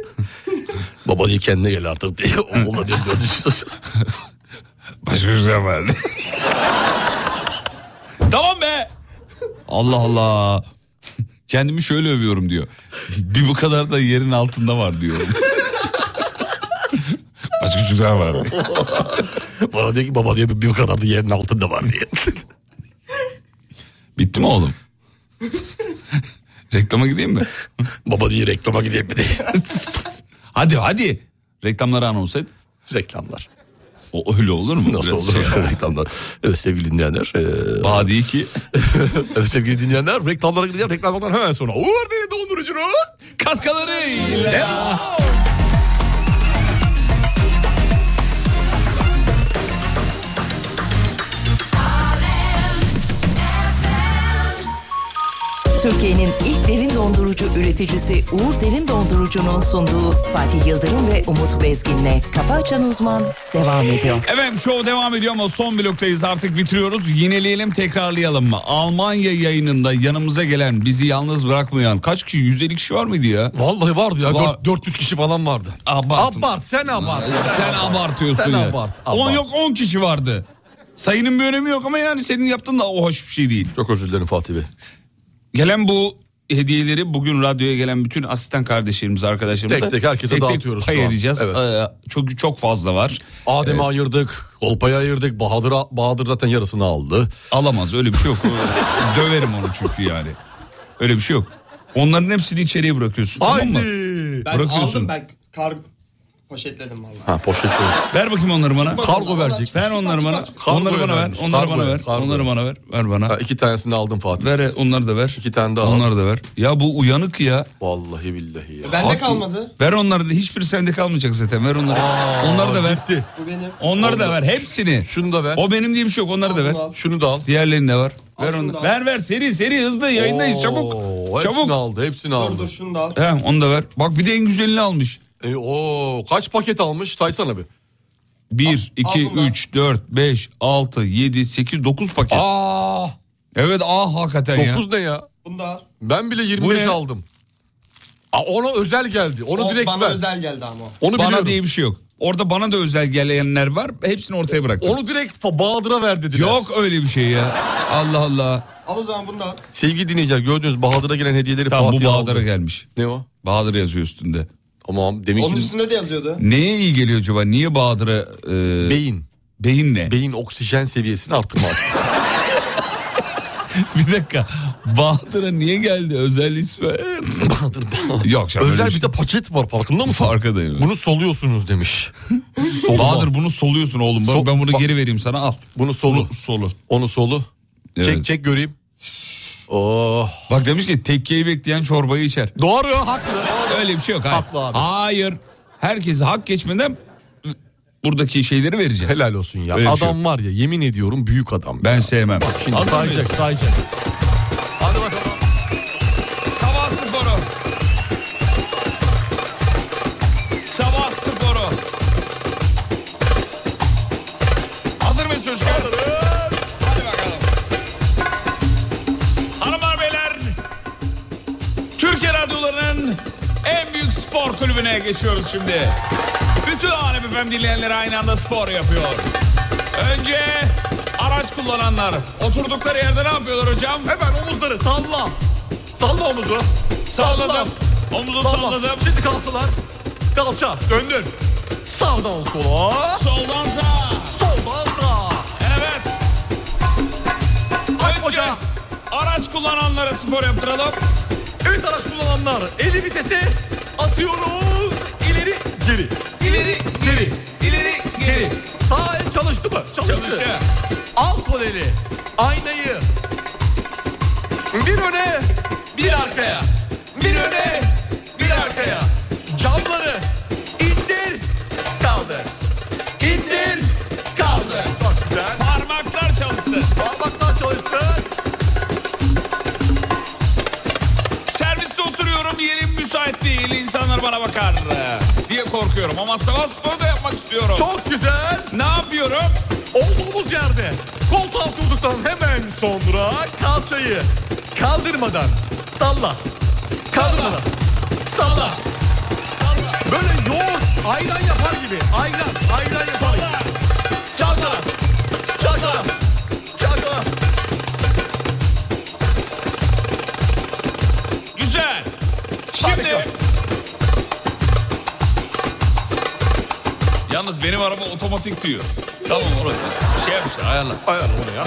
Speaker 3: Baba diyor kendine gel artık diye. Okulda diyor dördüncü çocuk.
Speaker 2: Başka bir şey yapmadı. tamam be. Allah Allah. Kendimi şöyle övüyorum diyor. Bir bu kadar da yerin altında var diyor.
Speaker 1: Oh.
Speaker 2: Başka çocuklar var.
Speaker 3: Bana diyor ki baba diyor bir bu kadar da yerin altında var diye.
Speaker 2: Bitti mi oğlum? Reklama gideyim mi?
Speaker 3: Baba diye reklama gideyim mi diye.
Speaker 2: Hadi hadi. Reklamları anons et.
Speaker 3: Reklamlar.
Speaker 2: O öyle olur mu?
Speaker 3: Nasıl olur reklamlar? Evet sevgili dinleyenler. eee,
Speaker 2: şey Badi ki
Speaker 3: evet sevgili dinleyenler reklamlara gideceğim. Reklamlardan hemen sonra. Uğur Deli Dondurucu'nun
Speaker 2: kaskaları
Speaker 7: Türkiye'nin ilk derin dondurucu üreticisi Uğur Derin Dondurucu'nun sunduğu Fatih Yıldırım ve Umut Bezgin'le Kafa Açan Uzman devam ediyor.
Speaker 2: Efendim show devam ediyor ama son bloktayız artık bitiriyoruz. Yineleyelim tekrarlayalım mı? Almanya yayınında yanımıza gelen bizi yalnız bırakmayan kaç kişi 150 kişi var mıydı ya?
Speaker 3: Vallahi vardı ya.
Speaker 2: Var.
Speaker 3: dört- 400 kişi falan vardı.
Speaker 2: Abartın.
Speaker 3: Abart sen abart.
Speaker 2: Sen abartıyorsun
Speaker 3: Sen
Speaker 2: ya.
Speaker 3: abart, abart.
Speaker 2: On yok 10 kişi vardı. Sayının bir önemi yok ama yani senin yaptığın da o hoş bir şey değil.
Speaker 3: Çok özür dilerim Fatih Bey.
Speaker 2: Gelen bu hediyeleri bugün radyoya gelen bütün asistan kardeşlerimiz, arkadaşlarımıza
Speaker 3: Tek tek herkese dağıtıyoruz şu
Speaker 2: pay
Speaker 3: an.
Speaker 2: edeceğiz.
Speaker 3: Evet.
Speaker 2: Ee, çok çok fazla var. Ee,
Speaker 3: Adem'i ayırdık, Kolpa'yı ayırdık, Bahadır, Bahadır zaten yarısını aldı.
Speaker 2: Alamaz öyle bir şey yok. Döverim onu çünkü yani. Öyle bir şey yok. Onların hepsini içeriye bırakıyorsun tamam mı?
Speaker 3: Haydi.
Speaker 4: Ben
Speaker 2: Bırakıyorsun.
Speaker 4: aldım ben kar poşetledim valla.
Speaker 3: Ha poşet koy.
Speaker 2: Ver bakayım onları bana.
Speaker 3: Kargo verecek.
Speaker 2: Ver onları bana. Onları bana ver.
Speaker 3: vermiş,
Speaker 2: Onları
Speaker 3: kargoya,
Speaker 2: bana ver.
Speaker 3: kargoya.
Speaker 2: Onları bana ver. Ver
Speaker 3: Ha,
Speaker 2: bana.
Speaker 3: iki tanesini aldım Fatih.
Speaker 2: Ver onları da ver.
Speaker 3: İki tane daha al.
Speaker 2: Onları da ver. Ya bu uyanık ya.
Speaker 3: Vallahi billahi ya.
Speaker 4: Bende
Speaker 2: Haklı.
Speaker 4: kalmadı.
Speaker 2: Ver onları da. Hiçbiri sende kalmayacak zaten. Ver onları. onları da ver.
Speaker 3: Gitti.
Speaker 4: Bu benim.
Speaker 2: Onları da ver. Hepsini.
Speaker 3: Şunu da ver.
Speaker 2: O benim diye bir şey yok. Onları da ver.
Speaker 4: Al.
Speaker 3: Şunu da al.
Speaker 2: Diğerlerini de var.
Speaker 4: Al
Speaker 2: Ver
Speaker 4: şunu
Speaker 2: onu.
Speaker 4: da al.
Speaker 2: Ver ver seri seri hızlı yayındayız
Speaker 3: Oo,
Speaker 2: çabuk.
Speaker 3: Hepsini
Speaker 2: Çabuk.
Speaker 3: aldı, hepsini
Speaker 4: Dur
Speaker 3: aldı.
Speaker 4: dur şunu da al.
Speaker 2: He onu da ver. Bak bir de en güzelini almış.
Speaker 3: E, oo, kaç paket almış saysana bir.
Speaker 2: 1, 2,
Speaker 4: aldım ben.
Speaker 2: 3, 4, 5, 6, 7, 8, 9 paket.
Speaker 3: Aa,
Speaker 2: Evet ah hakikaten ya.
Speaker 3: 9 ne ya?
Speaker 4: Bunu da al.
Speaker 3: Ben bile 25
Speaker 2: ne?
Speaker 3: aldım. Aa, ona özel geldi. Onu
Speaker 4: O
Speaker 3: direkt
Speaker 4: bana
Speaker 3: ver.
Speaker 4: özel geldi ama. o.
Speaker 3: Onu
Speaker 2: Bana
Speaker 3: biliyorum.
Speaker 2: diye bir şey yok. Orada bana da özel gelenler var. Hepsini ortaya bıraktım.
Speaker 3: Onu direkt Fa- Bahadır'a ver dediler.
Speaker 2: Yok öyle bir şey ya. Allah Allah.
Speaker 4: Al o zaman bunu da al.
Speaker 3: Sevgili dinleyiciler gördünüz Bahadır'a gelen hediyeleri
Speaker 2: Tamam bu
Speaker 3: Fatih'e aldı.
Speaker 2: Bahadır'a gelmiş.
Speaker 3: Ne o?
Speaker 2: Bahadır yazıyor üstünde.
Speaker 3: Tamam demin
Speaker 4: Onun üstünde de yazıyordu.
Speaker 2: Neye iyi geliyor acaba? Niye Bahadır'a... e,
Speaker 3: beyin.
Speaker 2: beyin ne?
Speaker 3: Beyin oksijen seviyesini arttırmak.
Speaker 2: bir dakika. Bahadır'a niye geldi özel ismi?
Speaker 3: Bahadır Bahadır.
Speaker 2: yok canım.
Speaker 3: Özel
Speaker 2: öyle şey.
Speaker 3: bir de paket var farkında mısın?
Speaker 2: Farkındayım.
Speaker 3: Bunu soluyorsunuz demiş. Soluma.
Speaker 2: Bahadır bunu soluyorsun oğlum. Bak
Speaker 3: Sol-
Speaker 2: ben bunu
Speaker 3: Bak-
Speaker 2: geri vereyim sana al.
Speaker 3: Bunu solu.
Speaker 2: Bunu solu.
Speaker 3: Onu solu.
Speaker 2: Evet.
Speaker 3: Çek çek göreyim. Oh.
Speaker 2: Bak demiş ki tekkeyi bekleyen çorbayı içer.
Speaker 3: Doğru haklı.
Speaker 2: Öyle bir şey yok. Hayır.
Speaker 3: Haklı abi.
Speaker 2: Hayır. Herkese hak geçmeden buradaki şeyleri vereceğiz.
Speaker 4: Helal olsun ya.
Speaker 2: Öyle bir şey
Speaker 4: adam var ya yemin ediyorum büyük adam.
Speaker 2: Ben sevmem.
Speaker 4: Bak şimdi
Speaker 2: Adam
Speaker 4: sayacak sayacak. Hadi bakalım.
Speaker 2: Sabah sporu. Sabah sporu. Hazır mıyız çocuklar? Hadi bakalım. Hanımlar beyler. Türkiye radyolarının en büyük spor kulübüne geçiyoruz şimdi. Bütün Alem efendim dinleyenleri aynı anda spor yapıyor. Önce araç kullananlar oturdukları yerde ne yapıyorlar hocam?
Speaker 4: Hemen omuzları salla. Salla omuzu.
Speaker 2: Salladım. Omuzu salladım.
Speaker 4: Şimdi kalçalar. Kalça. Döndür. Sağdan sola.
Speaker 2: Soldan sağa.
Speaker 4: Soldan sağa.
Speaker 2: Evet.
Speaker 4: Aç
Speaker 2: Önce
Speaker 4: bacağı.
Speaker 2: araç kullananlara spor yaptıralım.
Speaker 4: Evet araç kullananlar. Eli vitese atıyoruz. İleri geri. İleri geri. İleri geri. Sağ el çalıştı mı? Çalıştı.
Speaker 2: Çalıştı.
Speaker 4: Al sol eli. Aynayı. Bir öne. Bir arkaya. Bir öne. Bir arkaya. Camları. indir. Kaldır. İndir. Kaldır. Çok güzel.
Speaker 2: Parmaklar çalışsın.
Speaker 4: Parmaklar çalıştı.
Speaker 2: Serviste oturuyorum yerim müsait değil. İnsanlar bana bakar e, diye korkuyorum. Ama sabah sporu da yapmak istiyorum.
Speaker 4: Çok güzel.
Speaker 2: Ne yapıyorum?
Speaker 4: Olduğumuz yerde koltuğa oturduktan hemen sonra kalçayı kaldırmadan salla. Kaldırmadan. Salla. Böyle yoğurt ayran yapar gibi. Ayran, ayran yapar gibi. Çalkala. Çalkala. Çalkala.
Speaker 2: Güzel. Şimdi...
Speaker 4: Harika.
Speaker 2: Yalnız benim araba otomatik diyor. Tamam orası. Şey yapmışlar ayarla.
Speaker 4: Ayarla onu ya.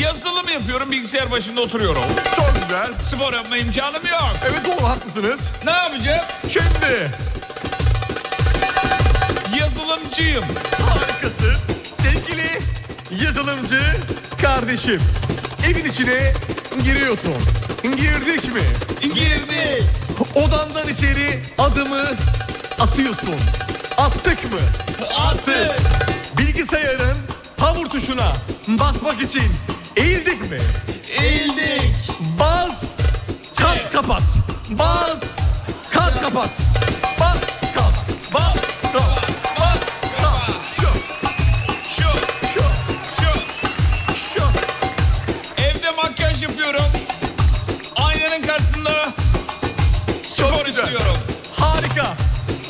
Speaker 2: Yazılım yapıyorum bilgisayar başında oturuyorum.
Speaker 4: Çok güzel.
Speaker 2: Spor yapma imkanım yok.
Speaker 4: Evet doğru haklısınız.
Speaker 2: Ne yapacağım?
Speaker 4: Şimdi
Speaker 2: Yazılımcıyım.
Speaker 4: Harikasın. Sevgili yazılımcı kardeşim. Evin içine giriyorsun. Girdik mi?
Speaker 2: Girdi.
Speaker 4: Odandan içeri adımı atıyorsun. Attık mı?
Speaker 2: Attı.
Speaker 4: Bilgisayarın power tuşuna basmak için eğildik mi?
Speaker 2: Eğildik.
Speaker 4: Bas, kalk kapat. Bas, kalk kapat. Bas, kalk. Bas, kalk. Bas, kalk. Şu,
Speaker 2: Şu,
Speaker 4: şu,
Speaker 2: şu.
Speaker 4: şu.
Speaker 2: Evde makyaj yapıyorum. Aynanın karşısında spor
Speaker 4: Çok güzel.
Speaker 2: istiyorum.
Speaker 4: Harika.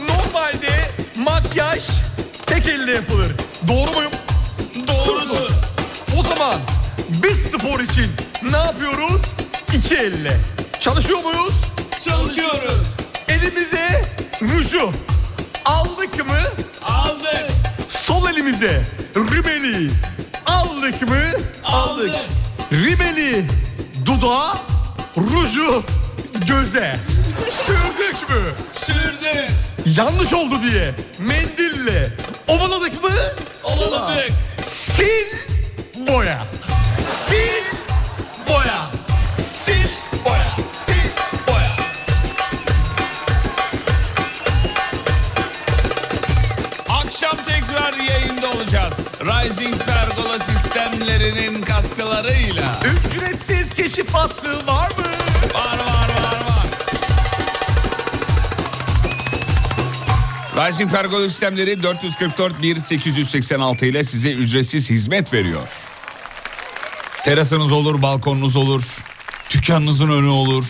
Speaker 4: Normalde makyaj tek elle yapılır. Doğru muyum?
Speaker 2: Doğrusu.
Speaker 4: O zaman biz spor için ne yapıyoruz? İki elle. Çalışıyor muyuz?
Speaker 2: Çalışıyoruz.
Speaker 4: Elimize ruju aldık mı?
Speaker 2: Aldık.
Speaker 4: Sol elimize rimeli aldık mı?
Speaker 2: Aldık.
Speaker 4: Rimeli dudağa, ruju göze. Sürdük mü?
Speaker 2: Sürdük.
Speaker 4: Yanlış oldu diye mendille ovaladık mı?
Speaker 2: Ovaladık.
Speaker 4: Sil boya. Sil boya. Sil boya. Sil boya.
Speaker 2: Akşam tekrar yayında olacağız. Rising Pergola sistemlerinin katkılarıyla.
Speaker 4: Ücretsiz keşif hattı var mı?
Speaker 2: Var var var var. Rising Pergola sistemleri 444 1886 ile size ücretsiz hizmet veriyor. Terasınız olur, balkonunuz olur, dükkanınızın önü olur.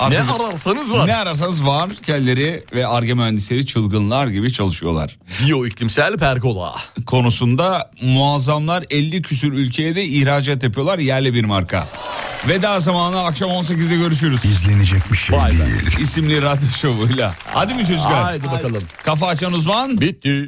Speaker 4: Ne
Speaker 2: Artık-
Speaker 4: ararsanız var.
Speaker 2: Ne ararsanız var. Kelleri ve arge mühendisleri çılgınlar gibi çalışıyorlar.
Speaker 4: Biyo iklimsel pergola.
Speaker 2: Konusunda muazzamlar 50 küsür ülkeye de ihracat yapıyorlar yerli bir marka. Veda zamanı akşam 18'de görüşürüz.
Speaker 12: İzlenecek bir şey
Speaker 4: Vay be.
Speaker 12: değil.
Speaker 2: isimli radyo şovuyla. Hadi mi çocuklar?
Speaker 4: Haydi bakalım.
Speaker 2: Kafa açan uzman
Speaker 4: Bitti.